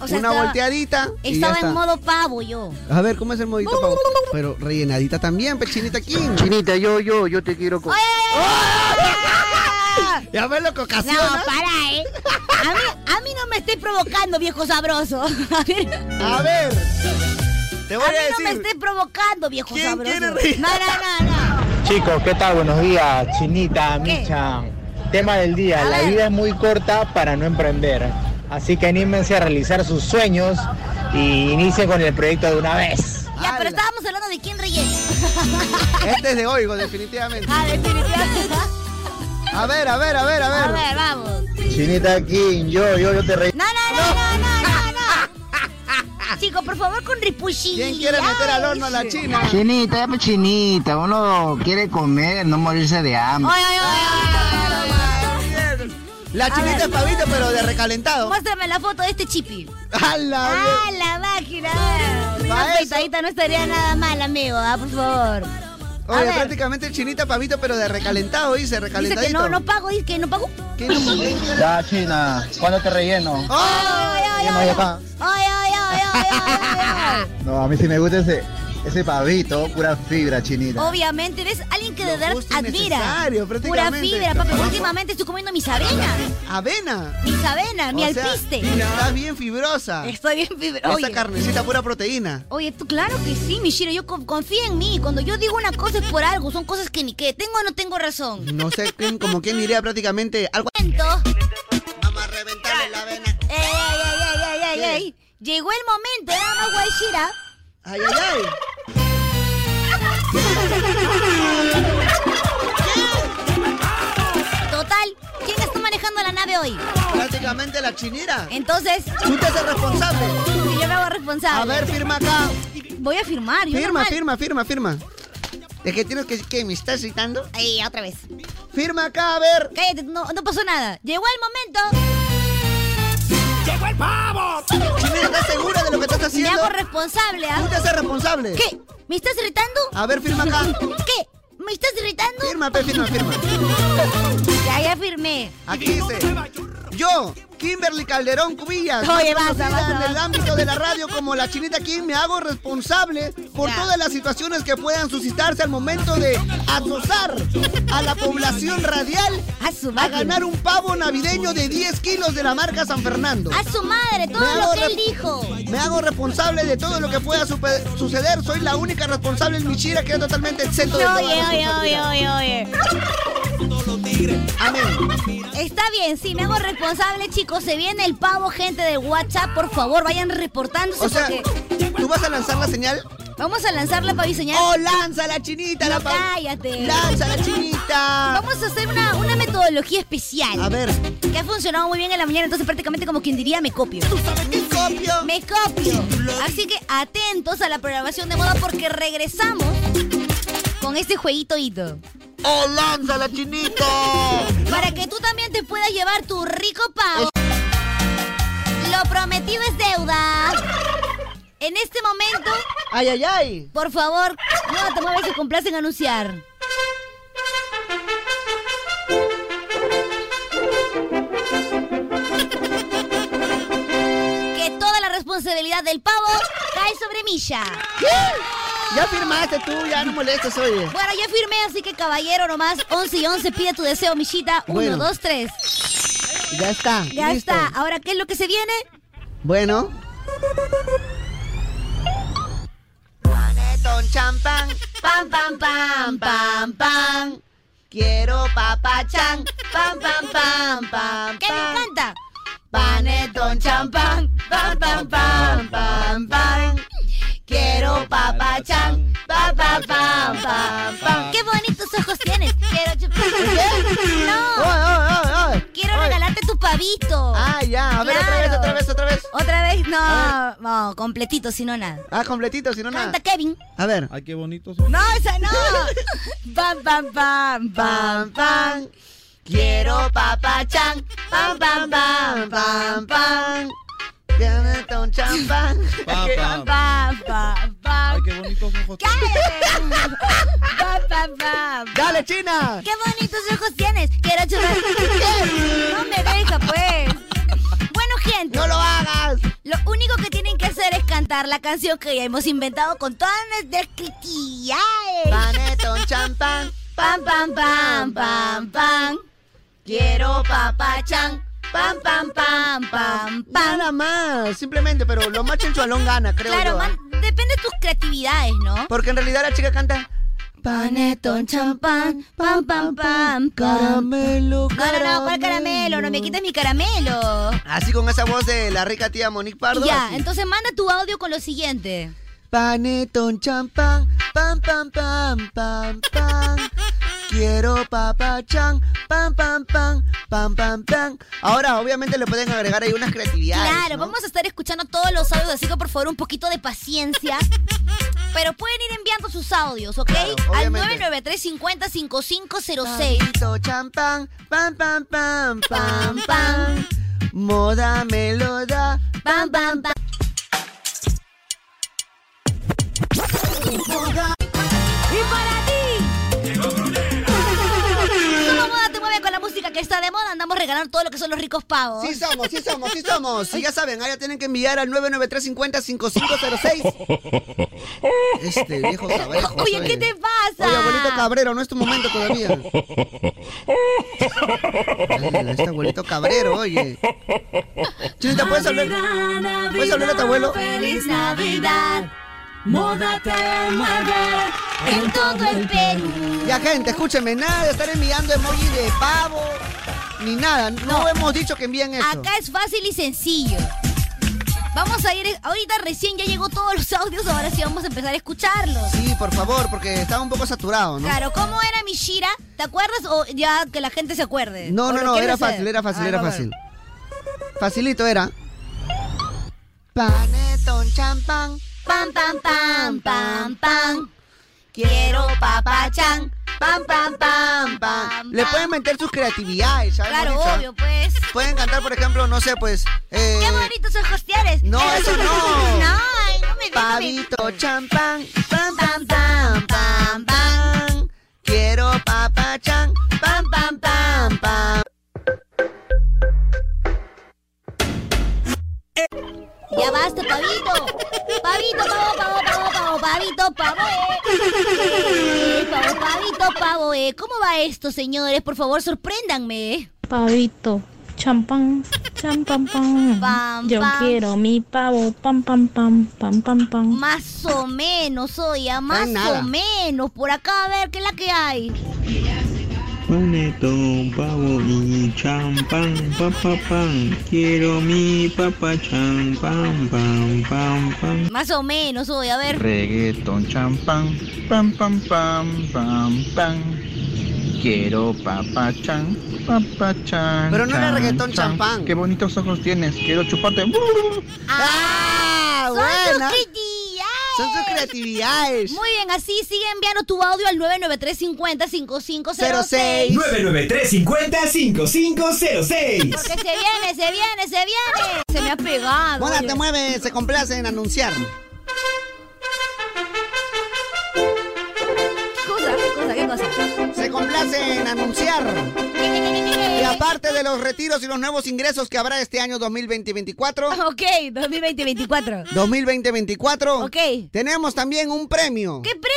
S5: O sea,
S4: una
S5: estaba-
S4: volteadita. y ya
S5: Estaba
S4: está.
S5: en modo pavo yo.
S4: A ver, ¿cómo es el modito pavo? Pero rellenadita también, pechinita aquí.
S23: Chinita, yo, yo, yo te quiero con...
S4: Ya ves lo que
S5: No,
S4: ocasiona.
S5: para, ¿eh? A mí, a mí no me estés provocando, viejo sabroso. <laughs> A ver.
S4: A ver. Te voy
S5: a,
S4: a
S5: mí
S4: decir.
S5: no me estés provocando, viejo
S4: ¿Quién
S5: sabroso.
S4: quiere rellenar?
S5: No, no, no, no.
S6: Chicos, ¿qué tal? Buenos días, Chinita, Michan. Tema del día, la vida es muy corta para no emprender. Así que anímense a realizar sus sueños y inicie con el proyecto de una vez.
S5: Ya, pero estábamos hablando de quién rellena.
S4: Este es de Oigo, definitivamente.
S5: Ah, definitivamente.
S4: A ver, a ver, a ver, a ver.
S5: A ver, vamos.
S6: Chinita King, yo, yo, yo te re...
S5: No, no, no, no, no, no, no. Chicos, por favor, con ripuchillo. ¿Quién quiere meter al horno a la china?
S6: Chinita, pues, chinita, uno quiere comer, no morirse de hambre.
S4: La chinita es pavito, pero de recalentado.
S5: Muéstrame la foto de este chipi.
S4: ¡A
S5: Ah, la, máquina! Una afeitadita no estaría nada mal, amigo, ah, por favor. A
S4: Oye,
S5: ver.
S4: prácticamente el chinita pavito, pero de recalentado, dice,
S5: Dice
S4: recalentadito.
S5: que no, no pago, dice que no pago.
S6: Ya, China, ¿cuándo te relleno?
S5: Ay, ay,
S6: Relleno
S5: ay, ay.
S6: de acá.
S5: Ay, ay, ay, ay, ay, ay,
S4: <laughs>
S6: No, a mí sí me gusta ese, ese pavito, pura fibra,
S5: ay.
S6: Chinita.
S5: Obviamente, ¿ves? Alguien que de verdad admira.
S6: necesario,
S5: Pura
S6: prácticamente.
S5: fibra, papi. Últimamente estoy comiendo mis avenas.
S4: ¿Avena?
S5: Mis avenas, mi
S4: O sea,
S5: alpiste.
S4: Estás bien fibrosa.
S5: Estoy bien fibrosa.
S4: Esa carnecita pura proteína.
S5: Oye, tú claro que sí, Mishiro, yo co- confía en mí. Cuando yo digo una cosa es por algo, son cosas que ni que tengo o no tengo razón.
S4: No sé quién, como quién diría prácticamente algo.
S5: Vamos
S4: a reventarle la vena.
S5: Ey, ey, ey, ey, ey,
S4: ¿Qué?
S5: ey. Llegó el momento, ¿eh? nada más Guayshira.
S4: Ay, ay, ay.
S5: Total, ¿quién está manejando la nave hoy?
S4: Prácticamente la chinira.
S5: Entonces.
S4: Tú te haces responsable.
S5: Sí, yo me hago responsable.
S4: A ver, firma acá.
S5: Voy a firmar, yo
S4: Firma,
S5: normal.
S4: firma, firma, firma. ¿De qué tienes que que me estás gritando?
S5: Ahí, otra vez.
S4: Firma acá, a ver.
S5: Cállate, no, no pasó nada. Llegó el momento.
S4: ¡Llegó el pavo! Chinita, ¿estás segura de lo que estás
S5: Me
S4: haciendo?
S5: hago responsable, ¿ah?
S4: Tú te haces responsable.
S5: ¿Qué? ¿Me estás irritando?
S4: A ver,
S5: <laughs>
S4: firma acá.
S5: ¿Qué? ¿Me estás irritando?
S4: Firma, pe, firma, firma.
S5: Ya, ya firmé.
S4: Aquí dice. Yo, Kimberly Calderón Cubillas,
S5: Oye,
S4: más
S5: basta,
S4: conocida
S5: basta,
S4: en el
S5: basta.
S4: ámbito de la radio como la chinita Kim, me hago responsable por todas las situaciones que puedan suscitarse al momento de asociar a la población radial
S5: a, su
S4: a ganar un pavo navideño de 10 kilos de la marca San Fernando.
S5: A su madre, todo
S4: Me
S5: lo
S4: hago
S5: que él
S4: re-
S5: dijo.
S4: Me hago responsable de todo lo que pueda supe- suceder. Soy la única responsable en Michira que es totalmente exento de toda
S5: Oye, oye, oye,
S4: responsabilidad.
S5: oye, oye. Está bien, sí, me hago responsable, chicos. Se viene el pavo, gente del WhatsApp. Por favor, vayan reportándose
S4: O sea,
S5: porque
S4: ¿tú vas a lanzar la señal?
S5: vamos a lanzarla para diseñar.
S4: ¡Oh, lanza la chinita!
S5: No,
S4: la pa-
S5: cállate.
S4: ¡Lanza la chinita!
S5: Vamos a hacer una, una metodología especial.
S4: A ver.
S5: Que ha funcionado muy bien en la mañana, entonces prácticamente como quien diría me copio.
S4: ¡Tú sabes que soy copio.
S5: Me copio. Así que atentos a la programación de moda porque regresamos con este jueguito hito.
S4: ¡Oh, lánzala, chinito!
S5: Para que tú también te puedas llevar tu rico pavo. Lo prometido es deuda. En este momento.
S4: ¡Ay, ay, ay!
S5: Por favor, no te muevas y complacen anunciar. que toda la responsabilidad del pavo cae sobre Misha.
S4: Ya firmaste tú, ya no molestes, oye.
S5: Bueno, ya firmé, así que caballero nomás, 11 y 11, pide tu deseo, Mishita. 1,
S4: Bueno.
S5: 2, 3.
S4: Ya está.
S5: Ya
S4: listo.
S5: está. Ahora, ¿qué es lo que se viene?
S4: Bueno. Panetón champán,
S5: pam pam pam pam pam.
S4: Quiero papachán, pam pam pam pam.
S5: ¿Qué me encanta?
S4: Panetón champán, pam pam pam pam pam. Quiero papachán, pam pam pam pam pam.
S5: ¡Qué bonitos ojos tienes! Quiero
S4: <laughs>
S5: chupar. ¡No!
S4: Ay, ay, ay.
S5: Quiero regalarte tu pavito.
S4: Ah, ya. A ver, otra vez, otra vez, otra vez.
S5: Otra vez,
S4: A
S5: no. No, completito, si no nada.
S4: Ah, completito, si no nada.
S5: Canta Kevin.
S4: A ver.
S17: Ay, qué bonito.
S5: No, esa <laughs> no. Pam, pam, pam, pam, pam.
S4: Quiero papachán, pam pam pam pam pam. Panetón champán,
S5: Pam, pam, pam, pam.
S17: Ay, qué bonitos ojos.
S5: ¡Cállate! Pam, pam, pam.
S4: ¡Dale, China!
S5: ¡Qué bonitos ojos tienes! ¡Quiero chupar! ¡No me deja, pues! Bueno, gente.
S4: ¡No lo hagas!
S5: Lo único que tienen que hacer es cantar la canción que ya hemos inventado con todas nuestras creatividades.
S4: Panetón champán,
S5: Pam, pam, pam, pam, pam. Quiero papachán. Pam, pam, pam, pam, pam.
S4: Nada más, simplemente, pero lo más chalón gana, creo
S5: Claro,
S4: yo. ¿ah?
S5: man, depende de tus creatividades, ¿no?
S4: Porque en realidad la chica canta
S5: Panetón, champán, pam, pam, pam,
S4: caramelo,
S5: No, no, no, ¿cuál caramelo? No me quites mi caramelo.
S4: así con esa voz de la rica tía Monique Pardo.
S5: ya,
S4: así.
S5: entonces manda tu audio con lo siguiente.
S4: Panetón champán, pam pam pam pam pam. Quiero papachán, pam pam pam, pam pam pam. Ahora obviamente le pueden agregar ahí unas creatividades.
S5: Claro,
S4: ¿no?
S5: vamos a estar escuchando todos los audios, así que por favor un poquito de
S4: <laughs>
S5: paciencia. Pero pueden ir enviando sus audios, ¿ok? Al
S4: obviamente.
S5: 993-50-5506.
S4: Panetón champán, pam pam pam pam pam. Moda me lo da,
S5: pam pam pam. Y para ti. Solo moda te mueve con la música que está de moda. Andamos regalando todo lo que son los ricos pavos.
S4: Sí somos, sí somos, sí somos. Y ya saben, ahora tienen que enviar al 993-50-5506. Este viejo trabajo.
S5: Oye, ¿qué te pasa?
S4: Oye, abuelito Cabrero, no es tu momento todavía. Ay, Este abuelito Cabrero, oye. Chinita, ¿puedes hablar? ¿Puedes hablar a tu abuelo?
S5: Feliz Navidad. Moda te mueve en todo el Perú.
S4: Ya, gente, escúchenme, nada de estar enviando emoji de pavo, ni nada. No, hemos dicho que envíen eso.
S5: Acá es fácil y sencillo. Vamos a ir, ahorita recién ya llegó todos los audios, ahora sí vamos a empezar a escucharlos.
S4: Sí, por favor, porque estaba un poco saturado, ¿no?
S5: Claro, ¿cómo era mi Shira? ¿Te acuerdas o ya que la gente se acuerde?
S4: No,
S5: ¿O Ah,
S4: no,
S5: lo
S4: no,
S5: quieres
S4: era
S5: hacer?
S4: fácil, era fácil,
S5: Ay,
S4: era
S5: va, va.
S4: fácil. Facilito era. Panetón champán,
S5: Pam, pam, pam, pam, pam. Quiero papachán. Pam, pam, pam, pam.
S4: Le pueden meter sus creatividades, ya hemos
S5: Claro,
S4: dicho.
S5: obvio, pues.
S4: Pueden cantar, por ejemplo, no sé, pues. eh,
S5: ¡Qué bonitos ojos tienes!
S4: No,
S5: Eres
S4: eso
S5: un-
S4: no.
S5: No, ay, no me digas. mi-
S4: Pavito champán, pam pam pam pam pam. Quiero papachán, pam pam pam pam.
S5: Ya basta, pavito. Pavito, pavo, pavo, pavo, pavo, pavito, pavo, eh. Pavo, pavito, pavo, eh. ¿Cómo va esto, señores? Por favor, sorpréndanme.
S8: Pavito, champán, champán, pam.
S5: Pam,
S8: Yo
S5: pam.
S8: quiero mi pavo, pam, pam, pam, pam, pam, pam.
S5: Más o menos, oiga, más
S8: nada.
S5: o menos. Por acá, a ver, ¿qué es la que hay?
S14: Panetón, pavo y champán, papá pan. Quiero mi papá champán, pam pam pam.
S5: Más o menos, oiga, a ver.
S14: Reggaeton champán, pam pam pam pam pam. Quiero papachán, papachán.
S4: Pero no era reggaetón
S14: champán. Qué bonitos ojos tienes, quiero chuparte.
S4: ¡Ah!
S5: Son
S4: buena.
S5: sus creatividades.
S4: Son sus creatividades.
S5: Muy bien, así sigue enviando tu audio al 993-50-5506.
S12: 993-50-5506.
S5: Porque se viene, se viene, se viene. Se me ha pegado.
S4: Mona
S5: oye.
S4: te mueve, se complace en anunciarme.
S5: ¿Qué cosa? ¿Qué cosa? ¿Qué cosa?
S4: Se complace en anunciar. Y aparte de los retiros y los nuevos ingresos que habrá este año 2020-2024.
S5: Ok, 2020-2024.
S4: 2020-2024. Ok. Tenemos también un premio.
S5: ¿Qué premio?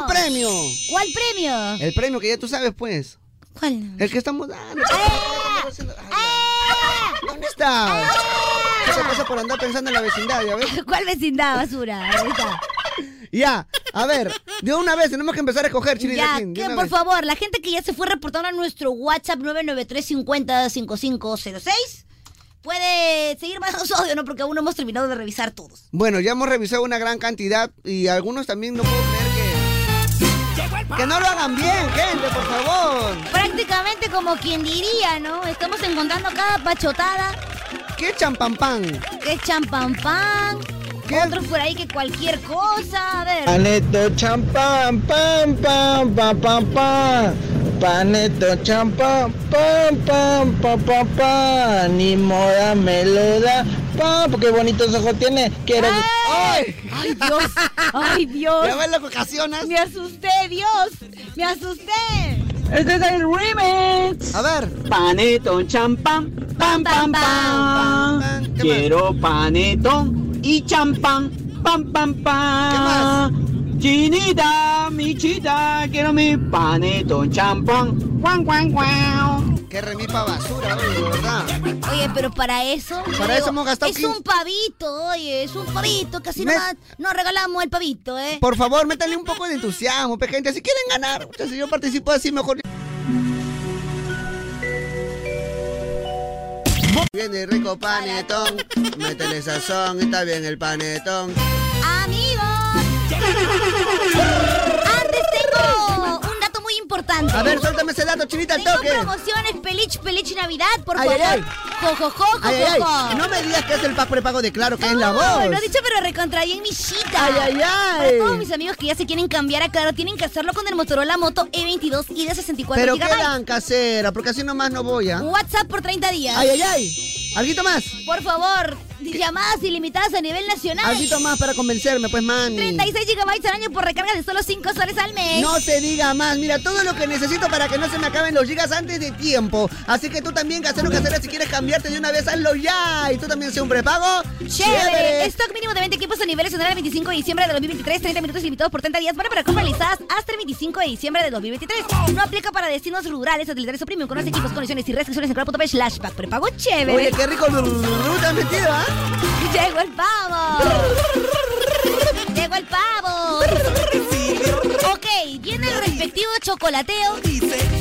S4: Un premio.
S5: ¿Cuál premio?
S4: El premio que ya tú sabes, pues.
S5: ¿Cuál?
S4: El que estamos dando.
S5: Ah.
S4: ¿Dónde
S5: ¡Eh!
S4: está? Eso pasa por andar pensando en la vecindad, ya ves.
S5: ¿Cuál vecindad, basura? Ahí está.
S4: Ya, a ver, de una vez tenemos que empezar a escoger, Chiri
S5: Ya,
S4: Daquín, de
S5: que
S4: una
S5: por
S4: vez.
S5: favor, la gente que ya se fue reportando a nuestro WhatsApp 993-50-5506 puede seguir mandando su audio, ¿no? Porque aún no hemos terminado de revisar todos.
S4: Bueno, ya hemos revisado una gran cantidad y algunos también no puedo creer que. Que no lo hagan bien, gente, por favor.
S5: Prácticamente como quien diría, ¿no? Estamos encontrando cada pachotada.
S4: ¿Qué champampán?
S5: ¿Qué champampán? Otros por ahí que cualquier cosa. A ver.
S1: Ah,
S24: Paneto champán, pam, pam, pam, pam, pam. Paneto champán, pam, pam, pam, pam, pam. Ni moda me lo da, pam, porque bonitos ojos tiene. Quiero.
S5: ¡Ay! ¡Ay, Dios! ¡Ay, Dios!
S4: ¿Ya ves lo que ocasionas?
S5: ¡Me asusté, Dios! ¡Me asusté!
S10: Este es el remix.
S4: A ver.
S10: Panetón champán, pam pam pam. Quiero panetón y champán, pam pam pam. ¿Qué más? Chinita, mi chita, quiero mi panetón champán, guan guan guan.
S4: Qué remipa basura, oye, de verdad.
S5: Oye, pero para eso. yo
S4: Para eso hemos gastado
S5: Es
S4: 15.
S5: un pavito, oye, es un pavito. Casi
S4: Me-
S5: nomás nos regalamos el pavito, ¿eh?
S4: Por favor, métanle un poco de entusiasmo, pe, gente. Si quieren ganar, pucha, si yo participo así, mejor. Viene rico panetón, métele sazón, está bien el panetón. <laughs>
S5: Amigos. Antes tengo un dato muy importante.
S4: A ver, suéltame ese dato, chinita, al
S5: Tengo
S4: toque.
S5: promociones Pelich, Pelich Navidad, por
S4: Ay,
S5: favor.
S4: ay,
S5: Jo, jo, jo, jo,
S4: Ay, ay,
S5: jo,
S4: ay.
S5: jo.
S4: No me digas que es el pack prepago de Claro, que es la
S5: No,
S4: voz.
S5: Lo he dicho, pero recontra bien mi chita.
S4: Ay, ay, ay.
S5: Para todos mis amigos que ya se quieren cambiar a Claro, tienen que hacerlo con el Motorola Moto E22 y de 64
S4: Pero
S5: GB.
S4: quedan casera, porque así nomás no voy, ¿ah?
S5: WhatsApp por 30 días.
S4: Ay, ay, ay. Alguito más.
S5: Por favor, llamadas ilimitadas a nivel nacional.
S4: Alguito más para convencerme, pues, man.
S5: 36 GB al año por recarga de solo 5 soles al mes.
S4: No se diga más, mira todo lo que necesito para que no se me acaben los gigas antes de tiempo. Así que tú también, casero, casera, si quieres cambiarte de una vez, hazlo ya. Y tú también sea un prepago.
S5: Chévere. Stock mínimo de 20 equipos a nivel nacional el 25 de diciembre de 2023. 30 minutos ilimitados por 30 días. Bueno, para compras realizadas hasta el 25 de diciembre de 2023. No aplica para destinos rurales, utilidades o premium. Conoce equipos, condiciones y restricciones en claro.p slash pack prepago chévere.
S4: Oye, qué rico te has metido, ¿ah?
S5: <laughs> Llegó el pavo. <laughs> Llegó el
S4: <laughs>
S5: pavo. Ok, viene el respectivo chocolateo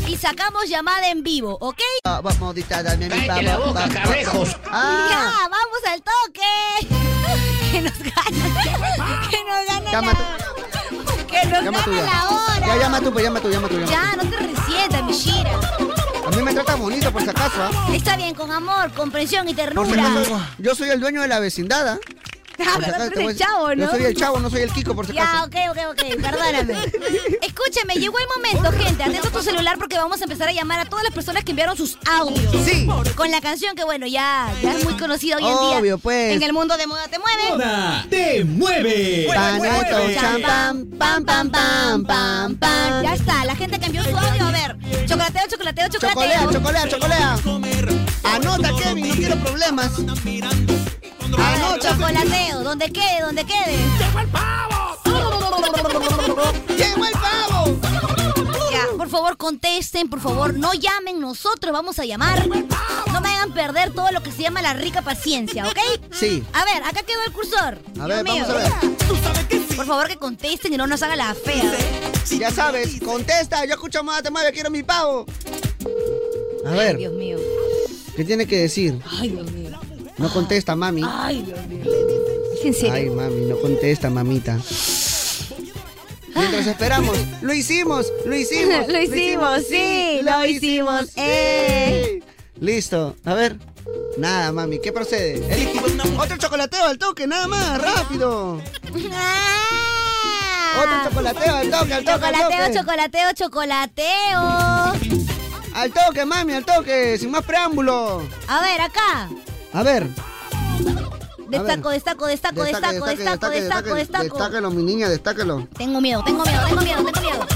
S5: y sacamos llamada en vivo, ¿ok?
S4: Ah, Vamos, dita, dame mi
S5: Cállate la boca,
S4: cabrejos. Ah,
S5: Ya, vamos al toque. <laughs> Que nos gana. <laughs> Que nos gana
S4: Llama
S5: la. Que nos
S4: llama
S5: gana
S4: tú ya.
S5: la hora.
S4: Ya, llama tú, pues, llama tú, llama tú, llama
S5: Ya, no te resientas, Mishira.
S4: tú. A mí me trata bonito, por si acaso, ¿ah?
S5: Está bien, con amor, comprensión y
S4: Por si
S5: ternura. <laughs>
S4: acaso, yo soy el dueño de la vecindad, ¿ah?
S5: Ah,
S4: Por si
S5: pero
S4: acaso
S5: tú
S4: te voy
S5: eres el
S4: a decir-
S5: chavo, ¿no?
S4: Yo soy el chavo, no soy el Kiko, por si
S5: Ya,
S4: acaso.
S5: ok, ok, ok, perdóname. Escúchame, llegó el momento, gente. Atento a tu celular porque vamos a empezar a llamar a todas las personas que enviaron sus audios.
S4: Sí.
S5: Con la canción que, bueno, ya, ya es muy conocida hoy en día.
S4: Obvio, pues.
S5: En el mundo de moda te mueve.
S12: Moda te mueve.
S4: Panetón, champán,
S5: pam, pam, pam, pam, pam. Ya está, la gente cambió su audio. A ver, chocolateo, chocolateo,
S4: Chocolea,
S5: chocolateo.
S4: chocolea, chocolea. Anota, Kevin, no quiero problemas. Anota.
S5: Chocolateo, donde quede, donde quede.
S4: ¡Llegó el pavo!
S5: Ya, por favor, contesten, por favor, no llamen, nosotros vamos a llamar. No me hagan perder todo lo que se llama la rica paciencia, ¿ok?
S4: Sí.
S5: A ver, acá quedó el cursor.
S4: A
S5: Dios
S4: ver,
S5: mío.
S4: vamos a ver.
S5: Por favor, que contesten y no nos haga la fea.
S4: Ya sabes, contesta, yo escucho más, te mueve, quiero mi pavo. A
S5: Ay,
S4: ver,
S5: Dios mío.
S4: ¿qué tiene que decir?
S5: Ay, Dios mío.
S4: No contesta, mami.
S5: Ay, Dios mío. ¿Es en serio?
S4: Ay, mami, no contesta, mamita. Mientras esperamos, lo hicimos, lo
S5: <laughs>
S4: hicimos.
S5: Lo hicimos, sí, lo hicimos, eh.
S4: Listo, a ver. Nada, mami, ¿qué procede? El- Otro chocolateo al toque, nada más, rápido.
S5: ¡Ah!
S4: Otro chocolateo al toque, al toque. al
S5: Chocolateo,
S4: toque.
S5: chocolateo, chocolateo.
S4: Al toque, mami, al toque, sin más preámbulo.
S5: A ver, acá.
S4: A ver.
S5: Destaco, destaco, destaco, destaco, destaco, destaco, destaco.
S4: Destáquelo, mi niña, destáquelo.
S5: Tengo miedo, tengo miedo, tengo miedo, tengo miedo.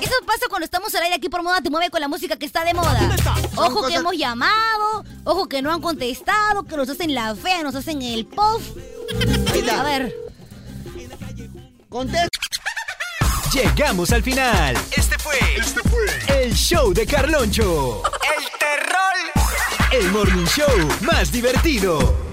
S5: Eso pasa cuando estamos al aire aquí por moda, te mueve con la música que está de moda. Ojo que hemos llamado, ojo que no han contestado, que nos hacen la fea, nos hacen el puff. A ver.
S4: Contesta.
S12: Llegamos al final. Este fue, este fue el show de Carloncho. El terror. El morning show más divertido.